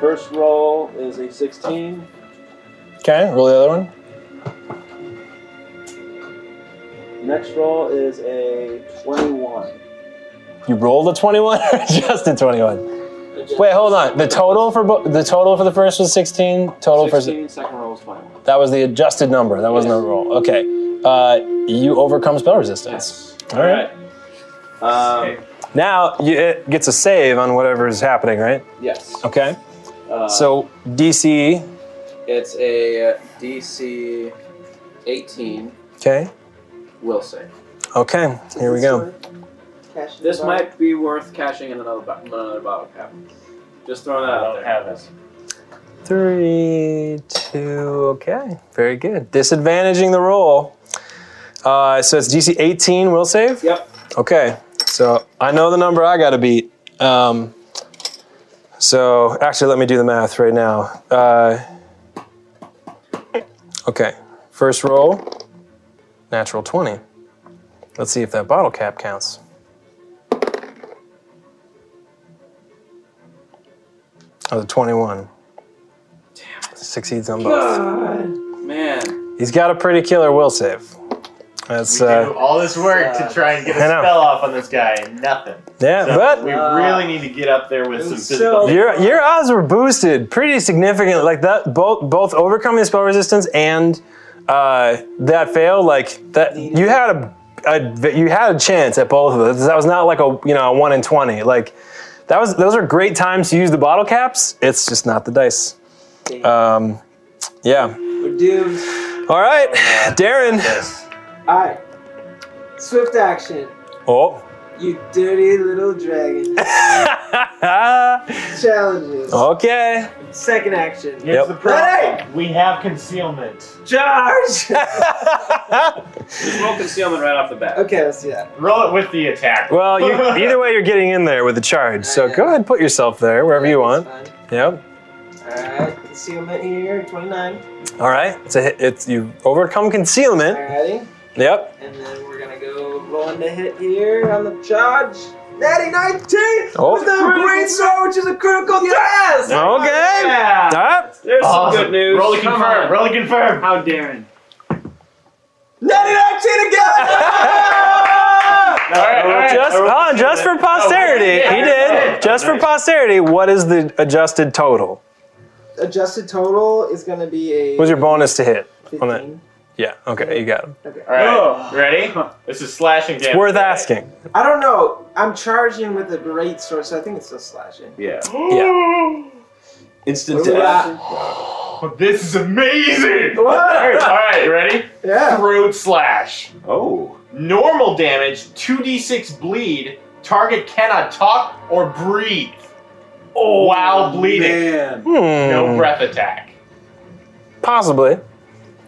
First roll is a 16.
Okay. Roll the other one.
Next roll is a 21.
You rolled a twenty-one [LAUGHS] or just a twenty-one? Wait, hold on. The total for bo- the total for the first was 16. Total
16, second roll is 21.
for that was the adjusted number. That wasn't a roll. Okay. uh, you overcome spell resistance. All right.
Um,
Now you, it gets a save on whatever is happening, right?
yes.
Okay.
Uh,
So DC.
it's a DC 18
Okay.
will save.
Okay. Here we go.
Cash in
This
the
might be worth cashing in another, bo- another bottle cap. Just throwing that out
don't
there.
have this.
Three, two. Okay. Very good. Disadvantaging the roll. Uh, so it's DC 18 will save.
Yep.
Okay. So I know the number I got to beat. Um, so actually, let me do the math right now. Uh, okay. First roll, natural 20. Let's see if that bottle cap counts. Oh, the 21. Succeeds on both.
Man,
He's got a pretty killer will save. That's
We
uh,
do all this work
uh,
to try and get a
I know.
spell off on this guy, and nothing.
yeah,
So
but
we
Uh,
really need to get up there with some
so-
physical.
Your your odds were boosted pretty significant. Like that, both both overcoming spell resistance and uh, that fail. Like that, you had a, a you had a chance at both of those. That was not like a you know a one in twenty. Like that was those are great times to use the bottle caps. It's just not the dice. Um, yeah.
We're doomed.
All right, [LAUGHS] Darren.
Alright. Swift action.
Oh. [LAUGHS]
You dirty little dragon. Challenges.
Oh. okay. [LAUGHS]
Second action.
Here's
Yep.
the problem. We have concealment.
Charge!
roll concealment right off the bat.
okay, let's do that.
Roll it with the attack.
well,
[LAUGHS]
you, either way, you're getting in there with the charge. So go ahead, and put yourself there wherever you want. Yep.
Alright, concealment here, 29.
All right, it's a hit. It's you overcome concealment.
Alrighty.
Yep.
And then we're gonna go rolling the hit here on the charge. Natty 19!
Oh.
With the great sword, which is a critical yes!
Okay.
Yeah.
Ah,
There's
Awesome.
some good news.
Roll to
Come
confirm.
on.
Roll to confirm.
How daring.
Natty 19 [LAUGHS] again!
All right, all right.
Just,
I rolled
ah, just for
concealment.
posterity,
Oh,
he did. Just for
nice.
posterity, what is the adjusted total?
Adjusted total is gonna be a.
What's your bonus to hit? on that?
15.
Yeah. Okay, you got him.
All right. You ready? This is slashing damage.
Worth asking.
I don't know. I'm charging with a great sword, so I think it's still slashing.
Yeah.
Yeah.
Instant
Ooh,
death.
Oh, This is amazing. All
What?
right, you ready?
Yeah.
Throat slash.
Oh.
Normal damage, 2d6 bleed. Target cannot talk or breathe Oh, while bleeding.
Hmm.
No breath attack.
Possibly.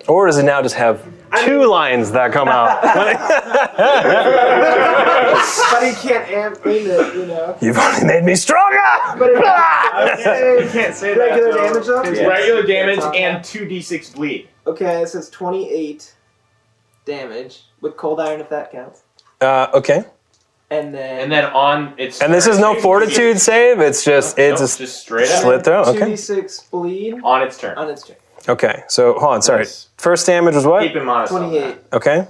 Or does it now just have two lines that come
[LAUGHS]
out?
but he can't amp in it,
[LAUGHS]
you know.
[LAUGHS] You've only made me stronger.
But if
[LAUGHS]
I
You can't say that.
regular
though.
damage though?
Yeah.
Regular damage and 2d6 bleed.
Okay, it says 28 damage with cold iron if that counts.
Uh, okay.
And then.
And then on it's
And this is no fortitude save. It's just it's
Nope,
a
just straight up
Slit throat, okay.
2d6 bleed
on its turn.
on its turn.
Okay, so hold on, sorry.
Nice.
First damage was what?
Keep him honest. on that.
28.
Okay.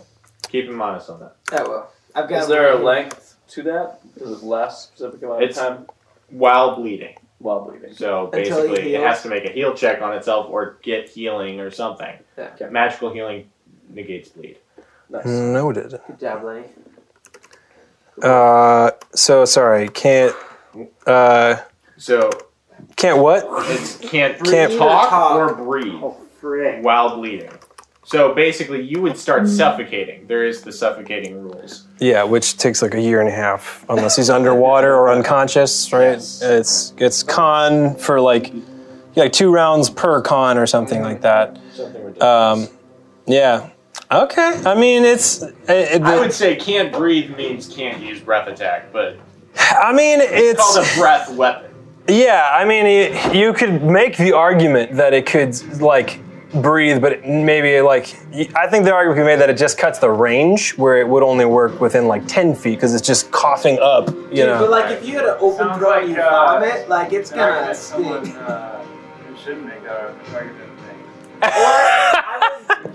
Keep him honest on that.
Oh well. I've got
Is there a
one.
length to that? Is it last specific amount
It's-
of time
While bleeding.
while bleeding?
So
Until he
basically it
heals.
has to make a heal check on itself or get healing or something.
Yeah.
Magical healing negates bleed.
Nice.
Noted.
Good job, Lenny.
Uh so sorry, can't uh
So
can't what?
It's can't,
Can't
talk,
talk.
or breathe
Oh, frick.
while bleeding. So basically, you would start suffocating. There is the suffocating rules.
Yeah, which takes like a year and a half unless he's underwater or unconscious, right? It's it's con for like like two rounds per con or something like that.
Something ridiculous.
Um yeah. Okay. I mean, it's it, it-
I would say can't breathe means can't use breath attack, but
I mean,
it's, called a breath weapon.
Yeah, I mean, y you could make the argument that it could like breathe, but it maybe like y- I think the argument could be made that it just cuts the range where it would only work within like ten feet because it's just coughing up, you
Dude, but
know.
like if you had an open
Sounds
throat and you
like, uh,
vomit, like it's gonna
someone
stink.
uh, who should make a target thing.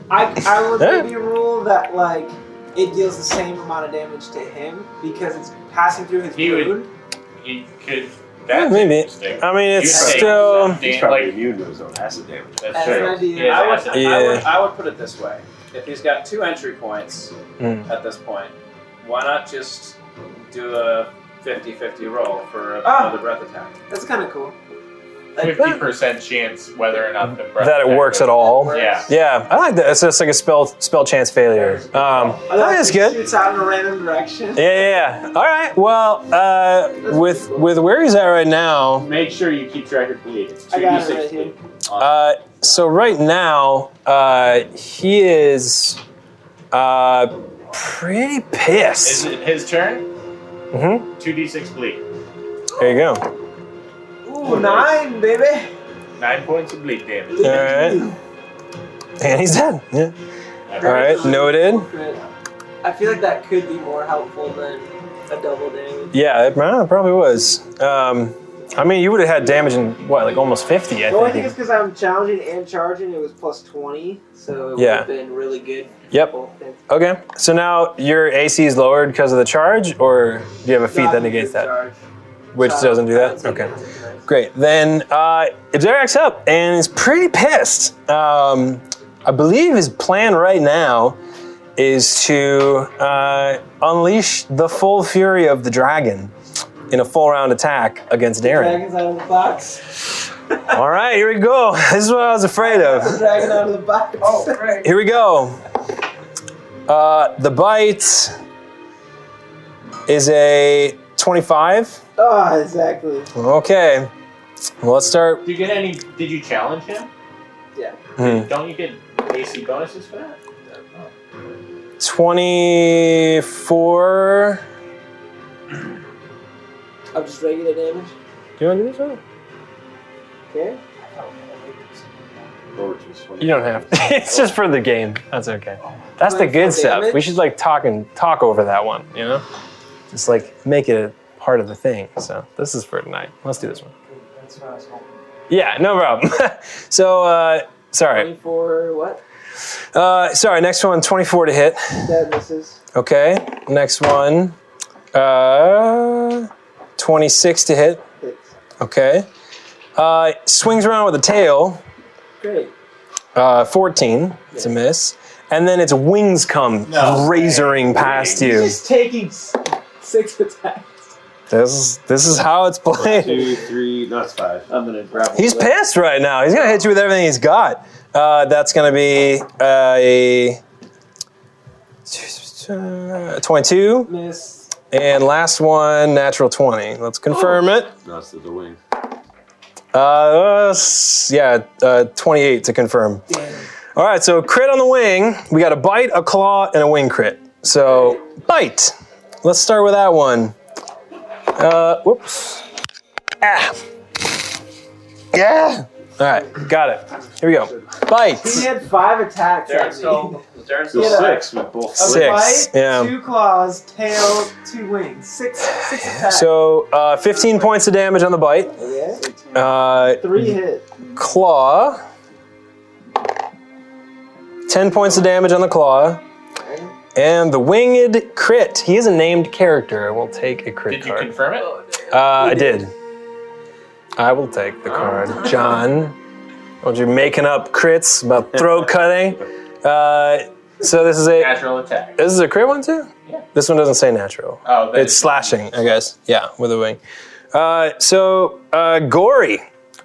I, I would
Yeah.
maybe rule that like it deals the same amount of damage to him because it's passing through his
He would-
food.
You could.
Yeah,
That's
maybe.
interesting.
[LAUGHS] I mean, it's
You'd say
still
something
He's probably
like
immune to his own acid damage.
that's
That's an
true.
idea.
Yeah,
I
that's
would,
it.
I, would,
Yeah.
I would put it this way. if he's got two entry points
Hmm.
at this point, why not just do a 50-50 roll for
Ah.
another breath attack?
That's kind of cool.
Fifty percent chance whether or not the breath
That it works at all.
Yeah.
Yeah, I like that. It's just like a spell spell chance failure. Um, that is good.
Shoots out in a random direction.
Yeah, yeah, yeah. All right. Well, uh, with with where he's at right now,
Make sure you keep track of bleed. It's two
I
d
got it right
six
here.
bleed.
uh, so right now uh, he is uh, pretty
Is
pissed.
it his turn?
hmm
Two d six bleed.
There you go.
Ooh, nine, baby.
Nine points of bleed damage.
All right. And he's dead. Yeah. All right. Noted.
Crit. I feel like that could be more helpful than a double damage.
Yeah, it uh, probably was. Um, I mean, you would have had damage in what, like almost fifty, I
The only
think.
thing is because I'm challenging and charging, it was plus 20, so it
Yeah.
would have been really good.
Yep.
Both things.
Okay, so now your AC is lowered because of the charge, or do you have a feat that negates that,
Charge.
which
So I
doesn't do
don't-
that?
I don't
Okay,
take it.
great. Then uh, Ibzerac's up and is pretty pissed. Um, I believe his plan right now is to uh, unleash the full fury of the dragon in a full round attack against Darren.
Dragon's out of the box.
All right, here we go. [LAUGHS] This is what I was afraid of.
Dragon out of the box. Oh, [LAUGHS] right.
Here we go. Uh, the bite is a 25.
Oh, exactly.
Okay. Well, let's start.
Do you get any? Did you challenge him?
Hmm.
Don't you get AC bonuses for that?
24.
I'm just regular damage.
Do you want to do this one?
Okay.
Lower to his swing.
You don't have. [LAUGHS] it's just for the game. That's okay. That's the good stuff. We should like talk and talk over that one. You know, just like make it a part of the thing. So this is for tonight. Let's do this one.
That's what I was hoping.
Yeah, no problem. [LAUGHS] so uh, sorry.
24, what?
Uh, sorry. Next one, 24 to hit.
That misses.
Okay, next one. Uh, 26 to hit.
Hits.
Okay. Uh, swings around with a tail.
Great.
Uh, 14. It's a miss. And then its wings come
No.
razoring past
Wings.
you.
Just taking s- six attacks.
This is this is how it's played.
Two, three, no, it's five.
I'm gonna grapple.
He's
with-
pissed right now. He's gonna hit you with everything he's got. Uh, that's gonna be uh, a 22,
Miss.
and last one, natural 20. Let's confirm it.
No, it's the, the wing.
Uh, s- yeah, uh, 28 to confirm. All right, so crit on the wing. We got a bite, a claw, and a wing crit. So bite. Let's start with that one. Uh, whoops. Ah. Yeah. All right, got it. Here we go.
He
Bite.
had five attacks. on
Darren
me.
still, Darren
So
still
Yeah.
six with both.
A
Six,
bite,
yeah.
Two claws, tail, two wings. Six, six attacks.
So uh, 15 points of damage on the bite.
yeah.
Uh,
Three hit.
claw. 10 points of damage on the claw. And the winged crit. He is a named character. I will take a crit
Did you
card.
confirm it?
Uh, I did. I will take the card. John. Don't you making up crits about throat
[LAUGHS]
cutting? Uh, so this is a
Natural attack.
this is a crit one too?
Yeah.
This one doesn't say natural.
Oh, that
It's
is-
slashing, I guess. Yeah, with a wing. Uh, so uh, gory.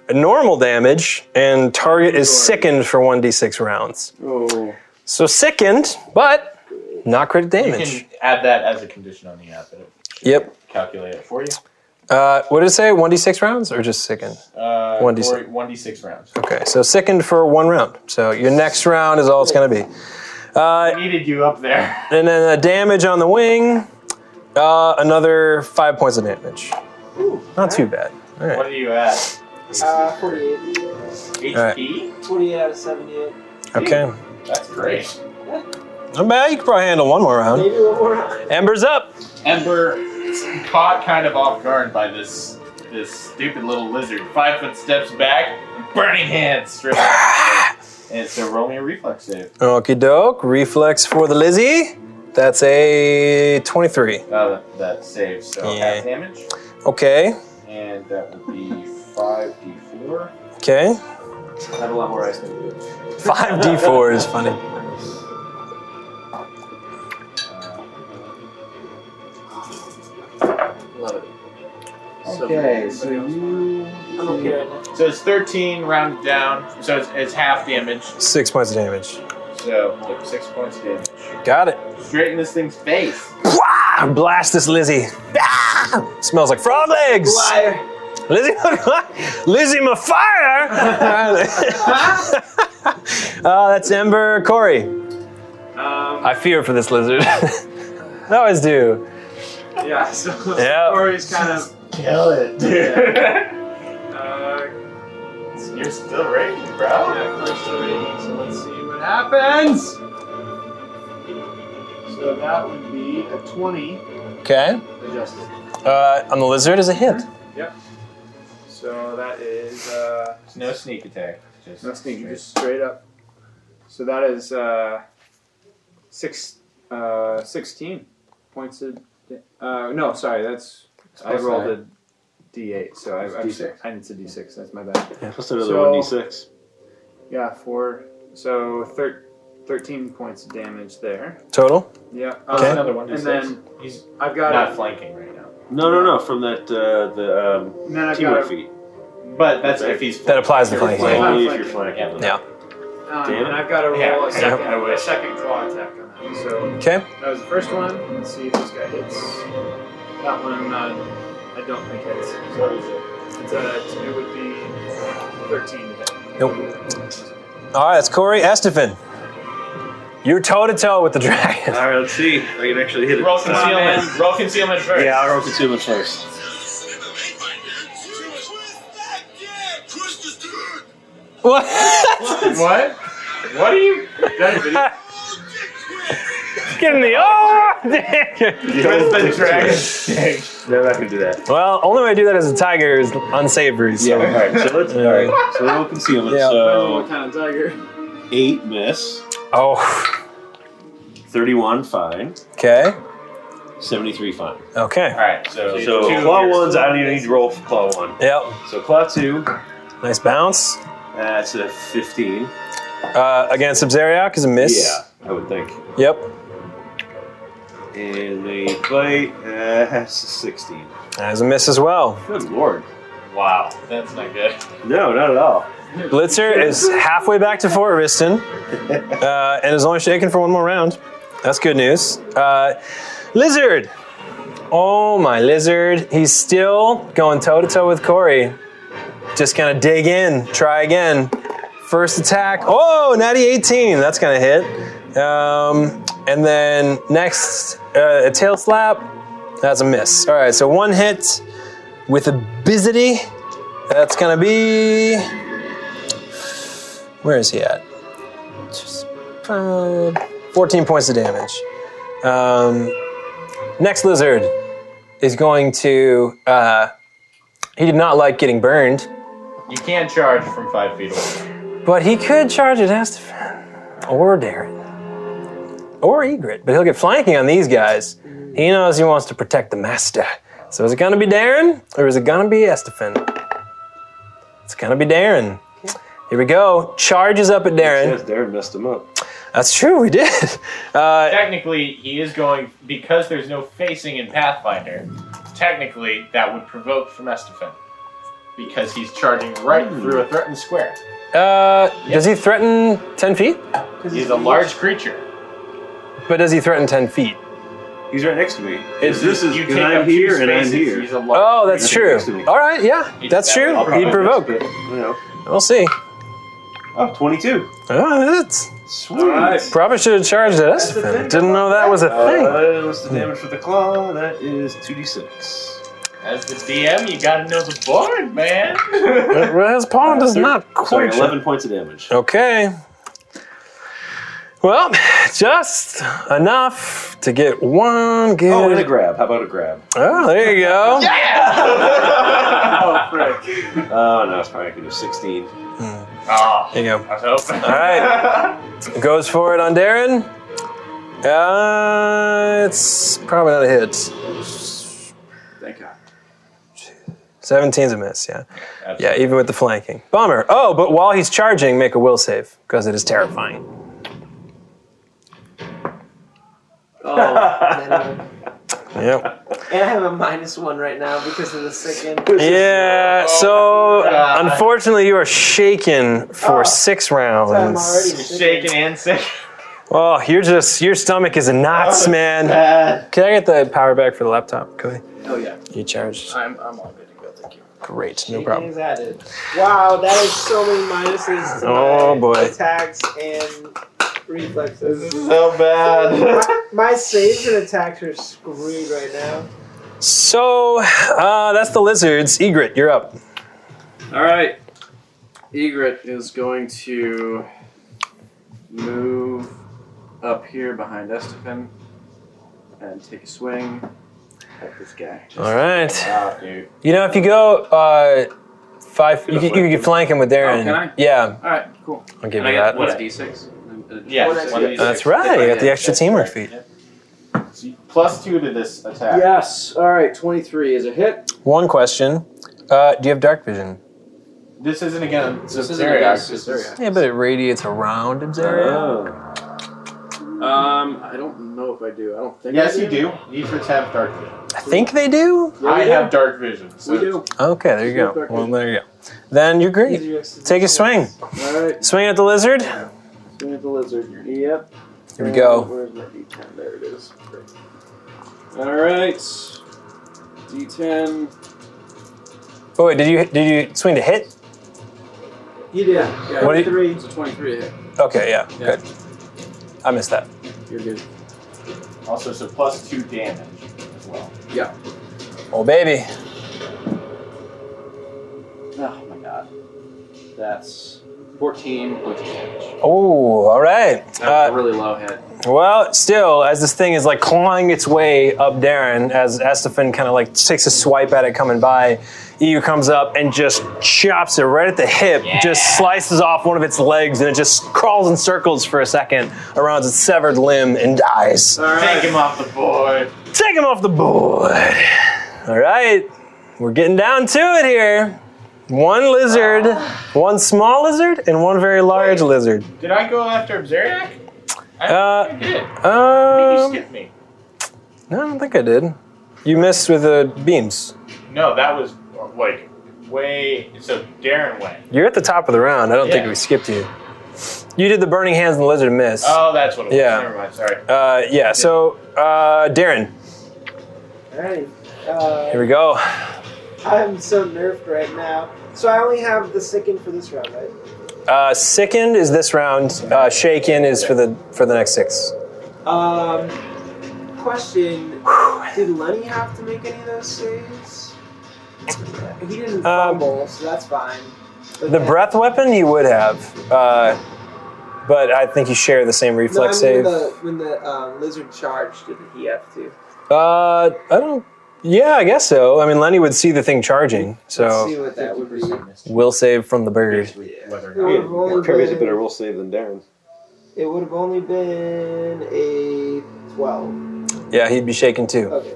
Normal damage, and target is sickened for 1d6 rounds.
Oh.
So sickened, but not crit
You
damage.
can add that as a condition on the app, and it
Yep.
calculate it for you.
Uh, what did it say? One d six rounds or just sickened?
Uh,
1d6.
for- 1d6 rounds.
Okay, so sickened for one round. So your next round is all it's gonna be. Uh,
I needed you up there. [LAUGHS]
and then the damage on the wing, uh, another five points of damage. Not too bad. All
What
right.
are you at?
Uh, 48.
HP?
48 out of 78.
Okay.
That's great.
Not bad. You can probably handle one more round.
Maybe one more round.
Ember's up.
Ember caught kind of off guard by this this stupid little lizard. Five foot steps back, burning hands straight. up. and so roll me a reflex save.
Okie doke. Reflex for the Lizzie. That's a twenty-three.
Uh, that, that saves, so
Yeah.
half damage.
Okay.
And that would be 5d4.
Okay.
I have a lot more ice than you.
Five d four is funny.
Okay, so you.
I'm okay right now.
So it's 13 rounded down, so it's, it's half damage.
Six points of damage.
So like, six points of damage.
Got it.
Straight in this thing's face.
Wah! Blast this Lizzie. Ah! Smells like frog legs.
Liar.
Lizzie, [LAUGHS] Lizzie, my fire. [LAUGHS] uh, that's Ember Corey.
Um,
I fear for this lizard. [LAUGHS] I always do.
yeah, so [LAUGHS]
Yeah.
Oh.
Corey's kind of.
Kill it,
Uh,
You're still raging, bro.
yeah, Corey's still reading, so let's see what happens.
So that would be a 20
Okay.
adjusted.
Uh, on the lizard is a hit.
So that is. Uh,
It's no sneak attack. Just
No sneak, just straight up. So that is uh, six, uh, 16 points of. da- Uh, no, sorry, that's. I
plus
rolled a d8, so I,
It's
I'm,
D6.
I need to d6, that's my bad.
Plus another
So-
1d6.
Yeah, four. So thir- 13 points of damage there.
Total.
Yeah.
Plus
Okay.
Uh,
another one.
and
d6.
then
he's
I've got
not
a.
flanking right now.
No, no, no, from that, uh, the, um,
and Then I've
teamwork
got a,
feat.
But that's if he's
That applies to flanking.
Yeah.
Only if
Yeah.
you're flanking.
Yeah.
um,
Damn it.
and I've got to roll
Yeah, I
a second,
I
a
wish.
second claw attack on that. So
Okay.
That was the first one. Let's see if this guy hits. That one I'm not. I don't think hits. So it's a, it would be 13 to hit.
All right, that's Corey Estefan. You're toe to toe with the dragon. [LAUGHS]
Alright, let's see. I can actually hit it.
[LAUGHS] Roll
Uh,
concealment. Roll concealment first.
yeah, I'll roll concealment [LAUGHS] first.
What?
What? What are you?
Give me the oh!
With the dragon.
[LAUGHS] No, I can do
[LAUGHS]
that.
well, only way to do that as a tiger is unsavory. So.
Alright, so let's.
Yeah.
Alright, so roll concealment.
Yeah.
So,
What kind of tiger?
8 miss,
Oh.
31 fine,
Okay.
73 fine.
Okay.
All right, so,
So,
two
claw
here.
ones, I don't even need to roll for claw one.
Yep.
So, claw two,
Nice bounce.
that's a 15.
Uh, again, Subzeriac is a miss.
Yeah, I would think.
Yep.
And they bite, uh, that's a 16.
That is a miss as well.
Good lord.
Wow, that's not good.
No, not at all.
Blitzer is halfway back to Fort Riston uh, and is only shaken for one more round. That's good news. Uh, lizard! Oh my lizard. He's still going toe to toe with Corey. Just gonna dig in, try again. First attack. Oh, natty 18. That's gonna hit. Um, and then next, uh, a tail slap. That's a miss. All right, so one hit with abysity. That's gonna be where is he at? Just, uh, 14 points of damage. Um, next lizard is going to. Uh, he did not like getting burned,
You can't charge from five feet away.
but he could charge at Estefan or Darren or Egret, but he'll get flanking on these guys. He knows he wants to protect the master. So is it going to be Darren or is it going to be Estefan? It's going to be Darren. Here we go. Charges up at Darren.
Yes, Darren messed him up.
That's true, we did. [LAUGHS] Uh,
Technically, he is going because there's no facing in Pathfinder. Technically, that would provoke from Estefan because he's charging right
Hmm.
through a threatened square.
uh, Does he threaten 10 feet?
He's a large creature.
But does he threaten 10 feet?
He's right next to me. Is this is
you
because
take
I'm
up two
here and I'm
spaces,
here.
He's a large
Oh, that's
He's right
true.
next to me.
All right, yeah, that's true.
I'll probably
He'd provoke.
miss, but, you know.
We'll see.
Oh, 22.
Oh, that's,
Sweet.
Alright.
probably should have charged at us. Didn't know that was a thing.
Uh, what's the damage for the claw? That is 2d6.
As the DM, you gotta know the board, man.
But- but His paw does not
[LAUGHS] Sorry,
quite.
11 points of damage.
Okay. Well, just enough to get one good.
Oh, and a grab. How about a grab?
Oh, there you go.
Oh, frick.
Oh, no, it's probably going to do 16.
Ah.
Oh,
There you go.
I hope.
All right.
[LAUGHS]
Goes for it on Darren. Uh, it's probably not a hit.
Thank God.
17's a miss, yeah. Yeah, even with the flanking. Bummer. Oh, but while he's charging, make a will save, because it is terrifying.
And then, uh,
Yep.
And I have a minus one right now because of the second.
Yeah,
Oh
so unfortunately, you are shaken for
Ah.
Oh.
six
So I'm
rounds.
already
Shaken and sick.
Oh, you're just your stomach is in
[LAUGHS]
knots, man. Can I get the power back for the laptop, Cody?
Oh yeah,
You charged.
I'm I'm all good to go. Thank you.
Great, no
Shaking
problem.
is added. Wow, that is so many minuses to
Oh,
my
boy.
attacks and reflexes.
This is so [LAUGHS] bad.
my, my saves and attacks are screwed right now.
So uh, that's the lizards. Egret, you're up.
All right. Egret is going to move up here behind Estefan and take a swing at this guy.
All right.
Ah, dude.
You know, if you go uh, five, you,
Gonna
can- you can flank him with Darren.
Oh, can I?
Yeah,
All right, cool.
I'll give
and I
you
got
that.
what a d6.
Yeah,
What
just
is
one
it?
of these.
That's right. You got the extra
That's
teamwork
right.
feat.
Plus two to this attack.
Yes. All right. Twenty-three is a hit.
One question: uh, Do you have dark vision?
This isn't again.
This isn't
Zaryak,
against
this
Zaryak.
Yeah, but it radiates around Observer.
Oh.
Um, I don't know if I do. I don't think.
Yes,
I
you do. Egrets have dark vision.
I think they do.
Yeah, we
I
do.
have dark vision. So
We do.
Okay, there you go. Well, there you go. Then you're great. Take a swing.
All right.
Swing at the lizard.
Swing at the lizard. Yep.
Here we go.
Where's my D10? There it is. Great. All right. D10.
Oh, wait, did you did you swing to hit?
You did.
Yeah,
What do you-
Three.
it's a 23 to hit.
Okay, yeah,
Yeah.
good. I missed that.
You're good.
also, so plus two damage as well.
Oh baby.
Oh my god. That's 14 points of damage.
Oh, all right.
That was a
Uh,
really low hit.
well, still, as this thing is like clawing its way up Darren, as Estefan kind of like takes a swipe at it coming by, EU comes up and just chops it right at the hip, just slices off one of its legs, and it just crawls in circles for a second around its severed limb and dies.
All
Take him off the board.
Take him off the board. All right, we're getting down to it here. One lizard,
Ah.
one small lizard, and one very large lizard.
Did I go after Zaryak?
Uh,
I did. I think you
um,
skipped me.
no, I don't think I did. You missed with the beams.
No, that was like way. So Darren went.
You're at the top of the round. I don't think
Yeah.
we skipped you. You did the burning hands and the lizard miss.
Oh, that's what it was.
Yeah.
Never mind. Sorry.
Uh, yeah. So, uh, Darren,
Alright.
here
Uh,
we go.
I'm so nerfed right now. So I only have the second for this round, right?
Uh, sickened is this round. Uh, shaken is for the for the next six.
Um, question: Did Lenny have to make any of those saves? He didn't
Um,
fumble, so that's fine. But
The
then-
breath weapon you would have, uh, but I think you share the same
No, I mean
reflex
when
save.
the, when the um, lizard charged, did he have to?
Uh, I don't. Yeah, I guess so. I mean, Lenny would see the thing charging,
Let's
so
see what that would be.
will save from the bird.
Whether
It
or
would
not.
have only
Kirby's a better
been,
roll save than Darren.
it would have only been a twelve.
Yeah, he'd be shaken too.
Okay.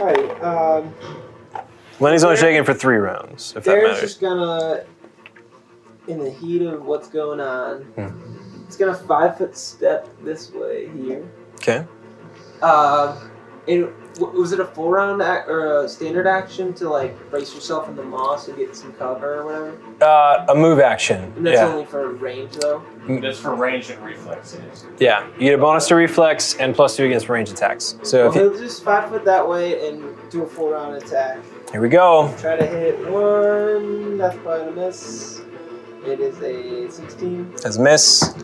All right. Um,
Lenny's only shaken for three rounds, if that
Darren's
matters.
just gonna, in the heat of what's going on,
Hmm.
it's gonna five foot step this way here.
Okay.
Uh, and w- was it a full round ac- or a standard action to like brace yourself in the moss and get some cover or whatever?
Uh, a move action.
And that's
Yeah,
only for range though.
That's for range and reflexes.
yeah. You get a bonus to reflex and plus two against range attacks. So if
Well,
you,
he'll just five foot that way and do a full round attack.
here we go.
Try to hit one. That's probably a miss. It is a 16
That's a miss.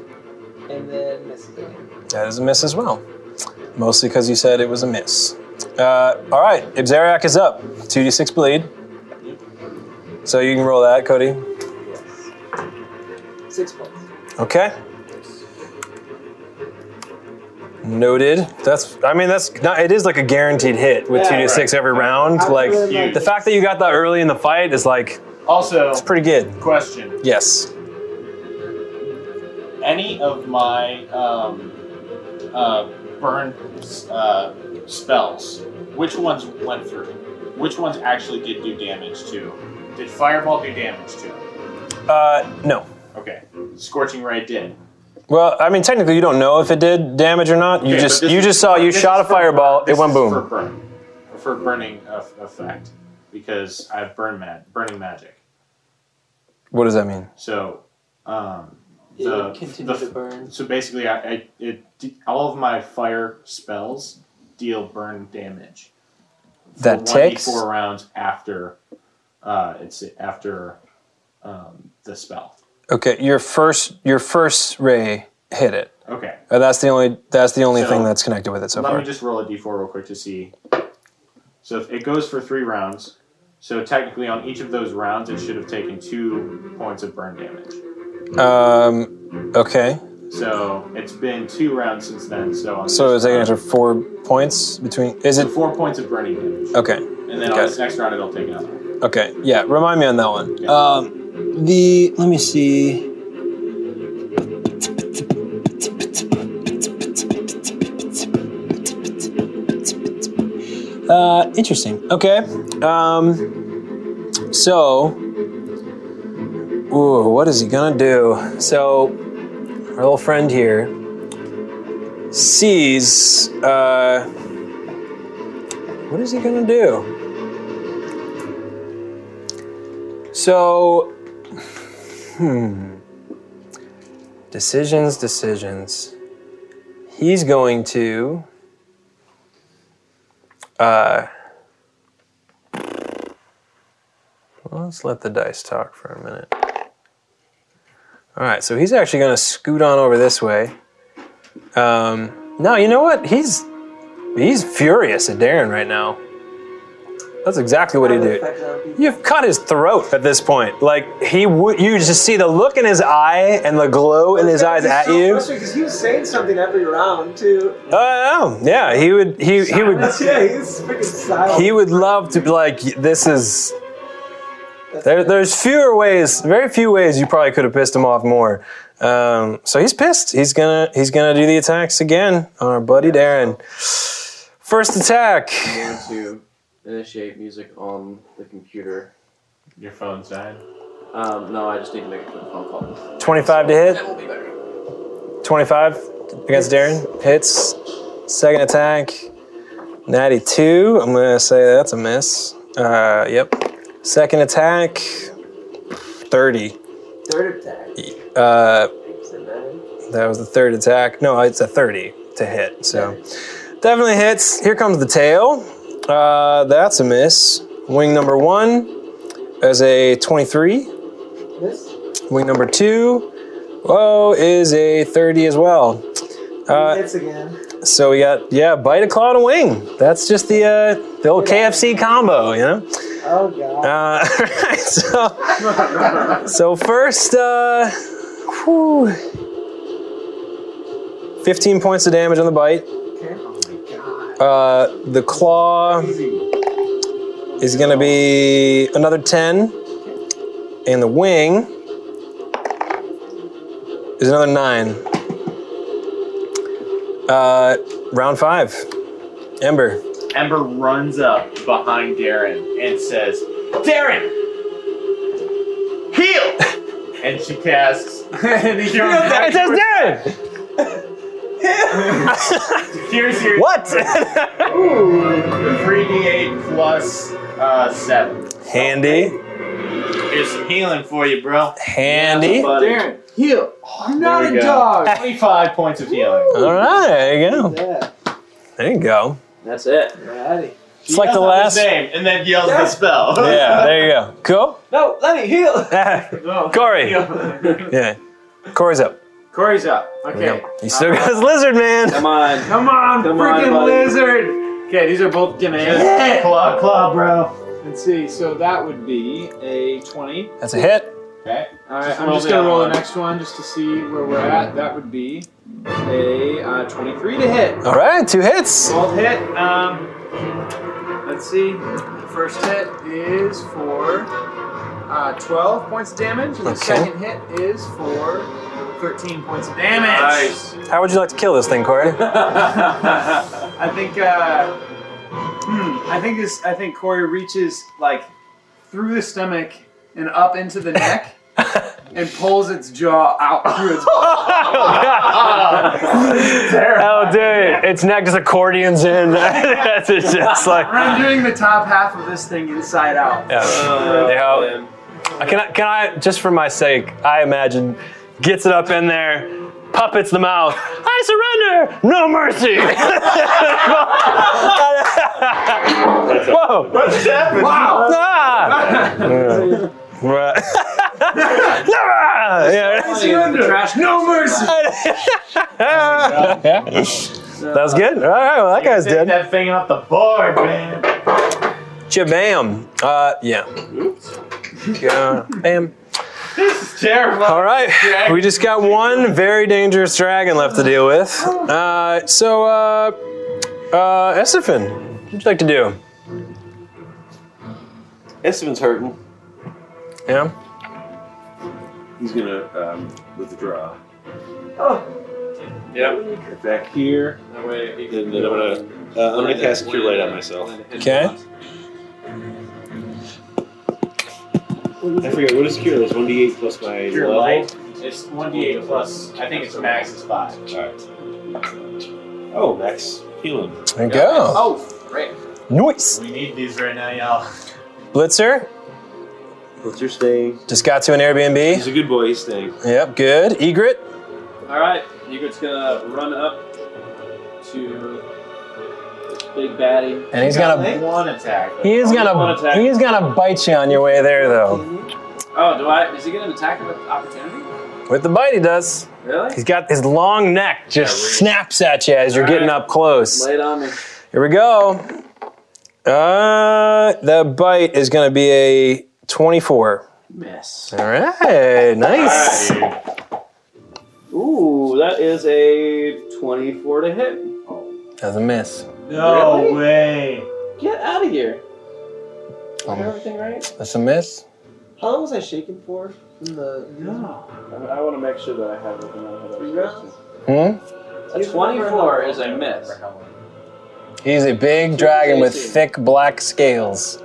and then misses again.
That is a miss as well. Mostly because you said it was a miss. Uh, all right, Ibzariak is up. 2d6 bleed. So you can roll that, Cody.
Yes. Six points.
Okay. Noted. That's. I mean, that's. Not, it is like a guaranteed hit with
Yeah,
two to six every round.
I'm
like
feeling
the fact that you got that early in the fight is like
Also,
it's pretty good.
question:
Yes.
Any of my um, uh, burn uh, spells, which ones went through? Which ones actually did do damage to? Did fireball do damage to?
Uh, no.
Okay, scorching ray did.
Well, I mean, technically, you don't know if it did damage or not. You
Okay, but
just
this
you
is-
just saw you
this
shot a
is for
fireball.
burn. This
It went
is
boom.
For uh, burn.
for burning eff- effect because I have burn mag, burning magic.
What does that mean?
So, um,
It
the,
would continue to
the
burn.
so basically, I, I it de- all of my fire spells deal burn damage. for
That ticks?
Four rounds after, uh, it's after um, the spell.
Okay, your first your first ray hit it.
Okay,
Uh, that's the only that's the only
So,
thing that's connected with it so
let
far.
me just roll a d4 real quick to see. So if it goes for three rounds. So technically, on each of those rounds, it should have taken two points of burn damage.
um, okay,
So it's been two rounds since then. So on
so
this
it's taking
round-
extra four points between. Is
so
it
four points of burning damage,
okay?
and then
Okay.
on this next round it'll take another. one.
Okay, yeah. Remind me on that one.
Yeah.
Um, the let me see. Uh, interesting. Okay. Um, so, ooh, what is he gonna do? So, our little friend here sees. Uh, what is he gonna do? So, hmm. Decisions, decisions. He's going to. Uh, let's let the dice talk for a minute. All right, so he's actually going to scoot on over this way. Um, no, you know what? He's he's furious at Darren right now. That's exactly what he did. You've cut his throat at this point. Like he would, you just see the look in his eye and the glow in his eyes at you.
[LAUGHS]
I
Because he was saying something every round too.
know. Oh, Yeah, he would. He he would.
yeah, he's freaking silent.
He would love to be like. This is. There, there's fewer ways, very few ways you probably could have pissed him off more. Um, so he's pissed. He's gonna he's gonna do the attacks again on our buddy Darren. First attack.
I'm going to initiate music on the computer.
Your phone's dying.
Um, no, I just need to make a quick phone call.
25 to hit.
That will be better.
25 against Darren. Hits. Second attack. Natty 2. I'm going to say that's a miss. Uh, yep. Second attack. 30.
Third attack.
Uh,
Is it better?
that was the third attack. No, it's a 30 to hit. So definitely hits. Here comes the tail. Uh, that's a miss. Wing number one is a 23.
Miss?
Wing number two, whoa, is a 30 as well. Uh,
Hits again.
So we got yeah, bite a claw and a wing. That's just the uh, the old KFC combo, you know.
Oh god.
Uh, [LAUGHS] alright, so so first, uh, whew, fifteen points of damage on the bite.
Oh,
Uh, the claw is gonna be another ten, and the wing is another nine. Uh, round five, Ember.
Ember runs up behind Darren and says, "Darren, heal!"
[LAUGHS]
and she casts Cure,
It says Darren.
Cure Series
What? [LAUGHS]
three d eight plus uh, seven.
Handy.
Here's some healing for you, bro.
Handy. All
Buddy.
Darren, heal.
I'm not
there
a
we go.
dog.
Twenty-five points of healing.
right, there you go.
Yeah.
There you go.
That's it.
Alrighty.
It's like the
Yells out
last.
his name and then yells
Yeah.
the spell. [LAUGHS]
Yeah, there you go. Cool.
No, let me heal.
[LAUGHS] Corey. Yeah. Corey's up.
Corey's up.
There we go.
Okay.
He still got his lizard man.
Come on.
Come on,
Come on,
freaking
buddy.
lizard! Okay, these are both gonna hit.
Yeah. Claw, claw, bro.
Let's see. So that would be a twenty.
That's a hit.
Okay.
All right,
Just
I'm
roll
just
the
gonna
other
roll the
one.
next one just to see where we're at. That would be a uh, twenty-three to hit.
All right, two hits.
Both hit. Um, let's see. The first hit is for uh, twelve points of damage, and the
Okay.
second hit is for thirteen points of damage.
Nice.
How would you like to kill this thing, Corey?
[LAUGHS] I think uh, hmm, I think this I think Corey reaches like through the stomach and up into the neck and
[LAUGHS]
pulls [LAUGHS] its jaw out through its
Oh, God.
Terrible.
Oh, dude. its neck just accordions in. [LAUGHS] That's it's just like.
I'm doing the top half of this thing inside out.
Yeah.
Uh,
Anyhow, can I, can I just for my sake? I imagine gets it up in there, puppets the mouth. I surrender, no mercy. [LAUGHS] Whoa!
What just happened? [LAUGHS] Wow.
Ah! Yeah. Right. [LAUGHS] Never! Yeah.
no mercy.
Yeah. [LAUGHS] That was good. All right, well, that guy's
Take
dead.
that thing off the board, man.
Jabam. Uh, yeah. Yeah. Bam.
[LAUGHS] This is terrible.
All right. We just got one very dangerous dragon left to deal with. Uh, so, uh, uh, Esifin, what would you like to do?
Estevan's hurting.
Yeah.
He's gonna um, withdraw.
Yep.
Back here,
That way you
and then I'm gonna uh, I'm gonna cast Cure Light on myself.
Okay.
I forget what is Cure Light. It's one d8 plus my
Your
level.
light. It's 1d8 plus. I think it's max is five.
Oh, max healing.
There you go.
Oh, great.
Nice.
We need these right now, y'all.
Blitzer
What's your staying?
just got to an
He's
Airbnb.
a good boy. He's staying.
Yep, good. Egret.
All right, Yugurt's gonna run up to Big Baddie.
And he's gonna
one [LAUGHS] attack.
he is gonna he is gonna bite you on your way there though.
Oh, do I? Is he gonna attack him with opportunity?
With the bite he does.
Really?
He's got his long neck just snaps at you as you're
All
getting
right.
up close.
Lay it on me.
Here we go. Uh, the bite is going to be a 24.
Miss.
All right, nice.
Ooh, that is a 24 to hit.
Doesn't miss.
No
Really?
way.
Get out of here.
Um,
Got everything right?
That's a miss.
How long was I shaking for? In the
No. I, want to make sure that I have everything I
three rounds?
Hmm?
A 24 is a miss.
He's a big dragon with thick black scales.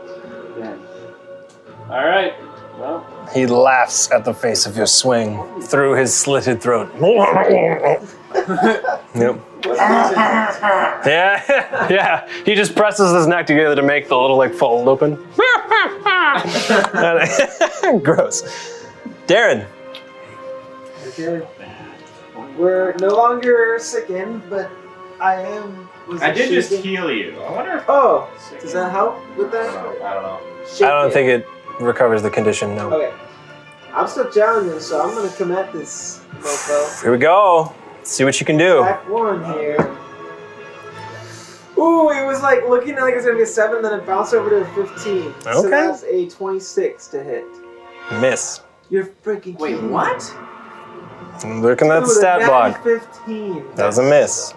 All right. Well,
He laughs at the face of your swing through his slitted throat. [LAUGHS] yep. Yeah, [LAUGHS] yeah. He just presses his neck together to make the little like fold open. [LAUGHS] Gross. Darren.
Okay. We're no longer sickened, but I am. Was
I
it
did just
shaken?
heal you. I wonder if.
Oh, does that help with
I
that?
don't know. I don't know.
I don't think it recovers the condition. No.
Okay. I'm still challenging, so I'm gonna come at this mofo.
Here we go. see what you can do.
Back one here. Ooh, it was like looking like it was gonna be a seven, then it bounced over to a fifteen.
Okay.
So that's a twenty-six to hit.
Miss.
You're freaking.
wait,
kidding me.
what?
I'm looking at the
Ooh,
stat
natty
block.
Fifteen.
That's a miss.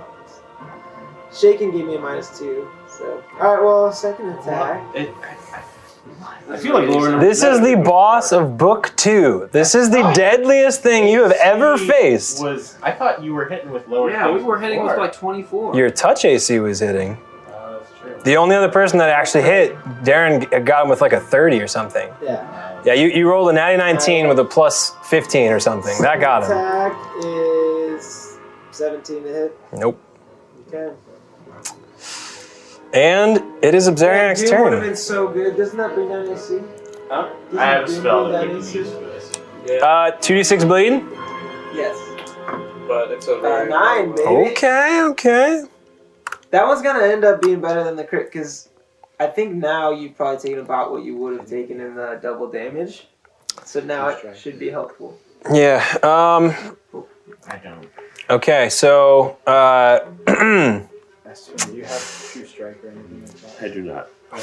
Shaken gave me a minus two. So all right, well, second attack.
I feel like Lauren.
This is the boss of book two. This is the deadliest thing you have ever faced.
Was I thought you were hitting with lower.
Yeah, we
things
were hitting with
before.
like 24.
Your touch AC was hitting.
Oh, that's true.
The only other person that actually hit, Darren g- got him with like a 30 or something.
Yeah.
Yeah, you, you rolled a natty 19 with a plus 15 or something. That got him.
Attack is seventeen to hit.
Nope.
Okay.
And it is Obsarian's
That would have
turn.
been so good. Doesn't that bring down AC?
Huh?
Doesn't
I have a
bring
spell that
down
we can use
AC?
for this.
Uh, 2d6 bleed.
Yes.
But it's a
Uh, nine, baby.
Okay, okay.
That one's gonna end up being better than the crit because I think now you've probably taken about what you would have taken in the double damage. So now it should be helpful.
Yeah. Um,
I don't.
okay, so uh, [CLEARS THROAT]
Do you have true strike or anything like that?
I do not.
I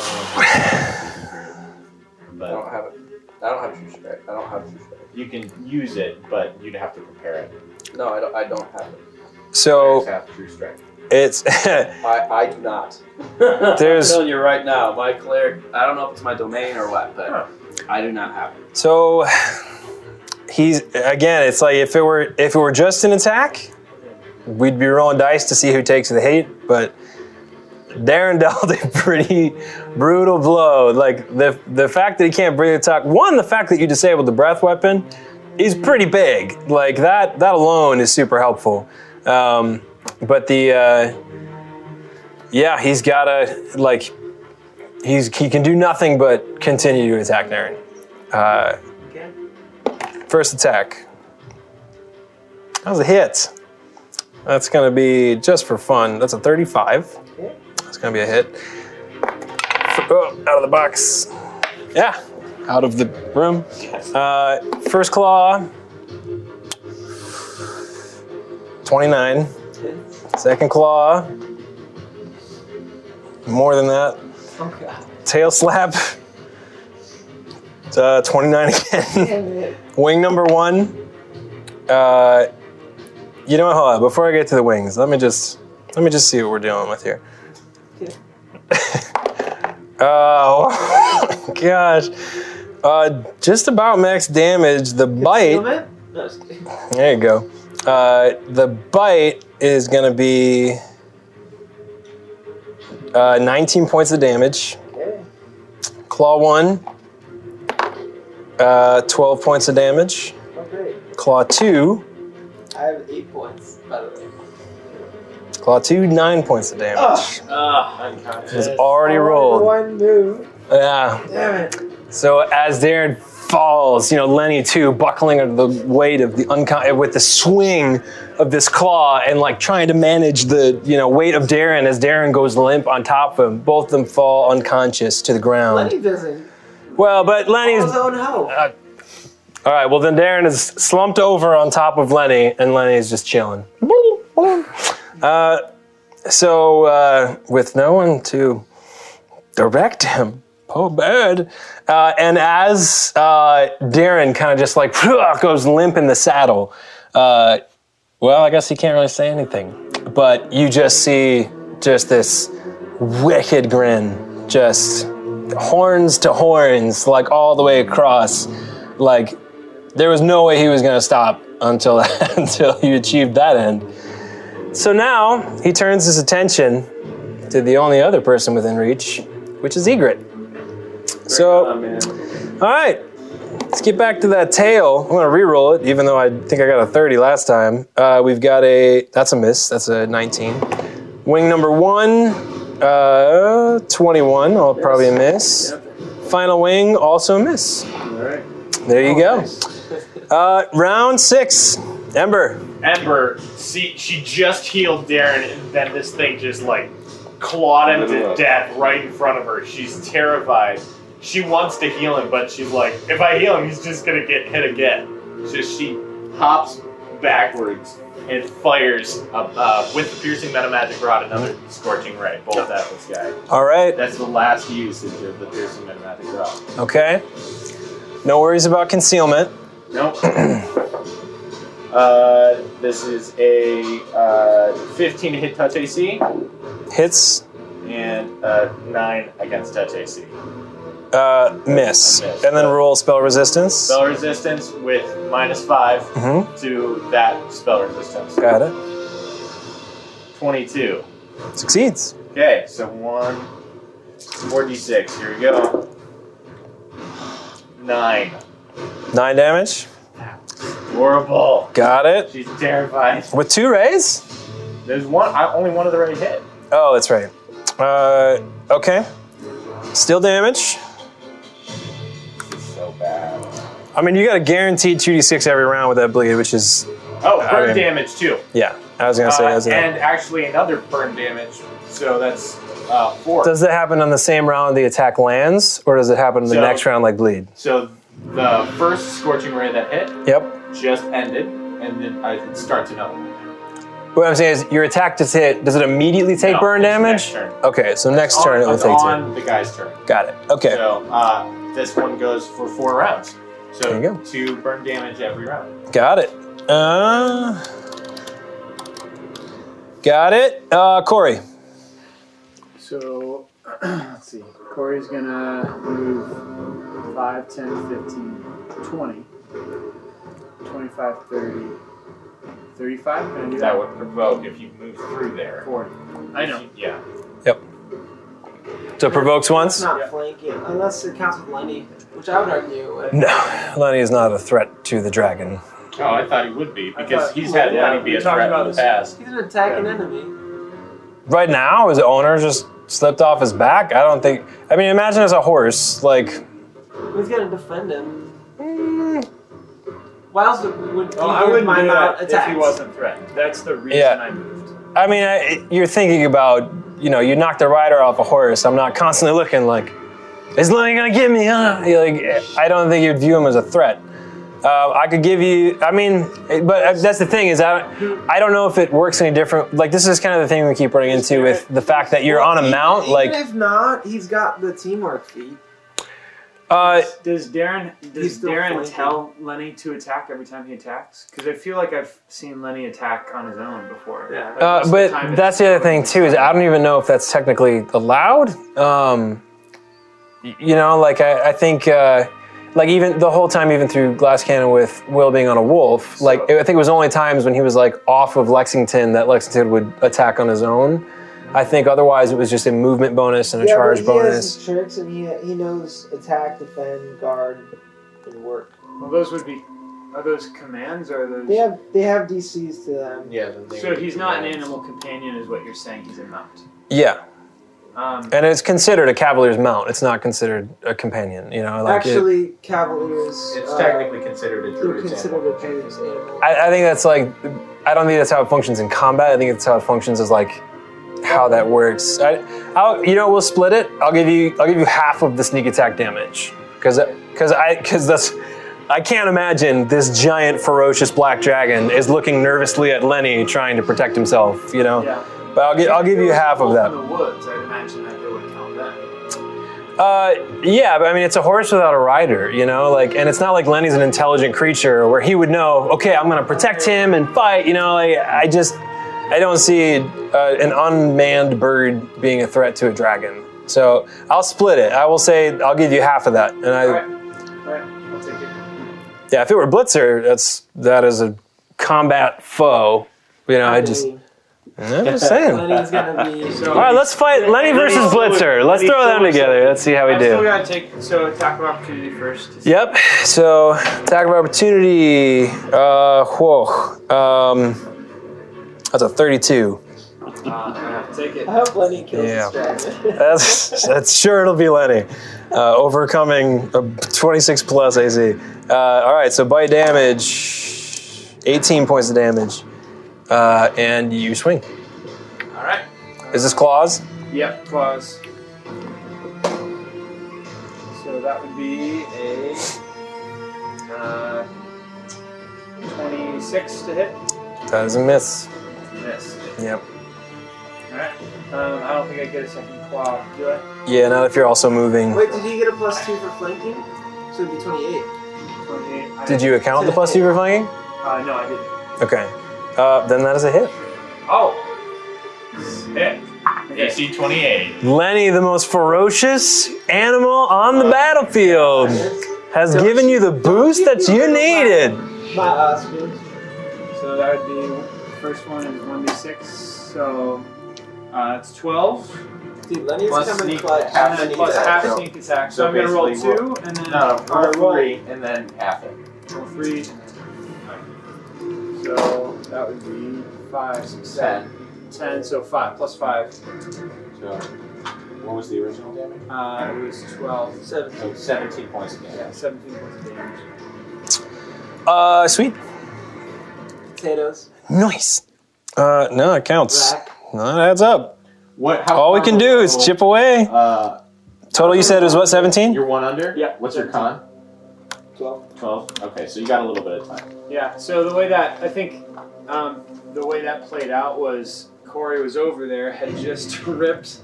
But
don't have it. I don't have true strike. I don't have true strike.
you can use it, but you'd have to prepare it.
No, I don't, I don't have it.
Oh.
so
Have true strike.
it's [LAUGHS]
I, I do not.
There's-
I'm telling you right now, my cleric, I don't know if it's my domain or what, but
Huh.
I do not have it.
so he's again. It's like if it were if it were just an attack, we'd be rolling dice to see who takes the hate. But Darren [LAUGHS] dealt a pretty brutal blow. Like the the fact that he can't breathe attack. One, the fact that you disabled the breath weapon is pretty big. Like that that alone is super helpful. Um, but the uh, Yeah, he's got to like he's he can do nothing but continue to attack Naren. Uh, first attack. That was a hit. That's gonna be just for fun. That's a 35. That's gonna be a hit. F- oh, out of the box. Yeah, out of the room. Uh, first claw. 29. Second claw. More than that. Tail slap. Uh, 29 again. Wing number one. Uh, you know what? Hold on. Before I get to the wings, let me just let me just see what we're dealing with here. [LAUGHS] oh [LAUGHS] gosh. Uh, just about max damage. The bite. There you go. Uh, the bite is going to be uh, 19 points of damage. Claw one. Uh, 12 points of damage.
Okay.
Claw two.
I have eight points, by the way.
Claw two, nine points of damage.
Ah,
It's already rolled.
Oh, One move.
Yeah.
Damn it.
So as Darren falls, you know Lenny too, buckling under the weight of the uncon- with the swing of this claw and like trying to manage the you know weight of Darren as Darren goes limp on top of him. Both of them fall unconscious to the ground.
Lenny doesn't. Oh,
Well, but Lenny's
His own help.
all right. Well, then Darren is slumped over on top of Lenny, and Lenny is just chilling. Uh, so uh, with no one to direct him, poor bird. Uh, and as uh, Darren kind of just like [LAUGHS] goes limp in the saddle, uh, well, I guess he can't really say anything. But you just see just this wicked grin, just horns to horns, like all the way across, like there was no way he was going to stop until [LAUGHS] until you achieved that end. So now he turns his attention to the only other person within reach, which is Egret. So, all right, let's get back to that tail. I'm going to re-roll it, even though I think I got a 30 last time. Uh, we've got a that's a miss. That's a 19. Wing number one, uh, 21. All probably a miss. Final wing also a miss. All
right.
There you go. Uh, round six, Ember.
Ember, see, she just healed Darren, and then this thing just like clawed him to death right in front of her. She's terrified. She wants to heal him, but she's like, if I heal him, he's just gonna get hit again. So she hops backwards and fires up, uh, with the piercing meta magic rod another scorching ray, both at this guy.
All right.
That's the last usage of the piercing meta magic rod.
Okay. No worries about concealment.
Nope. uh, this is a uh, 15 to hit touch AC
Hits,
and uh, 9 against touch AC.
uh, miss,
Miss.
and then roll spell resistance.
Spell resistance with minus 5
Mm-hmm.
to that spell resistance.
Got it.
22.
Succeeds.
Okay, so 1, 4d6. Here we go. 9.
Nine damage.
Horrible.
Got it.
She's terrified.
With two rays.
There's one, I, only one of the right hit.
Oh, that's right. Uh, okay. Still damage.
This is so bad.
I mean, you got a guaranteed 2d6 every round with that bleed, which is,
Oh,
I
burn
mean-
damage too.
yeah, I was going to say,
Uh,
that's enough.
and actually another burn damage. So that's uh, four.
Does that happen on the same round the attack lands, or does it happen in the
So-
next round like bleed?
so the first scorching ray that hit
Yep.
just ended, and then I, it starts another. one.
What I'm saying is, your attack does hit, does it immediately take
No,
burn
it's
damage?
Next turn.
Okay, so next turn it
on,
will
it's
take two.
on the guy's turn.
Got it. Okay.
So uh, this one goes for four rounds. So
There you go.
two burn damage every round.
Got it. Uh, got it. Uh, Corey.
So, [CLEARS THROAT] let's see. Corey's gonna move 5, 10, 15, 20, 25, 30, 35. Can I do
That would provoke if you move through there.
40. I know.
Yeah.
So provokes
It's
once?
not flanking, unless it counts with Lenny, which I would argue. it would.
No. Lenny is not a threat to the dragon.
Oh, I thought he would be because
thought-
he's had
yeah,
money be
we
a
talked
threat
about
in the
this.
past.
He's an attacking enemy.
right now his owner just slipped off his back. I don't think. I mean, imagine as a horse. Like,
Who's gonna defend him?
Hmm.
Why else would, would
Well,
he
Oh, I
give
wouldn't
my
do
mount
that if
attacks?
he wasn't threatened. That's the reason
Yeah.
I moved.
I mean, I, you're thinking about, you know, you knocked the rider off a horse. I'm not constantly looking like, is Lenny gonna get me? Huh? You're Like, I don't think you'd view him as a threat. Uh, I could give you. I mean, but uh, that's the thing is I, I don't know if it works any different. Like this is kind of the thing we keep running into with the fact that you're on a mount.
Even
Like,
if not, he's got the teamwork feat.
uh,
Does Darren
He's
does
still
Darren
flanking.
tell Lenny to attack every time he attacks? Because I feel like I've seen Lenny attack on his own before.
Yeah.
Like, most
Uh,
of the time
but
it's-
that's the other thing too is I don't even know if that's technically allowed. Um, y- you know, like I, I think, uh, like even the whole time, even through Glass Cannon with Will being on a wolf, like I think it was only times when he was like off of Lexington that Lexington would attack on his own. I think otherwise it was just a movement bonus and a
yeah, but
charge
he Has
bonus.
his tricks and he, he knows attack, defend, guard, and work.
Well, those would be are those commands or those?
They have they have DCs to them.
Yeah.
So he's not an animal companion, is what you're saying. He's a mount.
Yeah,
Um,
and it's considered a cavalier's mount. It's not considered a companion. You know, like it-
Actually, cavaliers.
It's
uh,
technically considered a
they're
druid's
considered a pain's animal.
I, I think that's like I don't think that's how it functions in combat. I think that's how it functions as like how that works. I, I'll, you know, we'll split it. I'll give you I'll give you half of the sneak attack damage because because I because that's I can't imagine this giant ferocious black dragon is looking nervously at Lenny trying to protect himself. You know,
yeah.
but I'll give I'll give you half of that.
In the woods, I'd imagine that they would count that.
Uh, yeah, but I mean, it's a horse without a rider, you know, like, and it's not like Lenny's an intelligent creature where he would know, okay, I'm gonna protect him and fight, you know, like, I just, I don't see uh, an unmanned bird being a threat to a dragon. So I'll split it. I will say I'll give you half of that, and I,
All right, I'll take it.
yeah, if it were Blitzer, that's that is a combat foe, you know. I just, I'm just saying.
Lenny's gonna be.
All right, let's fight Lenny versus Blitzer. Let's throw them together. Let's see how we
I
do.
still gotta take so attack of opportunity first. to see-
Yep. So attack of opportunity. Uh, whoa. Um, that's a 32.
Uh, I'm gonna have to take
[LAUGHS]
it.
I hope Lenny kills
Yeah.
this dragon.
That's that's sure it'll be Lenny, uh, overcoming a 26 plus AC. Uh, all right. So bite damage, 18 points of damage, uh, and you swing.
All right.
Is this claws?
Yep, claws. So that would be a uh, 26 to hit.
That is a miss.
Miss.
Yep.
Alright. Um, I don't think I get a second claw, do I?
Yeah. Now if you're also moving,
[LAUGHS] Wait, did he get a plus two for flanking? So it'd be twenty-eight.
28. I-
did you account the plus two for flanking?
Uh, no, I didn't.
Okay. Uh, then that is a hit.
Oh! Sick.
AC 28.
Lenny, the most ferocious animal on the battlefield, has
Don't
given you the boost that you needed.
My uh, Osmond.
So that would be first one is 1d6, so uh, it's 12.
Dude, Lenny's
Plus
coming
sneak
clutch.
attack.
and
sneak
then plus
attack,
half
so-
sneak attack. So,
so
I'm gonna roll
basically
two and then
No,
or
roll three and then half it.
Roll three. So that would be five, six, seven, ten. so five plus five.
So, what was the original damage?
Uh, it was twelve.
Seven.
So 17 points of damage.
Yeah, seventeen points of damage.
Uh, sweet.
Potatoes.
Nice. Uh, no, it counts.
Rack.
No, that adds up.
What? How
All we
far
can
was
do
the
is
total?
chip away.
Uh,
Total, you said was what, 17?
you're one under.
Yeah.
What's your con?
Twelve.
Twelve. Okay, so you got a little bit of time.
Yeah. So the way that I think um, the way that played out was Corey was over there had just [LAUGHS] ripped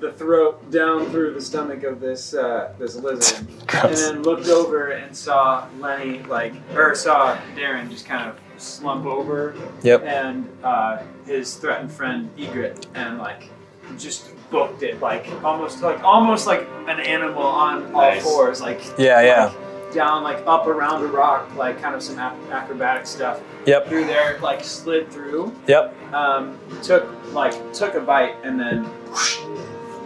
the throat down through the stomach of this uh, this lizard, and
Gross.
then looked over and saw Lenny like or saw Darren just kind of slump over.
Yep.
And uh, his threatened friend Egret and like just booked it like almost like almost like an animal on all
Nice.
fours like
Yeah, yeah.
like, down like up around a rock like kind of some ac- acrobatic stuff
Yep,
through there like slid through
yep.
um, took like took a bite and then whoosh,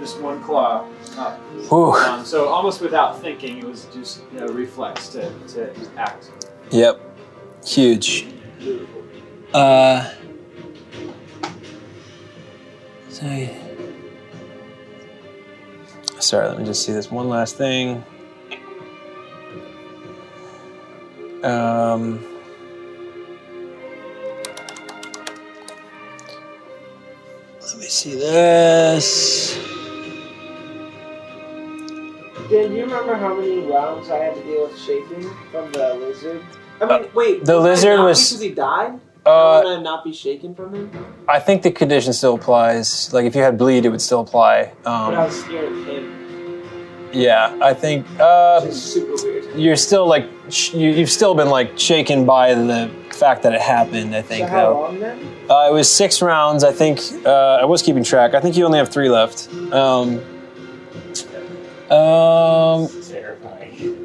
just one claw up
Whew.
um, so almost without thinking it was just you know, reflex to, to act
Yep. Huge. Uh. say? Sorry, let me just see this one last thing. Um, let me see this.
Dan, you remember how many rounds I had to deal with shaking from the lizard? I mean,
Uh,
wait.
the
was I
lizard
not
was-
Because he died?
Uh,
Can I not be shaken from him?
I think the condition still applies. Like if you had bleed, it would still apply.
but I
Um,
was scared of him.
yeah, I think uh,
Which is super weird.
you're still like sh- you, you've still been like shaken by the fact that it happened. I think
so how
though.
long then?
Uh, it was six rounds. I think uh, I was keeping track. I think you only have three left. Um, um,
It's terrifying.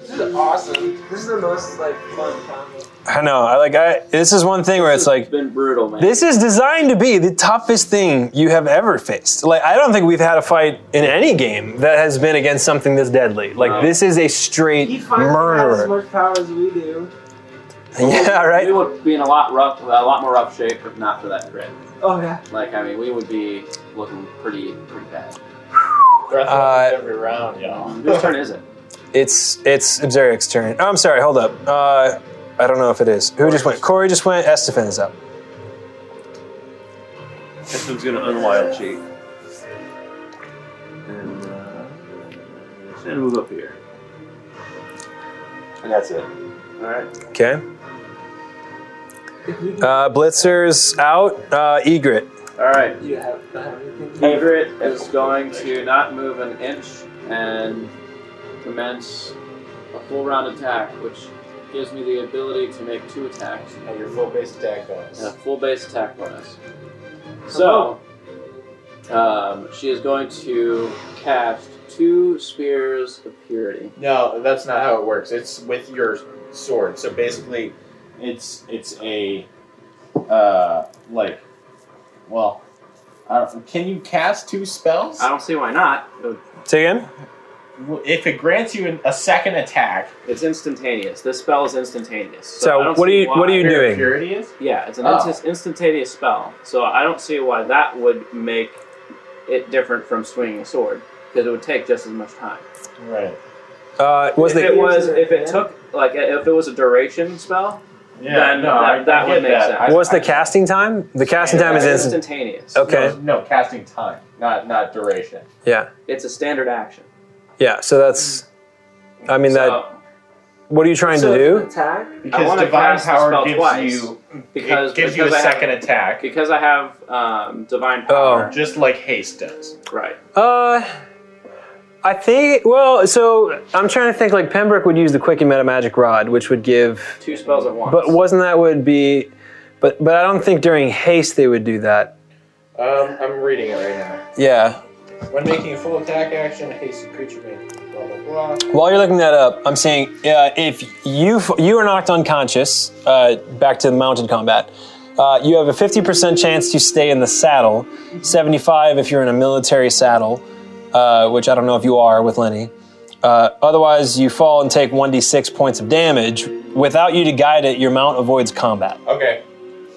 This is awesome. This is the most like fun comic.
I know. I like. I this is one thing where it's like
It's been brutal, man.
this is designed to be the toughest thing you have ever faced. Like I don't think we've had a fight in any game that has been against something this deadly. Like
No.
this is a straight
He finally has as
murderer.
much power as we do.
[LAUGHS] yeah.
We
Right.
would be in a lot rough, a lot more rough shape if not for that crit.
Oh yeah.
Like, I mean, we would be looking pretty, pretty bad.
Breath
Uh,
weapons every round, y'all.
Whose turn is it?
It's it's Obseric's turn. Oh, I'm sorry. Hold up. Uh, I don't know if it is. Who just went? Corey just went. Estefan is up.
This one's gonna unwild shape. And uh, just gonna move up here. And that's it.
Alright.
Okay. Uh, Blitzer's out. Uh, Egret.
All right,
You have, I have anything.
Egret is going to not move an inch and commence a full round attack, which gives me the ability to make two attacks
And your full base attack bonus.
and a full base attack bonus. So, um, she is going to cast two spears of purity.
No, that's not how it works. It's with your sword. So basically, it's it's a uh like well, I don't, can you cast two spells?
I don't see why not. It would-
Say again.
If it grants you an, a second attack,
It's instantaneous. This spell is instantaneous.
So
I don't
what do
see
you- what do
why-
you do?
Spirit
doing?
of Purity is
Yeah, it's an
Oh.
instant- instantaneous spell. So I don't see why that would make it different from swinging a sword because it would take just as much time.
right.
Uh, was
if
the
it was if it
Yeah.
took like if it was a duration spell,
Yeah,
Then
no,
that-
I,
that
I
would
get
make
that.
sense.
I-
What's
I-
the casting time? The casting time is
it's
instant.
instantaneous.
Okay.
No, no, casting time, not not duration.
Yeah.
It's a standard action.
Yeah. So that's. I mean that.
So,
What are you trying
So
to
it's
do?
an Attack.
Because
wanna
divine
cast the
power
spell
gives
twice,
you
because
it gives you
because
a
I have-
second attack,
because I have um, divine
Oh.
power.
just like haste does.
Right.
Uh. I think. Well, so I'm trying to think. Like Pembroke would use the quicken meta magic rod, which would give.
Two spells at once.
But wasn't that would be? But but I don't think during haste they would do that.
Um, I'm reading it right now.
Yeah.
When making a full attack action, haste creature may blah blah blah.
While you're looking that up, I'm saying uh, if you you are knocked unconscious, uh, back to mounted combat, uh, you have a 50% chance to stay in the saddle. 75 if you're in a military saddle, uh, which I don't know if you are with Lenny. Uh, otherwise, you fall and take 1d6 points of damage. Without you to guide it, your mount avoids combat.
Okay,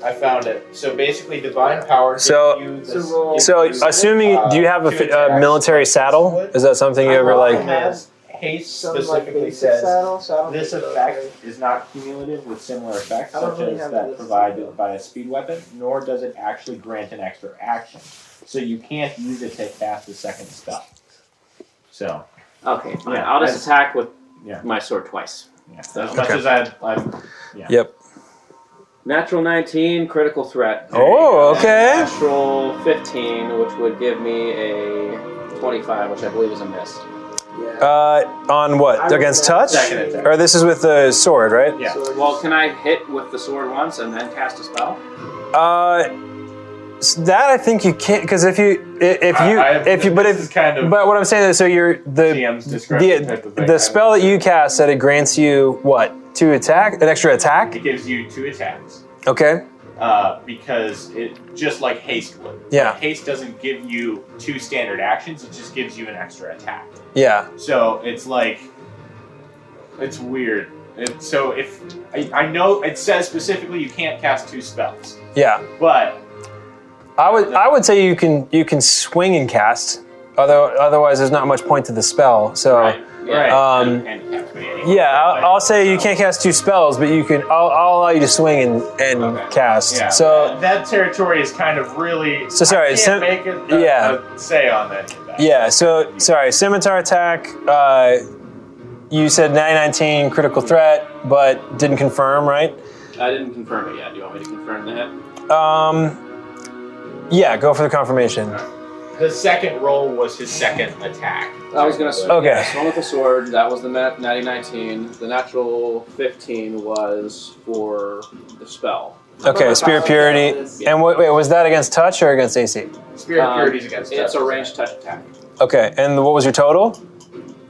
I found it. So basically, divine power. gives
So-
you uh, this,
So roll-
So, assuming do you have a fi- a military saddle? Is that something you ever like?
has Uh, haste
Something
specifically
like
says
saddle, so I don't
This
think so.
effect is not cumulative with similar effects
I don't
such
really
as
have
that
this.
provided by a speed weapon, nor does it actually grant an extra action. So you can't use it to cast a second spell. So
okay. Fine.
Yeah,
I'll just
I-
attack with
Yeah.
my sword twice.
yeah, as much
Okay.
as I, I'm
Yep.
Natural 19, critical threat.
Oh,
And
okay.
Natural 15, which would give me a 25, which I believe is a miss.
Yeah.
Uh, on what? Against touch?
second attack.
Or this is with the sword, right?
Yeah.
So it's-
Well, can I hit with the sword once and then cast a spell?
Uh, s- that I think you can't because if you i- if you
I- I-
if you but
this
if
is kind of
but what I'm saying is so you're the
GM's discretion type
the
of thing.
the spell that you cast said it grants you what two attack an extra attack
it gives you two attacks
okay
uh, because it just like haste would.
yeah
Haste doesn't give you two standard actions; it just gives you an extra attack.
yeah
So it's like, it's weird. It, so if I, I know it says specifically you can't cast two spells,
yeah
but
I would I would say you can you can swing and cast. Although otherwise, there's not much point to the spell. So.
Right.
Oh. Um,
and catch me anyway.
Yeah, I'll, I'll say you can't cast two spells, but you can. I'll, I'll allow you to swing and, and
Okay.
cast.
Yeah.
So
that territory is kind of really.
So sorry,
I can't
so-
make a, a-
yeah.
a say on that. that.
yeah. So sorry, scimitar attack. Uh, you said 919 critical threat, but didn't confirm, right?
I didn't confirm it yet. Do you want me to confirm that?
Um, yeah. Go for the confirmation.
The second roll was his second attack.
I was gonna. s-
Okay.
yes, one with the sword. That was the nat- natty nineteen. The natural fifteen was for the spell.
Okay. Spirit purity. And what, wait, was that against touch or against AC?
Spirit
Um,
purity's against
It's
us.
a ranged touch attack.
Okay. And what was your total?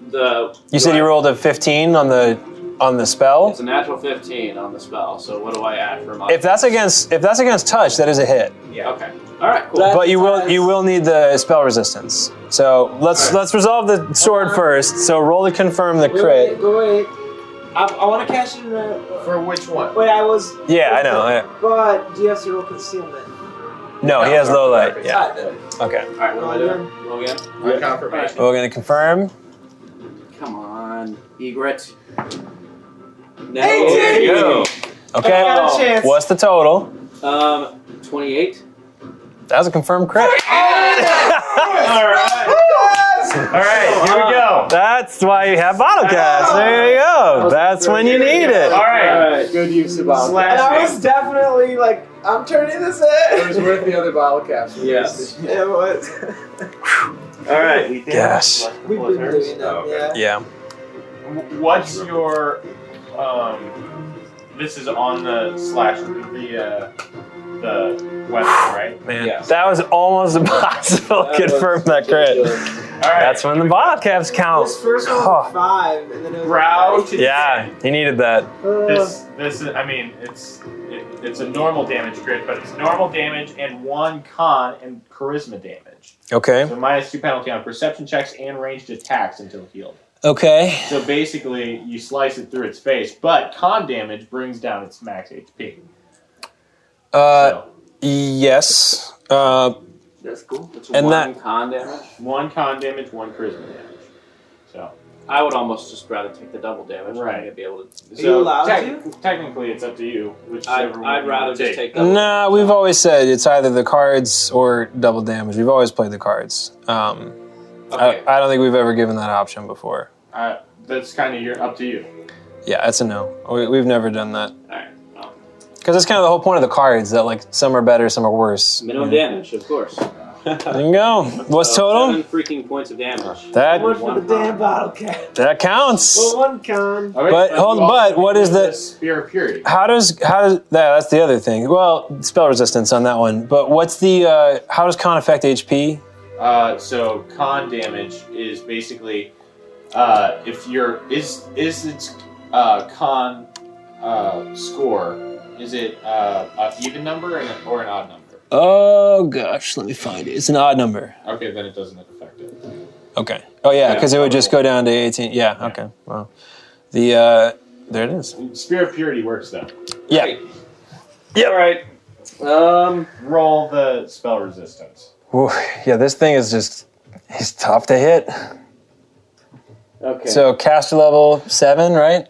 The
You said you rolled a 15 on the on the spell.
It's a natural fifteen on the spell. So what do I add for my?
If that's against if that's against touch, that is a hit.
okay. All right. Cool.
but you will you will need the spell resistance. So let's let's resolve the sword first. So roll to confirm the
Wait,
crit.
wait, wait. I, I want to cash in the.
For which one?
Wait, I was.
Yeah, I know. I-
But do you have to roll concealment?
No, he has low light. Yeah.
Ah, then.
Okay.
All right. What do I do? Roll again.
A confirmation.
We're gonna confirm.
Come on, Egret. No.
Eighteen!
Yo.
Okay.
Got a chance. [LAUGHS]
What's the total?
Um, twenty-eight.
That was a confirmed crit.
All right. All right. Here we go.
That's why you have bottle cast. There you go. That's when you need
All
it.
right.
Good use of bottle.
And I was
Slash.
definitely like, I'm turning this
It was
in.
worth the other bottle caps.
[LAUGHS]
we
Yes.
used.
it was.
All right. we did
Yes.
select the
We've
full
been
turns.
doing
Oh,
that,
okay.
yeah.
Yeah.
What's your um? This is on the slash the uh, the weapon, right?
Man,
Yes.
that was almost [LAUGHS] impossible to confirm that crit.
All right.
That's when the bottle caps count.
This first one
Oh.
was five, and then it was
Brow to
Yeah, he needed that.
Uh,
This this is I mean it's it, it's a normal damage grid, but it's normal damage and one con and charisma damage.
Okay.
So minus two penalty on perception checks and ranged attacks until healed.
Okay.
So basically, you slice it through its face, but con damage brings down its max HP.
Uh,
so
Yes. Uh,
That's cool. It's
And
one
that-
con damage.
one con damage, one charisma damage. So
I would almost just rather take the double damage.
Right.
To be able to.
so
you allowed
technically, it's up to you.
I'd,
Whichever one
I'd
you
rather
would
just take double.
nah, we've always said it's either the cards or double damage. We've always played the cards. Um,
Okay.
I, I don't think we've ever given that option before.
Uh, that's kind of your up to you.
Yeah, that's a no. We, we've never done that.
Alright, well.
Because that's kind of the whole point of the cards that, like, some are better, some are worse.
Oh. Minimum damage, of course.
There you go. [LAUGHS] What's
So,
total?
Seven freaking points of damage.
That
one for the damn bottle cap.
that counts.
Well, one con.
All right,
But
you
hold-
also
but what is
need
the-
spear of purity?
How does how does that? That's the other thing. Well, spell resistance on that one. But what's the uh, how does con affect HP?
Uh, so con damage is basically uh, if your is is its uh, con uh, score is it uh, an even number and- or an odd number?
Oh gosh, let me find it. It's an odd number.
Okay, then it doesn't affect it.
Okay. Oh yeah,
Yeah.
because it would just go down to eighteen. Yeah. Okay. Wow. The uh, there it is.
Spear of purity works though.
Yeah.
All right. Um,
Roll the spell resistance.
Ooh, yeah. This thing is just it's tough to hit.
okay.
So caster level seven, right?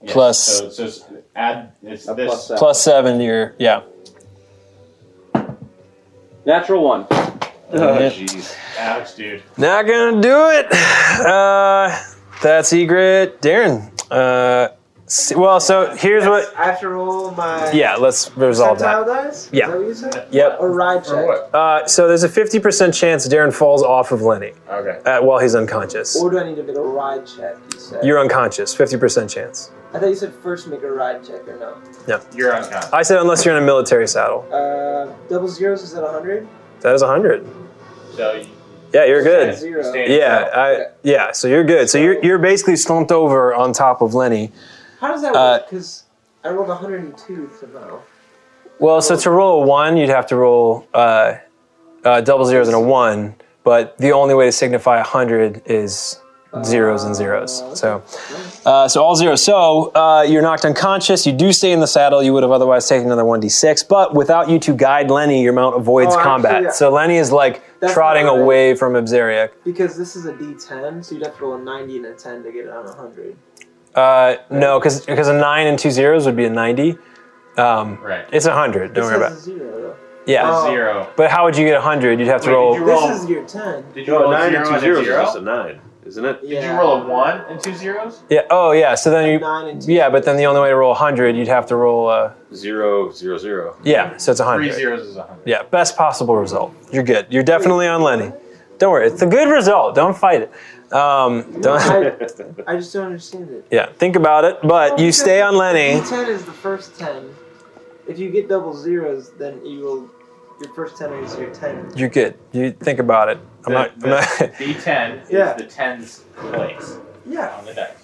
Yes,
Plus-
so it's just add it's
A
this.
plus seven.
Plus seven. You're yeah.
Natural one.
Yeah.
jeez.
Ouch, dude.
Not gonna do it. [SIGHS] Uh, that's Egret, Darren. Uh, s- well, so here's what.
I have to roll my.
Yeah, let's resolve that.
Tactile dice?
Yeah.
Is that what you said?
Yep.
Or ride check?
Or what?
Uh, so there's a 50% chance Darren falls off of Lenny
Okay.
uh, while he's unconscious.
Or do I need to make a ride check? You said.
You're unconscious, 50% chance.
I thought you said first make a ride check or no.
You're unconscious.
I said unless you're in a military saddle.
Uh, double zeros is at 100.
That is 100.
So you
Yeah, you're good.
Zero.
stand
Yeah, I,
Okay.
yeah. So you're good. So you're you're basically slumped over on top of Lenny.
How does that
Uh,
work? Because I rolled 102 somehow.
Well, so to roll a one, you'd have to roll uh, uh, double zeros and a one. But the only way to signify a hundred is zeros and
Oh,
zeros. So, uh, so all zeros. So uh, you're knocked unconscious. You do stay in the saddle. You would have otherwise taken another one d6, but without you to guide Lenny, your mount avoids
Oh, actually,
combat.
yeah.
So Lenny is like
That's
trotting
not right.
away from Obseriac.
Because this is a D10, so you'd have to roll a 90 and a 10 to get it on a 100.
Uh, no, because a nine and two zeros would be a ninety. Um,
Right.
it's a hundred. Don't
this
worry
has
about.
a
It.
zero, though.
Yeah.
Oh.
Zero.
But how would you get a hundred? You'd have to
Wait, did
roll.
you roll-
This is your 10.
Did you
No,
roll
a nine
zero
and two
a
zeros is
zero?
just a nine, isn't it?
Did
Yeah.
you roll a one and two zeros?
Yeah. Oh, yeah. So then you.
Nine and two.
Yeah, but then the only way to roll a hundred, you'd have to roll. Uh,
Zero, zero, zero.
[LAUGHS] yeah. So it's a
Three
hundred.
zeros is a hundred.
Yeah, best possible result. You're good. You're definitely on Lenny. Don't worry, it's a good result. Don't fight it. Um, don't.
I just don't understand it.
Yeah, think about it. But you stay on Lenny.
D10 is the first 10. If you get double zeros, then you will. Your first 10 is your 10.
You're good. You think about it. I'm not. I'm not
D10
Yeah.
is the tens place
Yeah.
on the deck.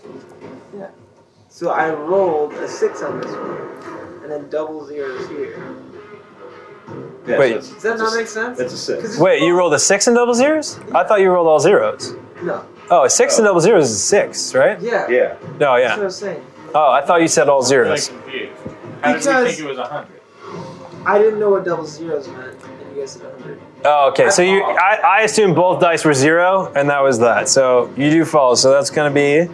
So I rolled a 6 on this one, and then double zeros here.
Yeah,
Wait.
so that's-
Does that not make sense?
That's a six.
'Cause it's-
[LAUGHS] wait, you rolled a six and double zeros? I thought you rolled all zeros.
No.
Oh, a six and double zeros is a six, right?
Yeah.
Yeah.
No,
That's what I
yeah.
was saying.
Oh, I thought you said all
I'm like
zeros.
confused. How did we
Because-
think it was a hundred?
I didn't know what double zeros meant, and you guys said 100.
Oh, okay. So you, I, I assume both dice were zero, and that was that. So you do fall. So that's gonna be.
And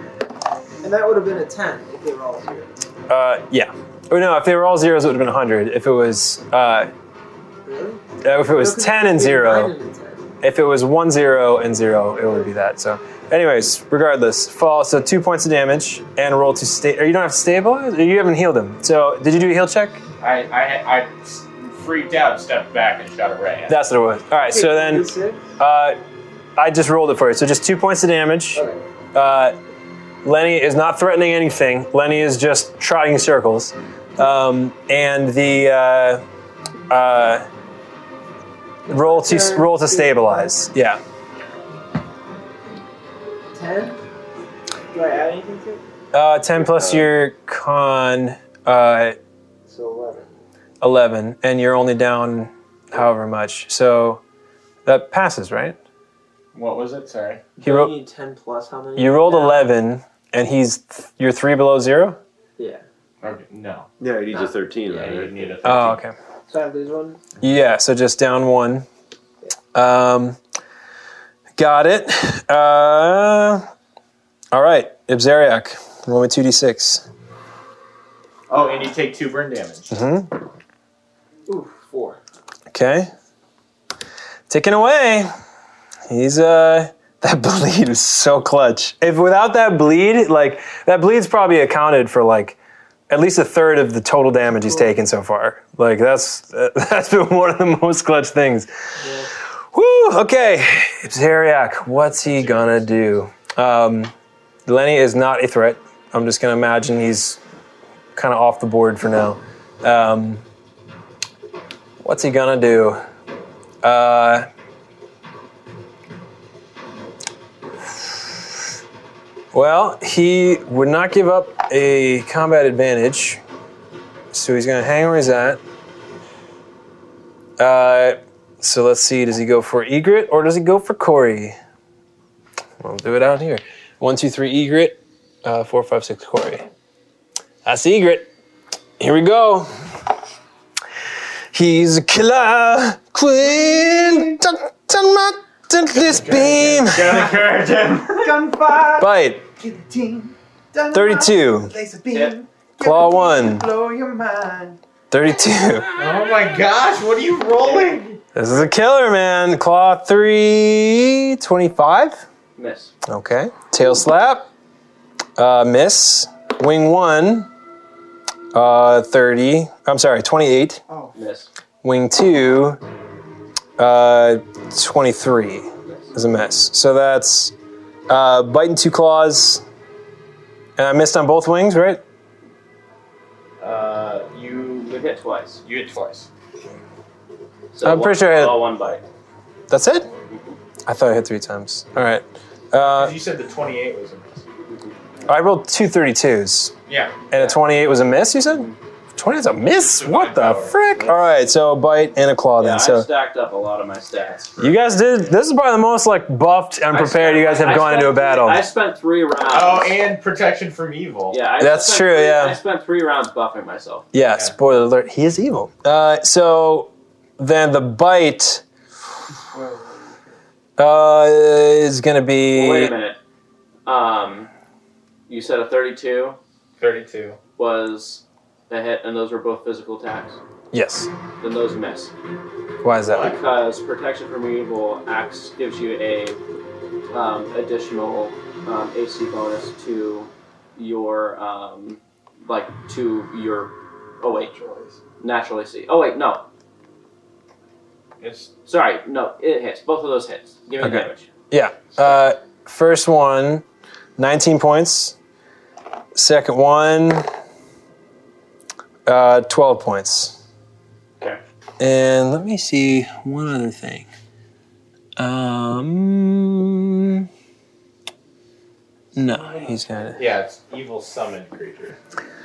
that would have been a 10 if they were all zeros.
Uh, yeah. Or no, if they were all zeros, it would have been 100. If it was uh,
Really?
if it was 10 and 0, if it was 1 0 and 0, it would be that. So, anyways, regardless, fall. So, two points of damage and roll to stay. Or you don't have to stabilize? You haven't healed him. So, did you do a heal check?
I, I, I freaked out, stepped back, and shot a ray. At it.
That's what it was. All right, so then uh, I just rolled it for you. So, just two points of damage.
Okay.
Uh, Lenny is not threatening anything. Lenny is just trotting circles, um, and the uh, uh, roll to roll to stabilize. Yeah,
10? Do I add anything to it?
uh, ten plus your con uh,
So 11.
eleven, and you're only down however much. So that passes, right?
What was it? Sorry.
He
Don't
rolled.
you need 10 plus how many?
You rolled
Yeah.
eleven, and he's th- you're three below zero.
Yeah.
Okay, no.
Yeah, it needs a 13,
Yeah,
right?
you need a
Oh, okay.
So I lose one?
Yeah, so just down one. Um, got it. Uh, all right, Ibzariak, roll me 2d6.
Oh, and you take two burn [LAUGHS] damage.
Mm-hmm.
Ooh, 4.
Okay. Ticking away. He's, uh, [LAUGHS] that bleed is so clutch. If without that bleed, like, that bleed's probably accounted for, like, at least a third of the total damage he's taken so far. Like, that's, [LAUGHS] that's been one of the most clutch things. Woo! Okay, Zeriak, what's he gonna do? Um, Lenny is not a threat. I'm just gonna imagine he's kind of off the board for now. Um, what's he gonna do? Uh, well, he would not give up a combat advantage, so he's gonna hang where he's at. Uh, so let's see, does he go for Egret or does he go for Corey? We'll do it out here. One, two, three, Egret. Uh, four, five, six, Corey. That's Egret. Here we go. He's a killer queen. Dun, dun, dun, dun, This beam.
Gotta encourage him.
Gunfire!
Bite.
Guillotine!
32.
Laser
beam.
Claw one.
Blow your mind!
32.
[LAUGHS] Oh my gosh, what are you rolling?
This is a killer, man. Claw three. 25.
Miss.
Okay. Tail slap. Uh, miss. Wing one. Uh, 30. I'm sorry, 28.
Miss.
Wing two. Uh, 23 is a miss. So that's uh, biting two claws. And I missed on both wings, right?
Uh, you would hit twice.
You hit twice.
So
I'm
one,
pretty sure I hit-
all one bite.
That's it? I thought I hit three times. All right. Uh,
you said the 28 was a miss.
I rolled two 32s.
Yeah.
And a 28 was a miss, you said? 20 is a miss?
It's a
What the
five-power.
frick? All right, so a bite and a claw
Yeah,
then. So
I've stacked up a lot of my stats.
you guys did, this is probably the most like buffed and prepared you guys have
I
gone
spent
into a
three-
battle.
I spent three rounds.
Oh, and protection from evil.
yeah, I
That's
spent
true,
three-
yeah.
I spent three rounds buffing myself.
yeah, spoiler alert, he is evil. Uh, so then the bite uh, is going to be.
Well, wait a minute. Um, you said a 32
Thirty-two.
was a hit, and those were both physical attacks.
Yes.
Then those miss
Why is that?
because protection from evil acts gives you a um, additional um, AC bonus to your um, like to your oh wait natural AC. Oh wait, no,
It's
sorry, no, it hits. Both of those hits. Give me
Okay.
damage.
Uh, first one, 19 points. Second one, uh, 12 points.
Okay.
And let me see one other thing. Um, no, he's got it.
yeah, it's evil summoned creature.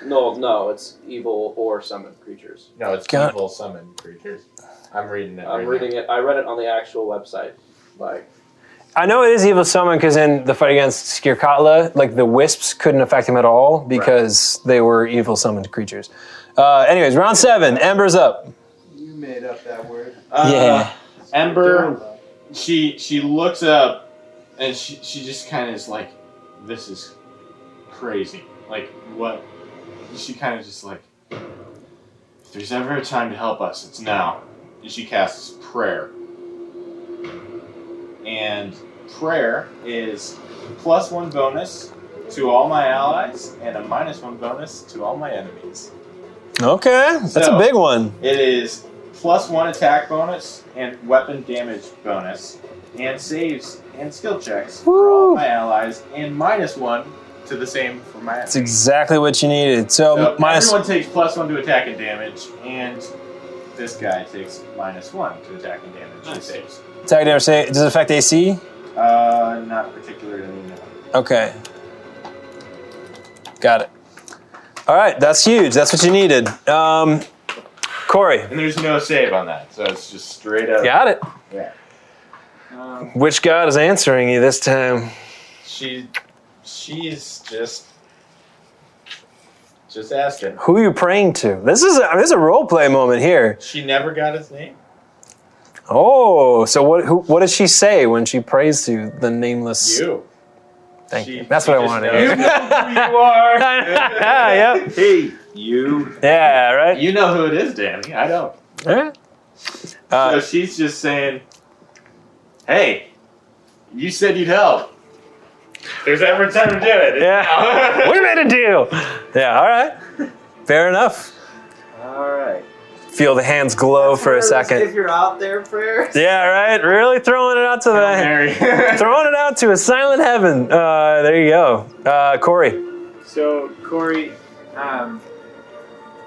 No, no, it's evil or summoned creatures.
No, it's
Got-
evil summoned creatures. I'm reading it.
I'm
right
reading it. I read it on the actual website. Like,
I know it is evil summon because in the fight against Skirkatla, like the wisps couldn't affect him at all because they were evil summoned creatures. Uh, anyways, round seven, Ember's up.
You made up that word.
now. Uh,
yeah.
Ember. She she looks up, and she she just kind of is like, "This is crazy. Like what?" She kind of just like, "If there's ever a time to help us, it's now." And she casts prayer. And prayer is plus one bonus to all my allies and a minus one bonus to all my enemies.
Uh, Okay, that's a
So-
big one.
It is plus one attack bonus and weapon damage bonus, and saves and skill checks for all
Woo.
my allies, and minus one to the same for my
That's exactly what you needed. So,
So
minus
everyone takes plus one to attack and damage, and this guy takes minus one to attack and damage. and saves.
attack damage. say- Does it affect AC?
Uh, not particularly. No.
Okay. Got it. All right, that's huge. That's what you needed. Um, Corey,
And there's no save on that, so it's just straight up.
got it.
Yeah.
Um,
Which god is answering you this time?
She, she's just, just asking.
Who are you praying to? This is a, this is a role play moment here.
She never got his name.
Oh, so what who, what does she say when she prays to the nameless?
You.
Thank
She-
you. That's
she
what I
just
wanted to
knows.
hear.
You know
[LAUGHS]
who you are.
yep.
Hey, you.
[LAUGHS] Yeah.
[LAUGHS]
Right.
You know who it is, Danny. I don't.
All right. Uh,
so she's just saying, "Hey, you said you'd help. There's every time to do it. [LAUGHS]
Yeah. we made a deal. Yeah, all right. Fair enough.
All right.
Feel the hands glow Oh, for a
If
second.
you're out there, prayer.
Yeah, right? Really throwing it out to the
Mary. [LAUGHS]
throwing it out to a silent heaven. Uh, there you go. Uh, Corey.
So Corey, um,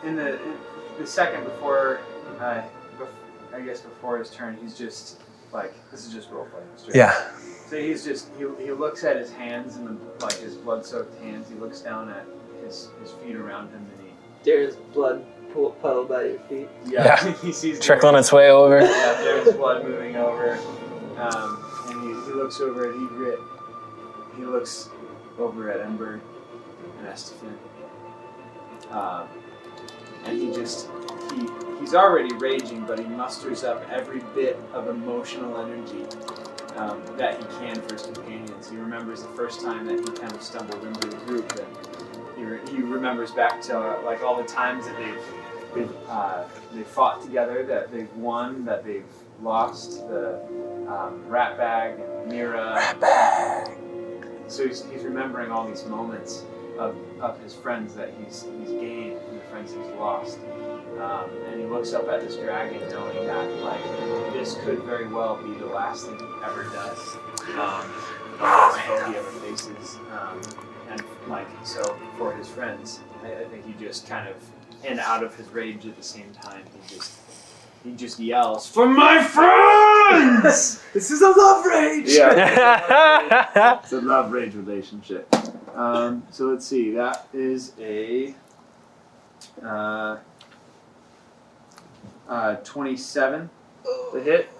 in the in the second before, uh, bef- I guess before his turn, he's just like this is just role playing. it's just-
Yeah.
So he's just he, he looks at his hands and the, like his blood soaked hands. He looks down at his his feet around him and
[LAUGHS] There's blood pool puddled by your feet.
he
Yeah.
[LAUGHS] he sees the-
Trickling its way over.
Yeah, there's blood moving over, um, and he, he looks over at Egret. He looks over at Ember and Estefan. Um, and he just he he's already raging, but he musters up every bit of emotional energy um, that he can for his companions. He remembers the first time that he kind of stumbled into the group, and he, re- he remembers back to uh, like all the times that they've they've uh, they fought together, that they've won, that they've lost. The um, rat bag and Mira. Rat bag. So he's, he's remembering all these moments of, of his friends that he's he's gained and the friends he's lost. Um, and he looks up at this dragon, knowing that like this could very well be the last thing he ever does. Um, the last foe he ever faces. Um, and like so for his friends, I, I think he just kind of and out of his rage at the same time, he just he just yells for my [LAUGHS] friends.
[LAUGHS] This is a love rage.
[LAUGHS] yeah,
it's a love rage relationship. Um, so let's see. That is a uh, uh, 27 to hit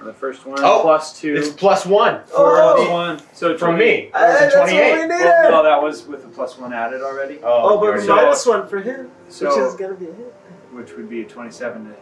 on the first one.
Oh,
plus two.
It's plus one
for
Oh.
plus one. So
from
28.
me. That was a
that's what we
28.
needed.
Well, no, that was with the plus one added already.
Oh,
you
but
already
so-
did.
minus one for him, which is
So,
gonna be a [LAUGHS] hit.
which would be a 27 to hit.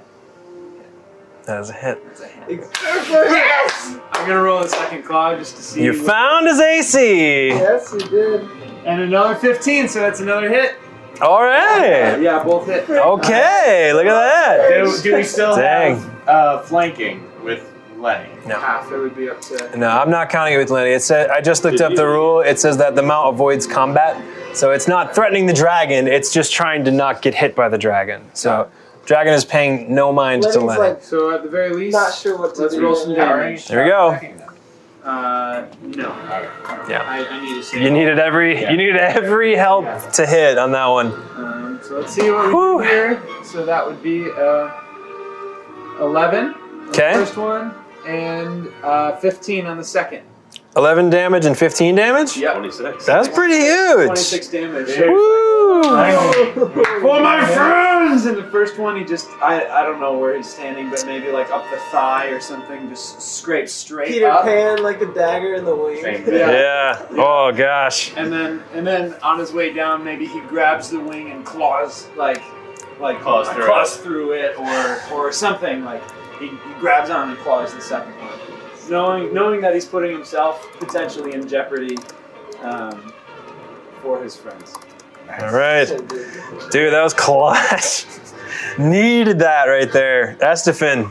That is a hit.
That's a hit.
Yes,
I'm going to roll a second claw just to see.
You
what-
found his AC.
you did.
and another 15, so that's another hit.
All right.
Yeah, both hit.
Okay. Look at that.
Do, do we still
Dang.
have uh, flanking with Lenny?
Half, it would be up to.
No, I'm not counting it with Lenny. It said I just looked up the rule. It says that the mount avoids combat, so it's not threatening the dragon. It's just trying to not get hit by the dragon. So, dragon is paying no mind to
Lenny's
Lenny.
like
So at the very least,
not sure what to
let's
do.
roll some damage.
there
[LAUGHS]
we go.
Uh, no.
Yeah.
I, I need to save.
You needed every you needed every help to hit on that one.
Um, so let's see what
Whew.
we do here. So that would be uh, 11 on the
Okay.
first one and uh, 15 on the second.
11 damage and 15 damage.
Yep.
26.
That's pretty huge.
26 damage.
Woo!
For my friends! And the first one, he just, I, I don't know where he's standing, but maybe like up the thigh or something, just scrapes straight
Peter
up.
Pan, like the dagger in the
Same
wing.
thing.
Yeah.
Yeah. Oh gosh.
And then, and then on his way down, maybe he grabs the wing and claws like, like
Claws through
claws through it, or or something. Like he, he grabs on and claws the second one, knowing knowing that he's putting himself potentially in jeopardy um, for his friends.
All right. Dude, that was clutch. [LAUGHS] Needed that right there. Estefan,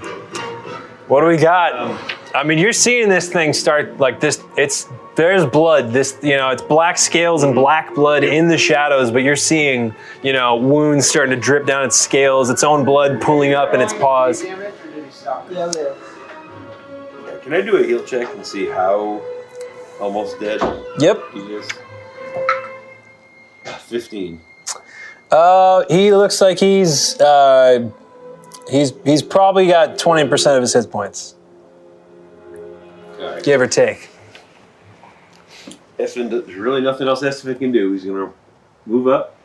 what do we got?
Um,
I mean, you're seeing this thing start like this. It's there's blood. This you know, it's black scales and black blood in the shadows, but you're seeing you know wounds starting to drip down its scales, its own blood pooling up in its paws.
Yeah, yeah.
Can I do a heal check and see how almost dead
Yep.
he is? 15.
Uh, he looks like he's uh, he's he's probably got twenty percent of his hit points,
Alright.
give or take.
Esfin, there's really nothing else Esfin can do. He's going to move up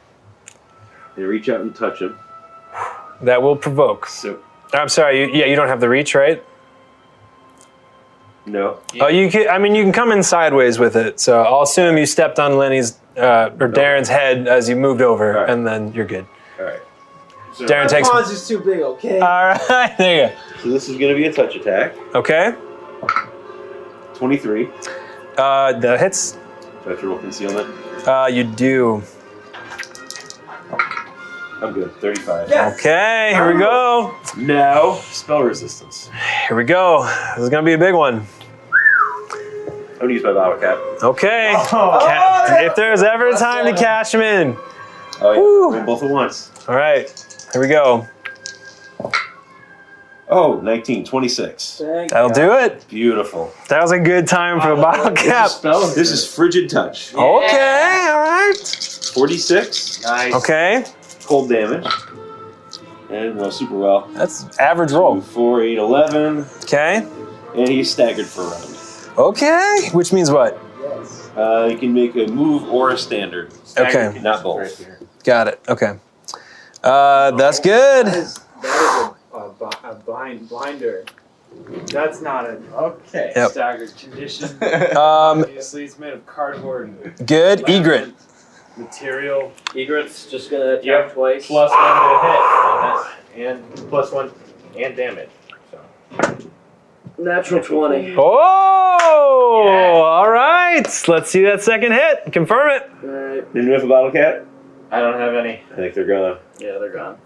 and reach out and touch him.
That will provoke.
So,
I'm sorry. You, yeah, you don't have the reach, right?
no.
Oh, you can. I mean, you can come in sideways with it. So I'll assume you stepped on Lenny's uh, or Darren's head as you moved over,
Alright.
and then you're good. [LAUGHS]
Alright.
So
Darren
My
takes. Uh, All
paws is too big, okay?
right, there you
So this is going to be a touch attack.
go. Okay,
23.
uh, the hits.
Do I have to roll concealment?
Uh, you do.
I'm good. 35.
yes.
Okay, here we go.
Now, spell resistance.
Here we go. This is gonna be a big one.
I'm going to use my bottle cap.
Okay.
Oh,
Ca-
Oh, yeah.
if there's ever a time to cash him in.
Oh, yeah.
Woo.
Roll both at once.
All right, here we go.
Oh, 19. 26.
Thank
That'll
God.
do it.
Beautiful.
That was a good time for a bottle cap.
[LAUGHS]
This is Frigid Touch.
Okay, all right.
46.
nice.
Okay,
Cold damage. And well, super well.
that's average roll.
4, 8, 11.
Okay,
And he's staggered for a round.
okay, which means what?
Yes.
Uh, you can make a move or a standard.
Okay,
Not both.
got it. Okay, uh, that's good.
That is, that is a, a, bi- a blind blinder. That's not an okay
Yep.
staggered condition.
[LAUGHS] Um,
Obviously, it's made of cardboard and
good. Egret.
material.
Egret's just gonna attack
Yep.
twice.
Plus one to hit on this, and [LAUGHS] plus one and damage.
Natural twenty.
Oh, all right. Let's see that second hit. Confirm it.
Alright.
Didn't you have a bottle cap?
I don't have any.
I think they're gonna.
Yeah, they're gone.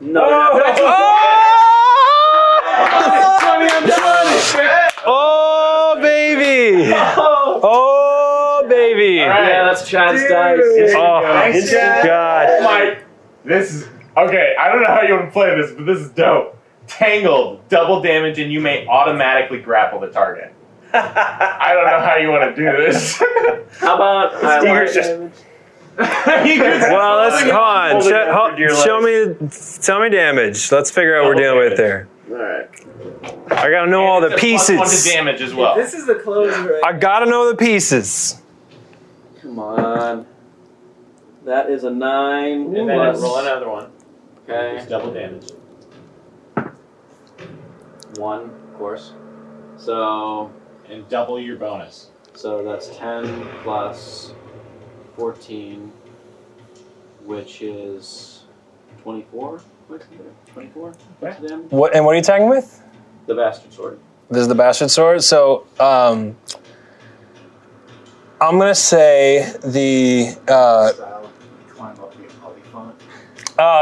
No.
[LAUGHS]
Oh, baby. Oh, baby.
All right.
Yeah, that's Chad's
Oh,
dice.
Thanks, Chad. Oh
God.
my! This is okay. I don't know how you want to play this, but this is dope. Tangled, double damage, and you may automatically grapple the [LAUGHS] target. I don't know how you want to do this.
How about I
Egret's
want,
just.
[LAUGHS]
Well, let's hold on.
Hold it
Show,
up for dear
hold, show me, tell me damage. Let's figure out what we're
Double
dealing with
damage.
there.
Alright.
I gotta know all the
One to
pieces.
damage as well.
This is the closer, right?
I gotta know the pieces.
Come on. That is a nine
And then
plus.
roll another one.
Okay.
It's double damage.
one, of course. So
and double your bonus.
so that's ten plus fourteen, which is twenty-four. Twenty-four.
Okay.
What and what are you attacking with?
The bastard sword.
This is the bastard sword. So um, I'm gonna say the. Uh, oh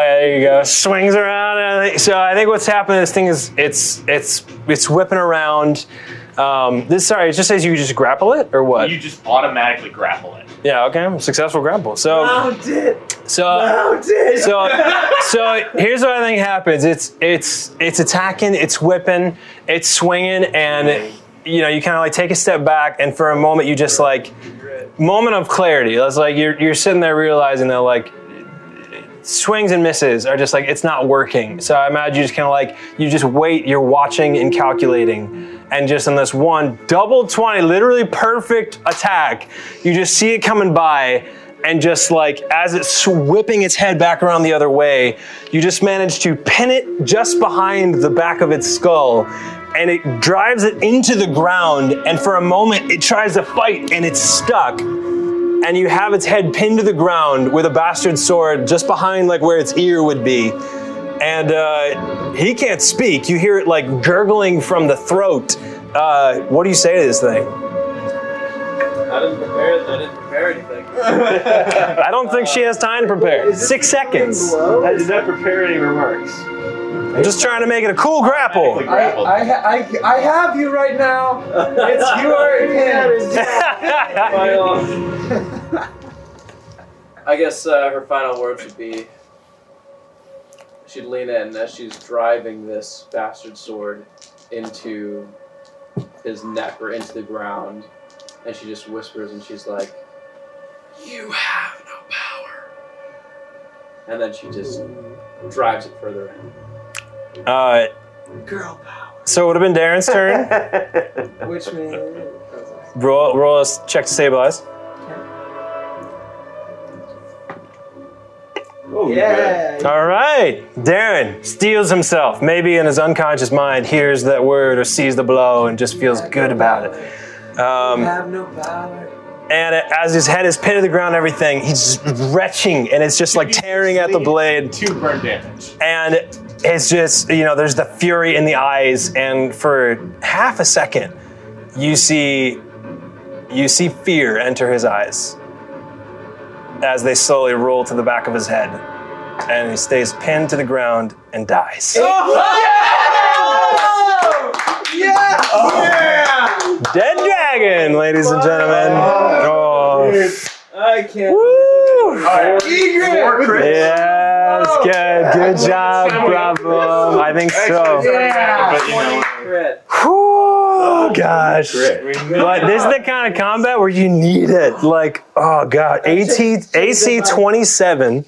yeah, there you go. Swings around. And I think, so I think what's happening. This thing is it's it's it's whipping around. Um, this sorry, it just says you just grapple it or what?
You just automatically grapple it.
yeah, okay, successful grapple. So
Found it!
so
Found it!
[LAUGHS] so so here's what I think happens. It's it's it's attacking, it's whipping, it's swinging, and you know you kind of like take a step back, and for a moment you just like moment of clarity. That's like you're you're sitting there realizing that like swings and misses are just like it's not working. So I imagine you just kind of like you just wait, you're watching and calculating, and just in this one double twenty, literally perfect attack, you just see it coming by, and just like as it's sw- whipping its head back around the other way, you just manage to pin it just behind the back of its skull. And it drives it into the ground, and for a moment it tries to fight and it's stuck and you have its head pinned to the ground with a bastard sword just behind like where its ear would be and uh, he can't speak you hear it like gurgling from the throat uh, what do you say to this thing
I didn't prepare. I didn't prepare anything.
[LAUGHS] i don't think she has time to prepare six seconds
I did not prepare any remarks.
i'm just trying to make it a cool
[LAUGHS]
grapple [LAUGHS]
Automatically
I,
grappled.
I, ha- I, I have you right now.
[LAUGHS]
It's you are in hand.
Final. I guess uh, her final words would be she'd lean in as she's driving this bastard sword into his neck or into the ground, and she just whispers and she's like, You have no power. And then she just drives it further in.
uh,
Girl power.
so it would have been darren's turn
[LAUGHS]
Which means.
roll, roll a s- check to stabilize
Oh,
Yeah.
all right darren steals himself maybe in his unconscious mind hears that word or sees the blow and just feels good about it
You
um,
have no power.
and it- as his head is pinned to the ground, and everything he's just retching, and it's just like tearing at the blade,
Two burn damage.
and it's just you know there's the fury in the eyes, and for half a second, you see you see fear enter his eyes as they slowly roll to the back of his head, and he stays pinned to the ground and dies. Dead dragon, ladies and gentlemen. Oh,
I can't.
woo!
Egret!
Yes, good. Good job, bravo. I think so.
Yeah.
But you know,
Crit.
Oh gosh.
Great.
But this is the kind of combat where you need it. Like, oh god. AT, AC 27,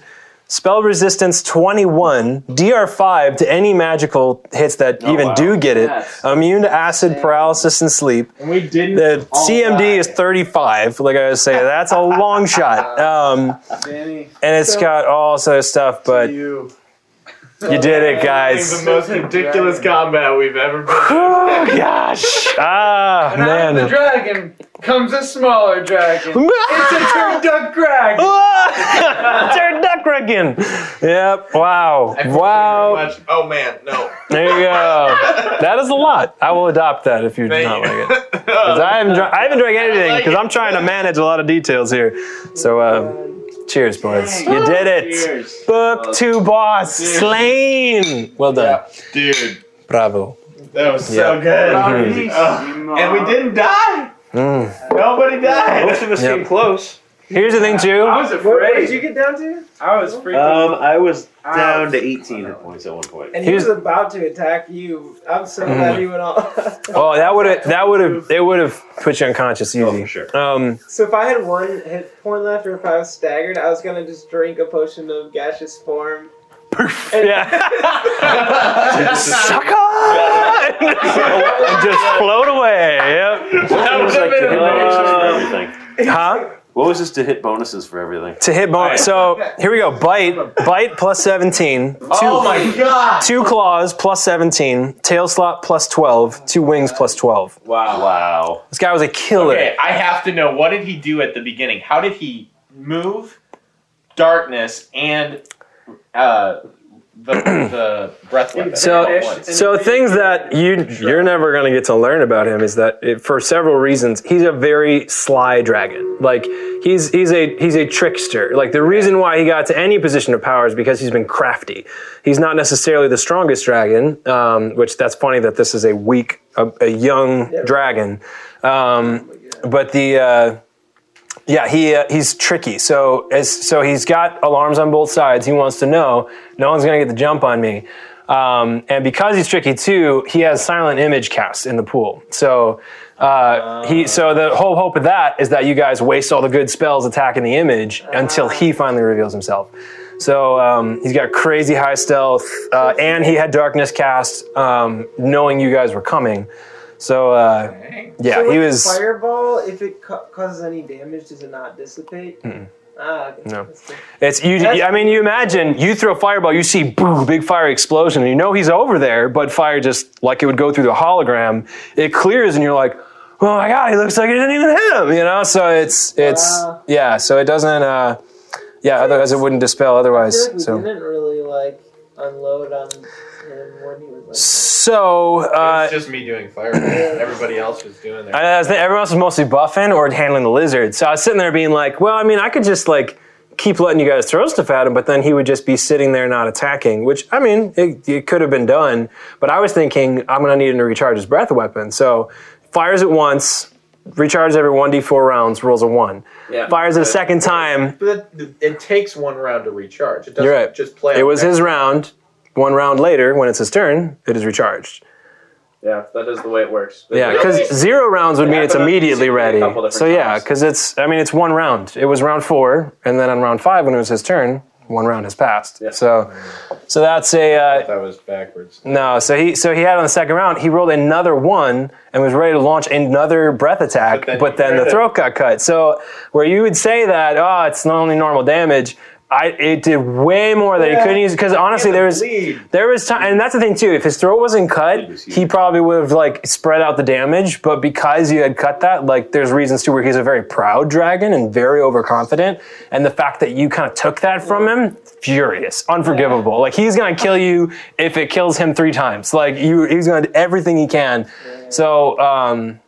spell resistance 21, DR 5 to any magical hits that even do get it.
Yes.
Immune to acid, paralysis, and sleep.
and we didn't.
The
all
CMD
die.
is 35. Like I was saying, that's a long shot. Um, and it's got all sort of stuff, but you
you.
did it,
the [LAUGHS]
guys.
most ridiculous combat we've ever been.
Oh gosh!
Out
Ah
of the
man. [LAUGHS]
dragon comes a smaller dragon. It's a turduck
[LAUGHS]
dragon.
Ah! Turn duck again. Yep. Wow. Wow.
Much. Oh man, no.
There you go. That is a lot. I will adopt that if you do not
Thank
like
you.
it.
[LAUGHS]
'Cause I haven't, dr- I haven't drank anything
like
because
it.
I'm trying to manage a lot of details here. So, uh, cheers, boys. You did it.
Cheers.
Book two boss
Cheers.
slain. Well done.
Dude,
Bravo.
that was
Yeah.
so good.
Mhm.
Uh,
Ugh. and we didn't die.
Mm.
Nobody died.
Most of us
Yep.
came close.
Here's the thing, too.
was
What did you get down to?
I was freaking.
Um, I was down
Ouch.
to 18 hit points at one point.
And he
Here's-
was about to attack you. I'm so
Mm-hmm.
glad he went off. [LAUGHS]
Oh, that would have that would have it would have put you unconscious easy.
Oh, for sure.
Um,
So if I had one hit point left, or if I was staggered, I was gonna just drink a potion of gaseous form. [LAUGHS]
yeah. Sucker! and just float away. Yep.
What would you like to hit
amazing.
points for everything?
Huh?
What What was this to hit bonuses for everything?
To hit bonus. So here we go. Bite, bite plus 17. Two,
Oh my God.
Two claws plus 17. Tail slot plus 12. Two wings plus 12.
Wow. Wow.
This guy was a killer.
Okay, I have to know what did he do at the beginning? How did he move darkness and uh, the,
[CLEARS THROAT]
the breath weapon?
So,
at once?
so things that you you're never going to get to learn about him is that it, for several reasons he's a very sly dragon. Like he's he's a he's a trickster. Like the reason why he got to any position of power is because he's been crafty. He's not necessarily the strongest dragon, um, which that's funny that this is a weak a, a young dragon. Um, but the uh, yeah, he uh, he's tricky. So as so he's got alarms on both sides. He wants to know no one's gonna get the jump on me. Um, and because he's tricky too, he has silent image casts in the pool. So uh, he so the whole hope of that is that you guys waste all the good spells attacking the image until he finally reveals himself. So um, he's got crazy high stealth, uh, and he had darkness cast, um, knowing you guys were coming. So uh, yeah,
so
he
with
was.
Fireball, if it ca- causes any damage, does it not dissipate?
Mm-mm.
Ah, okay.
No. It's you. I mean, you imagine you throw fireball, you see boom, big fire explosion, and you know he's over there, but fire just like it would go through the hologram, it clears, and you're like, oh my god, he looks like it didn't even hit him, you know. So it's it's
Wow.
yeah. So it doesn't. uh Yeah, otherwise it wouldn't dispel.
I feel like
Otherwise,
we
so
didn't really like unload on him when he was like.
so. uh
it's just me doing fireball. Everybody else was doing their.
I, I was thinking everyone else was mostly buffing or handling the lizard. So I was sitting there being like, well, I mean, I could just like keep letting you guys throw stuff at him, but then he would just be sitting there not attacking, which I mean, it, it could have been done. But I was thinking, I'm going to need him to recharge his breath weapon. So fires it once, recharges every 1d4 rounds, rolls a 1.
Yeah.
Fires it a second time,
But it, it takes one round to recharge. It doesn't
You're right.
just play.
it
on
was
that.
his round. One round later, when it's his turn, it is recharged.
Yeah, that is the way it works.
Yeah, because zero rounds would
It
mean it's
happened
immediately
a
ready.
couple different
So yeah, because it's I mean it's one round. It was round four, and then on round five when it was his turn, one round has passed. So, so that's a uh,
That was backwards.
no. So he so he had on the second round. He rolled another one and was ready to launch another breath attack, but then, the throat got cut. So where you would say that oh it's not only normal damage. I, it did way more that he
Yeah.
couldn't use because honestly there was there was time and that's the thing too if his throat wasn't cut he probably would have like spread out the damage but because you had cut that like there's reasons too where he's a very proud dragon and very overconfident and the fact that you kind of took that from him furious unforgivable like he's gonna kill you if it kills him three times like you he's gonna do everything he can so um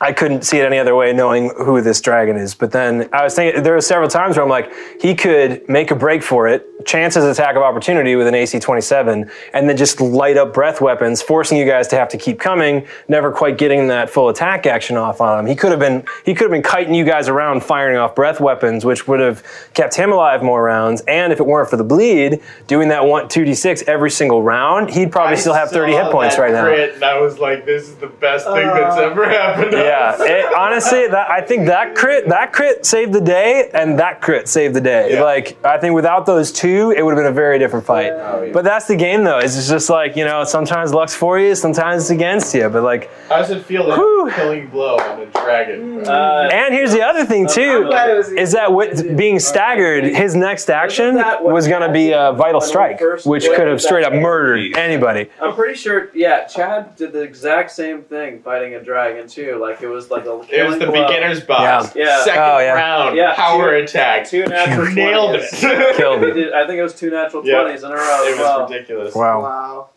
I couldn't see it any other way knowing who this dragon is. But then I was thinking, there were several times where I'm like, he could make a break for it, chance his attack of opportunity with an AC 27, and then just light up breath weapons, forcing you guys to have to keep coming, never quite getting that full attack action off on him. He could have been, he could have been kiting you guys around, firing off breath weapons, which would have kept him alive more rounds. And if it weren't for the bleed, doing that one, 2d6 every single round, he'd probably still have 30 hit
Saw
points
that
right now.
crit, And I was like, this is the best thing
Uh,
that's ever happened. to
Yeah,
us.
it, honestly, that I think that crit, that crit saved the day, and that crit saved the day. Like I think without those two, it would have been a very different fight. But that's the game, though. It's just like you know, sometimes luck's for you, sometimes it's against you. But like,
How does it feel? Like killing blow on a
Mm.
dragon.
uh,
and here's the other thing too, is that with being staggered, his next action was gonna be a vital strike, which could have straight up murdered anybody.
I'm pretty sure. Yeah, Chad did the exact same thing fighting a dragon too. Like it was like a.
It was the beginner's box.
Yeah.
Second
Oh, yeah.
round.
Yeah,
Power
two-
attack.
Two natural
You nailed [LAUGHS] it.
20s.
Killed
He did- I think it was two natural
Yeah.
twenties in a row.
It was
as well.
ridiculous.
Wow.
Wow.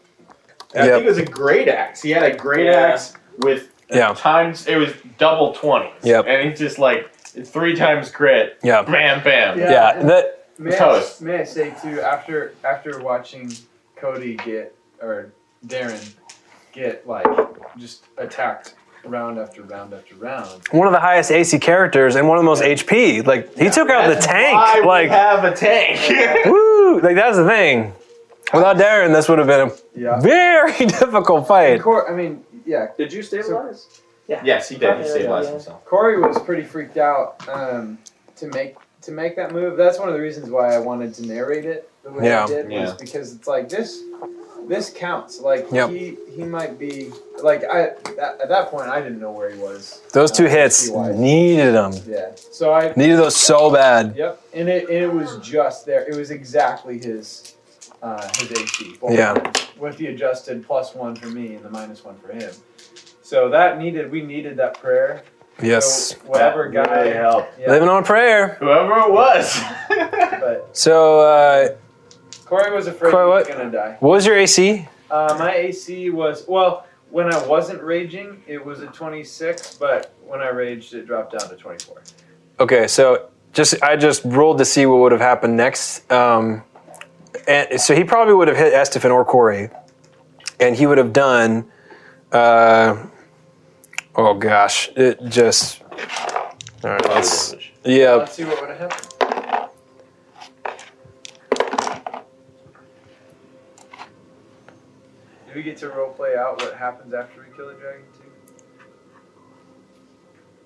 I think it was a great axe. He had a great
Yeah.
axe with
Yeah.
times. It was double twenty.
Yep.
And it's just like three times crit.
Yeah.
Bam, bam.
Yeah. that-
May I,
Toast.
may I say too, after after watching Cody get or Darren get like just attacked round after round after round.
one of the highest AC characters and one of the most HP. Like he took out the
That's
tank.
why we
like
have
[LAUGHS]
a tank.
woo! Like that's the thing. Without Darren, this would have been a very [LAUGHS] difficult
And
fight.
Cor- I mean, yeah.
Did you stabilize?
Yes, he did. He
Yeah,
stabilized
yeah.
himself.
Corey was pretty freaked out um, to make to make that move. That's one of the reasons why I wanted to narrate it the way
Yeah.
I did
Yeah.
was because it's like this This counts. Like
Yep.
he he might be like I that, at that point I didn't know where he was.
Those two
Uh,
hits
HP-wise.
needed them.
Yeah. So I
Needed those so bad.
Yep, and it, and it was just there. It was exactly his uh, his AC. both
Yeah.
of them, With the adjusted plus one for me and the minus one for him. So that needed we needed that prayer.
Yes.
So whatever
That
guy
really helped.
Yeah,
Living on prayer.
Whoever it was.
but
So, uh,
Corey was afraid
Corey,
he was
what-
gonna die.
what was your AC?
Uh, my AC was well. When I wasn't raging, it was a 26, but when I raged, it dropped down to 24.
Okay, so just I just rolled to see what would have happened next. Um, and so he probably would have hit Estefan or Corey, and he would have done. Uh, oh gosh, it just. All right, let's. Yeah,
Let's see what would have happened. Do we get to roleplay out what happens after we kill the dragon too?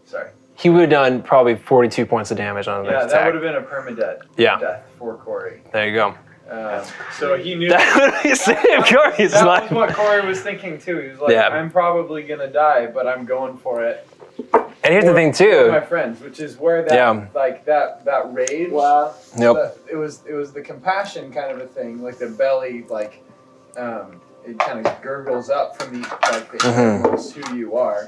Sorry.
he would have done probably forty-two points of damage on the
Yeah, that
attack.
would have been a permadeath
Oh, Yeah.
death for Corey.
There you go.
Um, so he knew
That would be saved Corey's
that
life.
was what Corey was thinking too. He was like,
Yeah.
I'm probably gonna die, but I'm going for it.
And here's the thing
with my
too.
friends, which is where that
Yeah.
like that that rage.
Wow.
Yep.
the- it was it was the compassion kind of a thing, like the belly, like um, it kind of gurgles up from the like the
Mhm.
animals who you are.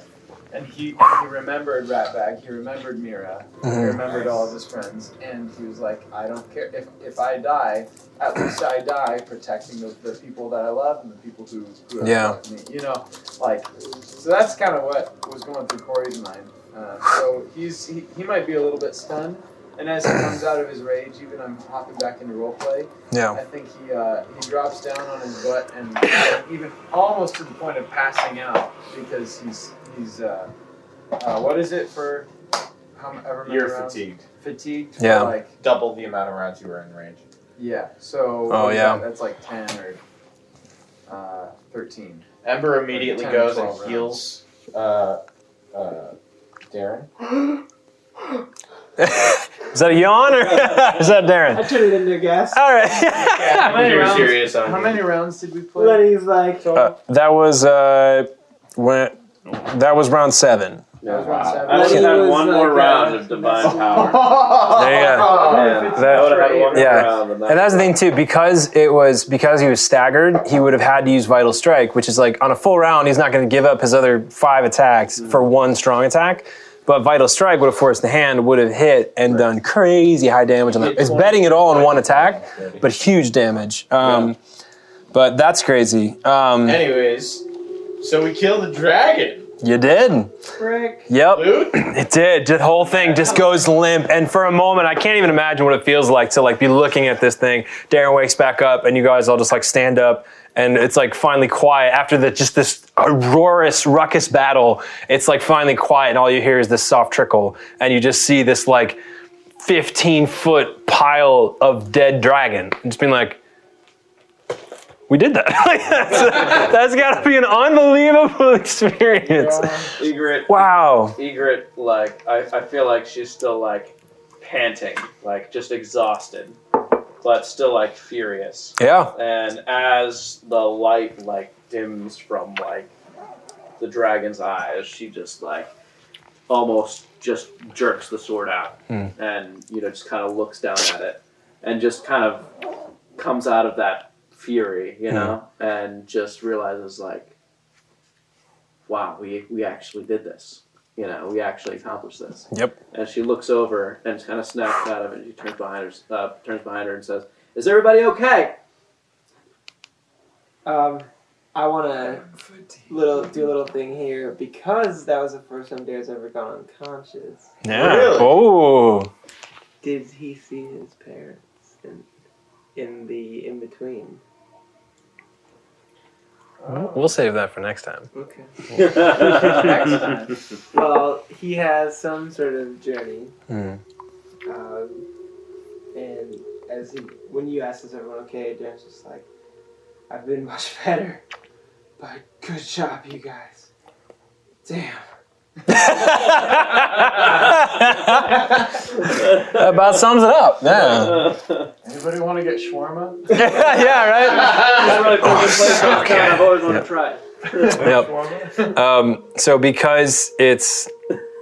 And he he remembered Ratbag, he remembered Mira, he
Mhm.
remembered all of his friends, and he was like, I don't care if if I die, at least I die protecting the, the people that I love and the people who, who have
Yeah.
loved me. You know, like so that's kind of what was going through Corey's mind. Uh, so he's he, he might be a little bit stunned, and as he comes out of his rage, even I'm hopping back into roleplay.
Yeah.
I think he uh, he drops down on his butt and even almost to the point of passing out because he's he's uh, uh, what is it for? How, m- I remember
You're
rounds?
fatigued.
Fatigued.
Yeah.
For like
Double the amount of rounds you were in range.
yeah. So.
Oh,
what is
yeah.
that? That's like ten or uh, thirteen.
Ember immediately
Ten,
goes
twelve
and heals uh, uh, Darren.
Is that a yawn or [LAUGHS] is that Darren?
I turned it into a gas.
All
How
right.
many
you were
rounds-
serious on
How
it.
many rounds did we play?
Lenny's like,
Uh, that was uh, when that was round seven.
That was round
Wow.
seven.
I would have
Lenny
had
was
one more
like,
round
uh,
of divine power.
Oh,
There you go.
Yeah,
If it's
I would have had
straight,
one more
Yeah.
round. And,
And that's the thing too, because it was because he was staggered, he would have had to use vital strike, which is like on a full round, he's not going to give up his other five attacks for one strong attack. But vital strike would have forced the hand, would have hit and done crazy high damage. On the, it's betting it all in one attack, but huge damage. Um, But that's crazy. Um,
Anyways, so we kill the dragon.
you did.
frick.
Yep.
Loot.
It did. The whole thing just goes limp, and for a moment, I can't even imagine what it feels like to like be looking at this thing. Darren wakes back up, and you guys all just like stand up, and it's like finally quiet after the just this uproarious, ruckus battle. It's like finally quiet, and all you hear is this soft trickle, and you just see this like 15 foot pile of dead dragon, and just being like. We did that. [LAUGHS] Like, that's, that's got to be an unbelievable [LAUGHS] experience.
Egret,
Wow.
[COUGHS] Egret, like I, I feel like she's still like panting, like just exhausted, but still like furious.
Yeah.
and as the light like dims from like the dragon's eyes, she just like almost just jerks the sword out
Hmm.
and you know just kind of looks down at it and just kind of comes out of that fury,
Hmm.
you know, and just realizes like, wow, we we actually did this. You know, we actually accomplished this.
Yep.
And she looks over and kind of snaps out of it. And she turns behind her, uh, turns behind her, and says, "Is everybody okay?"
Um, I want to little do a little thing here because that was the first time Dare's ever gone unconscious.
Yeah.
Really?
Oh.
Did he see his parents in, in the in between?
We'll save that for next time.
Okay.
Excellent.
Well, he has some sort of journey.
[LAUGHS] Hmm.
Um, and as he, when you ask, is everyone okay? Dan's just like,
[LAUGHS]
I've [LAUGHS] been much better. But good job, you guys. Damn.
About sums it up. Yeah.
Anybody want to get
[LAUGHS]
shawarma?
yeah, right?
It's a really cool place downtown.
Okay.
I've always wanted to try it.
Yep. Um, so because it's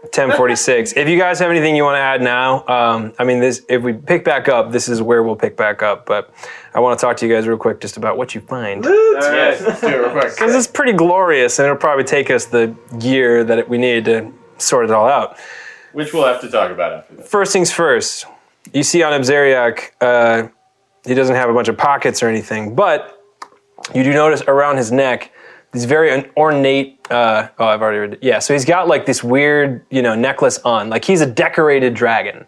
1046, if you guys have anything you want to add now, um, I mean, this if we pick back up, this is where we'll pick back up. But I want to talk to you guys real quick just about what you find.
Yes, let's do it real
[LAUGHS]
quick.
Because it's pretty glorious, and it'll probably take us the year that it, we need to sort it all out.
Which we'll have to talk about after this.
First things first, you see on Abzeriak, uh, he doesn't have a bunch of pockets or anything, but you do notice around his neck these very un- ornate. Uh, oh, I've already read it. Yeah, so he's got like this weird, you know, necklace on. Like he's a decorated dragon.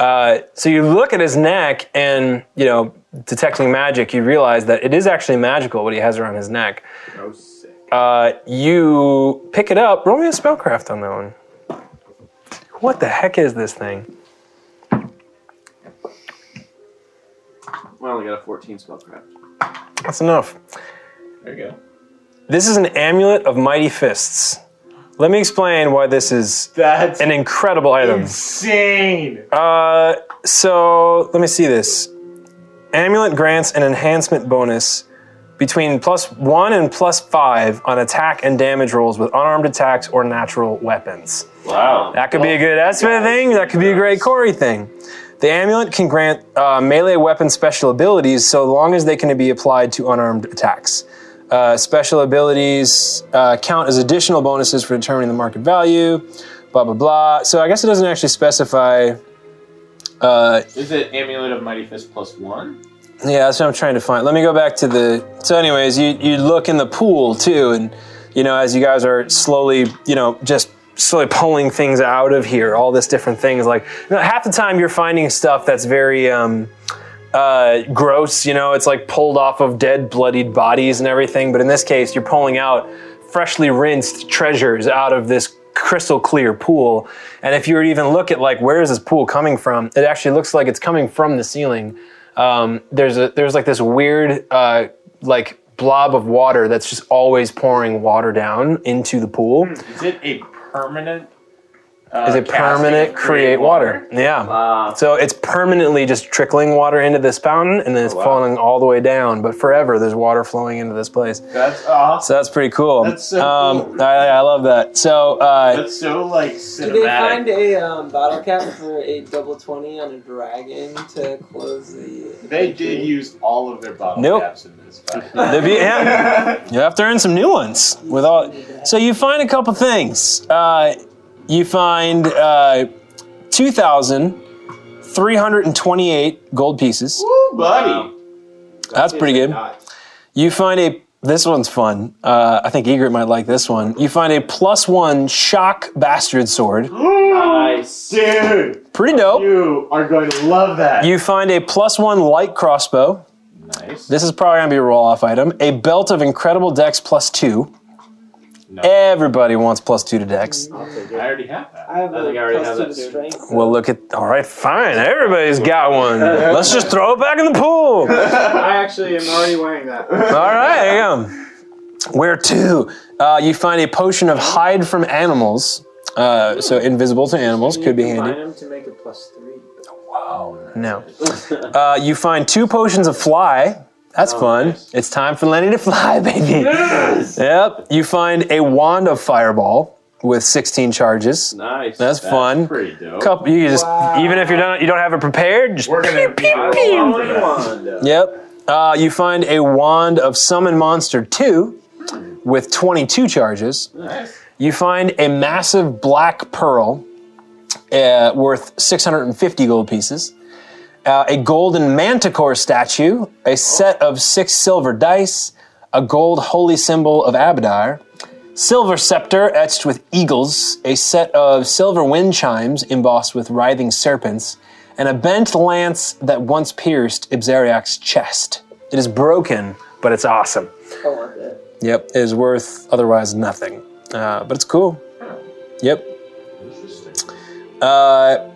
Uh, so you look at his neck, and you know, detecting magic, you realize that it is actually magical what he has around his neck.
Oh, sick.
Uh, you pick it up. Roll me a spellcraft on that one. What the heck is this thing?
I only got a 14 spellcraft.
That's enough.
There you go.
This is an amulet of mighty fists. Let me explain why this is
That's
an incredible item.
Insane.
Uh, so let me see this. Amulet grants an enhancement bonus between plus one and plus five on attack and damage rolls with unarmed attacks or natural weapons.
Wow.
That could be a good Esma thing. That could be a great Corey thing. The amulet can grant uh, melee weapon special abilities so long as they can be applied to unarmed attacks. Uh, special abilities uh, count as additional bonuses for determining the market value, blah, blah, blah. So I guess it doesn't actually specify. Uh,
Is it Amulet of Mighty Fist plus one?
yeah, that's what I'm trying to find. Let me go back to the. So, anyways, you you look in the pool too, and you know as you guys are slowly, you know, just slowly pulling things out of here, all this different things. Like you know, half the time you're finding stuff that's very um, uh, gross. You know, it's like pulled off of dead, bloodied bodies and everything. But in this case, you're pulling out freshly rinsed treasures out of this crystal clear pool. And if you were to even look at like where is this pool coming from, it actually looks like it's coming from the ceiling um, there's a there's like this weird uh, like blob of water that's just always pouring water down into the pool.
Is it a permanent? Hmm. Uh,
Is it
casting
permanent?
of
Create water. Yeah.
Uh,
So it's permanently just trickling water into this fountain, and then it's
Oh, wow.
falling all the way down. But forever, there's water flowing into this place.
That's awesome.
So that's pretty cool. Um,
That's so cool.
I, I love that. So uh,
That's so like
Do they
cinematic.
find a um, bottle cap for a double twenty on a dragon to close the?
They did [LAUGHS] use all of their bottle
Nope.
caps in this
[LAUGHS]
fight.
The be- yeah. you have to earn some new ones with all. So you find a couple things. Uh, you find uh, two thousand three hundred and twenty-eight gold pieces.
Woo, buddy.
That's pretty good. You find a. This one's fun. Uh, I think Egret might like this one. You find a plus one shock bastard sword.
nice.
Dude,
Pretty dope.
you are going to love that.
You find a plus one light crossbow.
nice.
This is probably gonna be a roll-off item. A belt of incredible dex plus two.
No.
Everybody wants plus two to dex.
I already have that.
I have
I
a
think I already
plus
have
two
that
to
too.
strength. so-
Well, look at. All right, fine. Everybody's got one. Let's just throw it back in the pool. All
I actually am already wearing that.
right, there you go. Where to? Uh, you find a potion of hide from animals. Uh, so invisible to animals could be handy.
them to make a plus three.
No. Uh, you find two potions of fly. That's
Oh,
fun. It's time for Lenny to fly, [LAUGHS] baby. Yep. You find a wand of fireball with 16 charges.
Nice.
That's, fun.
Pretty dope.
Couple, you just
Wow.
even if you don't you don't have it prepared, just
We're gonna be
Only
one.
one.
Yep. Uh, you find a wand of summon monster two with 22 charges.
Nice.
You find a massive black pearl uh, worth 650 gold pieces. Uh, a golden manticore statue, a set of six silver dice, a gold holy symbol of Abadar, silver scepter etched with eagles, a set of silver wind chimes embossed with writhing serpents, and a bent lance that once pierced Ibzeriak's chest. It is broken, but it's awesome.
I want that.
Yep, it is worth otherwise nothing. Uh, but it's cool. Yep. Uh,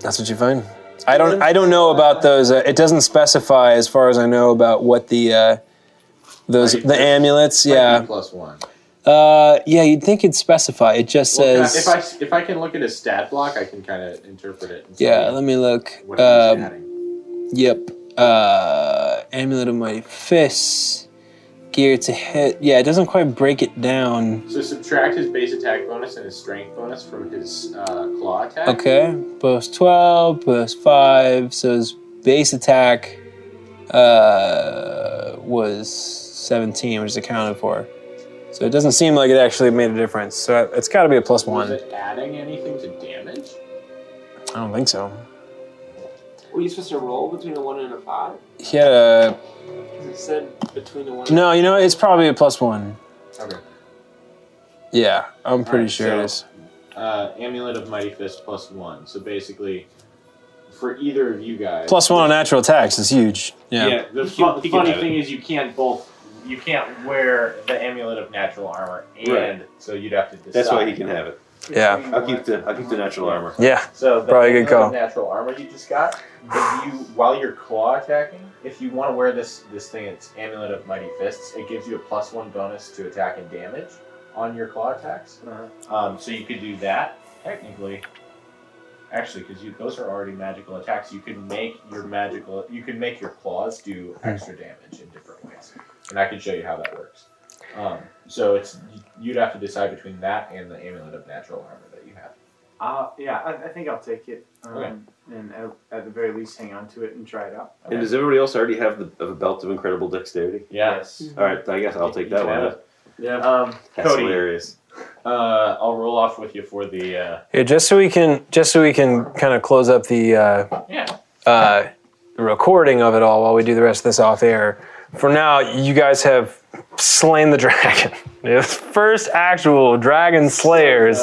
that's what you find. I don't. I don't know about those. Uh, it doesn't specify, as far as I know, about what the uh, those
Mighty
the
fist.
amulets. Yeah,
Plus one.
Uh, yeah, you'd think it'd specify. It just
Well,
says.
if I if I can look at his stat block, I can kind of interpret it. and see
yeah, let me look.
what he's
Um,
adding.
Yep. Uh, Amulet of Mighty Fists. Gear to hit. Yeah, it doesn't quite break it down.
So subtract his base attack bonus and his strength bonus from his uh, claw attack.
Okay. Plus 12, plus 5. So his base attack uh, was 17, which is accounted for. So it doesn't seem like it actually made a difference. So it's got to be a plus
Was
1.
it adding anything to damage?
I don't think so.
Were you supposed to roll between a one and a five?
He had a.
'Cause it said between a one. and
No, you know, it's probably a plus 1.
Okay.
Yeah, I'm pretty
Alright,
sure
so-
it is.
Uh, Amulet of Mighty Fist plus one. So basically, for either of you guys,
Plus 1 on natural attacks is huge. yeah.
The,
He
fu-
can-
the
he can
funny
have it.
thing is, you can't both. You can't wear the amulet of natural armor, and
Right.
so you'd have to decide.
That's why he can have it.
Yeah.
I'll keep the I'll keep the natural armor.
Yeah.
So the
Probably a good
amulet
call.
of Natural armor you just got. If you while you're claw attacking, if you want to wear this this thing, it's amulet of mighty fists. It gives you a plus one bonus to attack and damage on your claw attacks. Um, so you could do that technically. Actually, because you, those are already magical attacks, you can make your magical you can make your claws do
Hmm.
extra damage in different ways, and I can show you how that works. Um, so it's you'd have to decide between that and the amulet of natural armor that you have.
Uh, yeah, I, I think I'll take it. Um,
Okay.
And at, at the very least, hang on to it and try it out.
And does everybody else already have the have a belt of incredible dexterity?
Yes.
All right, I guess I'll take that one. out.
Yeah.
Um,
That's
Cody,
hilarious.
uh, I'll roll off with you for the. Uh,
Yeah, just so we can just so we can kind of close up the uh,
yeah.
uh, recording of it all while we do the rest of this off air. For now, you guys have slain the dragon. [LAUGHS] It was the first actual dragon slayers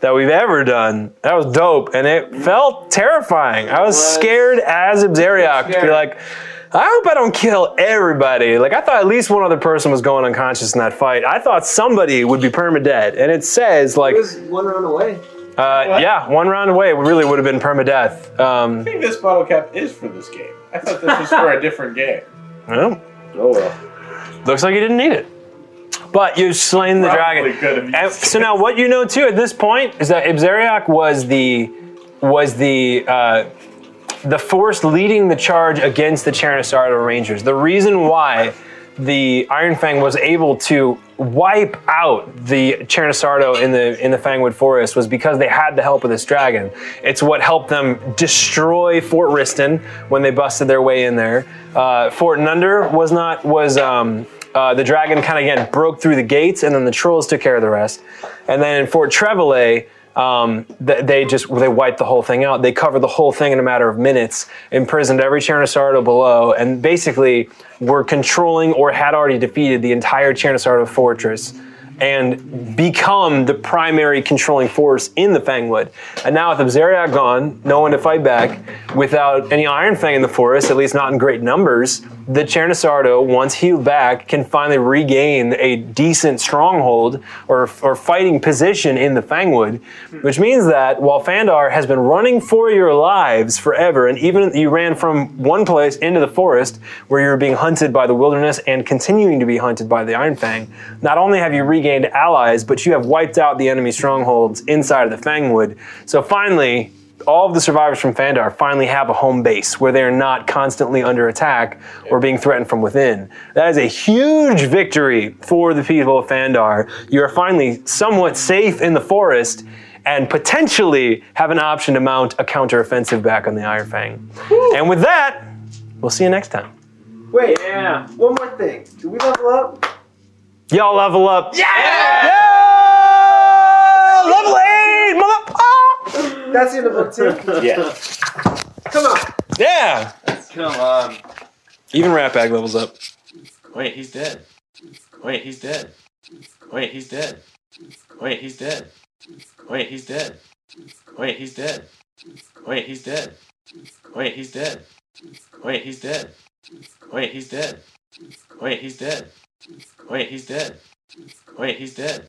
that we've ever done. That was dope, and it felt terrifying. I was scared as Abzeriak to be like, I hope I don't kill everybody. Like I thought at least one other person was going unconscious in that fight. I thought somebody would be permadead, and it says like.
It was one round away.
Uh, yeah, one round away really would have been permadeath. Um,
I think this bottle cap is for this game. I thought this was
[LAUGHS]
for a different game.
well,
Oh well.
looks like you didn't need it. But you've slain the
Probably
dragon.
could have used
And so now what you know too at this point is that Ibzeriak was the was the uh, the force leading the charge against the Chernosardo Rangers. The reason why the Iron Fang was able to wipe out the Chernosardo in the in the Fangwood Forest was because they had the help of this dragon. It's what helped them destroy Fort Riston when they busted their way in there. Uh, Fort Nunder was not was um, uh, the dragon kind of again broke through the gates, and then the trolls took care of the rest. And then in Fort Trevelet, um, th- they just they wiped the whole thing out. They covered the whole thing in a matter of minutes, imprisoned every Chernosardo below, and basically were controlling or had already defeated the entire Chernosardo fortress. And become the primary controlling force in the Fangwood. And now with Abzeriak gone, no one to fight back, without any Iron Fang in the forest, at least not in great numbers, the Chernosardo, once healed back, can finally regain a decent stronghold or, or fighting position in the Fangwood, which means that while Fandar has been running for your lives forever, and even you ran from one place into the forest where you were being hunted by the wilderness and continuing to be hunted by the Iron Fang, not only have you regained allies, but you have wiped out the enemy strongholds inside of the Fangwood. So finally, all of the survivors from Fandar finally have a home base where they are not constantly under attack or being threatened from within. That is a huge victory for the people of Fandar. You are finally somewhat safe in the forest and potentially have an option to mount a counteroffensive back on the Iron Fang. And with that, we'll see you next time.
Wait,
Yeah.
one more thing. Do we level up?
Y'all level up. Yeah! Yeah! Level 8! Mother- ah!
That's the end of book two.
Yeah.
Come on.
Yeah!
Come on.
Even Ratbag levels up.
Wait, he's dead. Wait, he's dead. Wait, he's dead. Wait, he's dead. Wait, he's dead. Wait, he's dead. Wait, he's dead. Wait, he's dead. Wait, he's dead. Wait, he's dead. Wait, he's dead. Wait, he's dead. Wait, he's dead.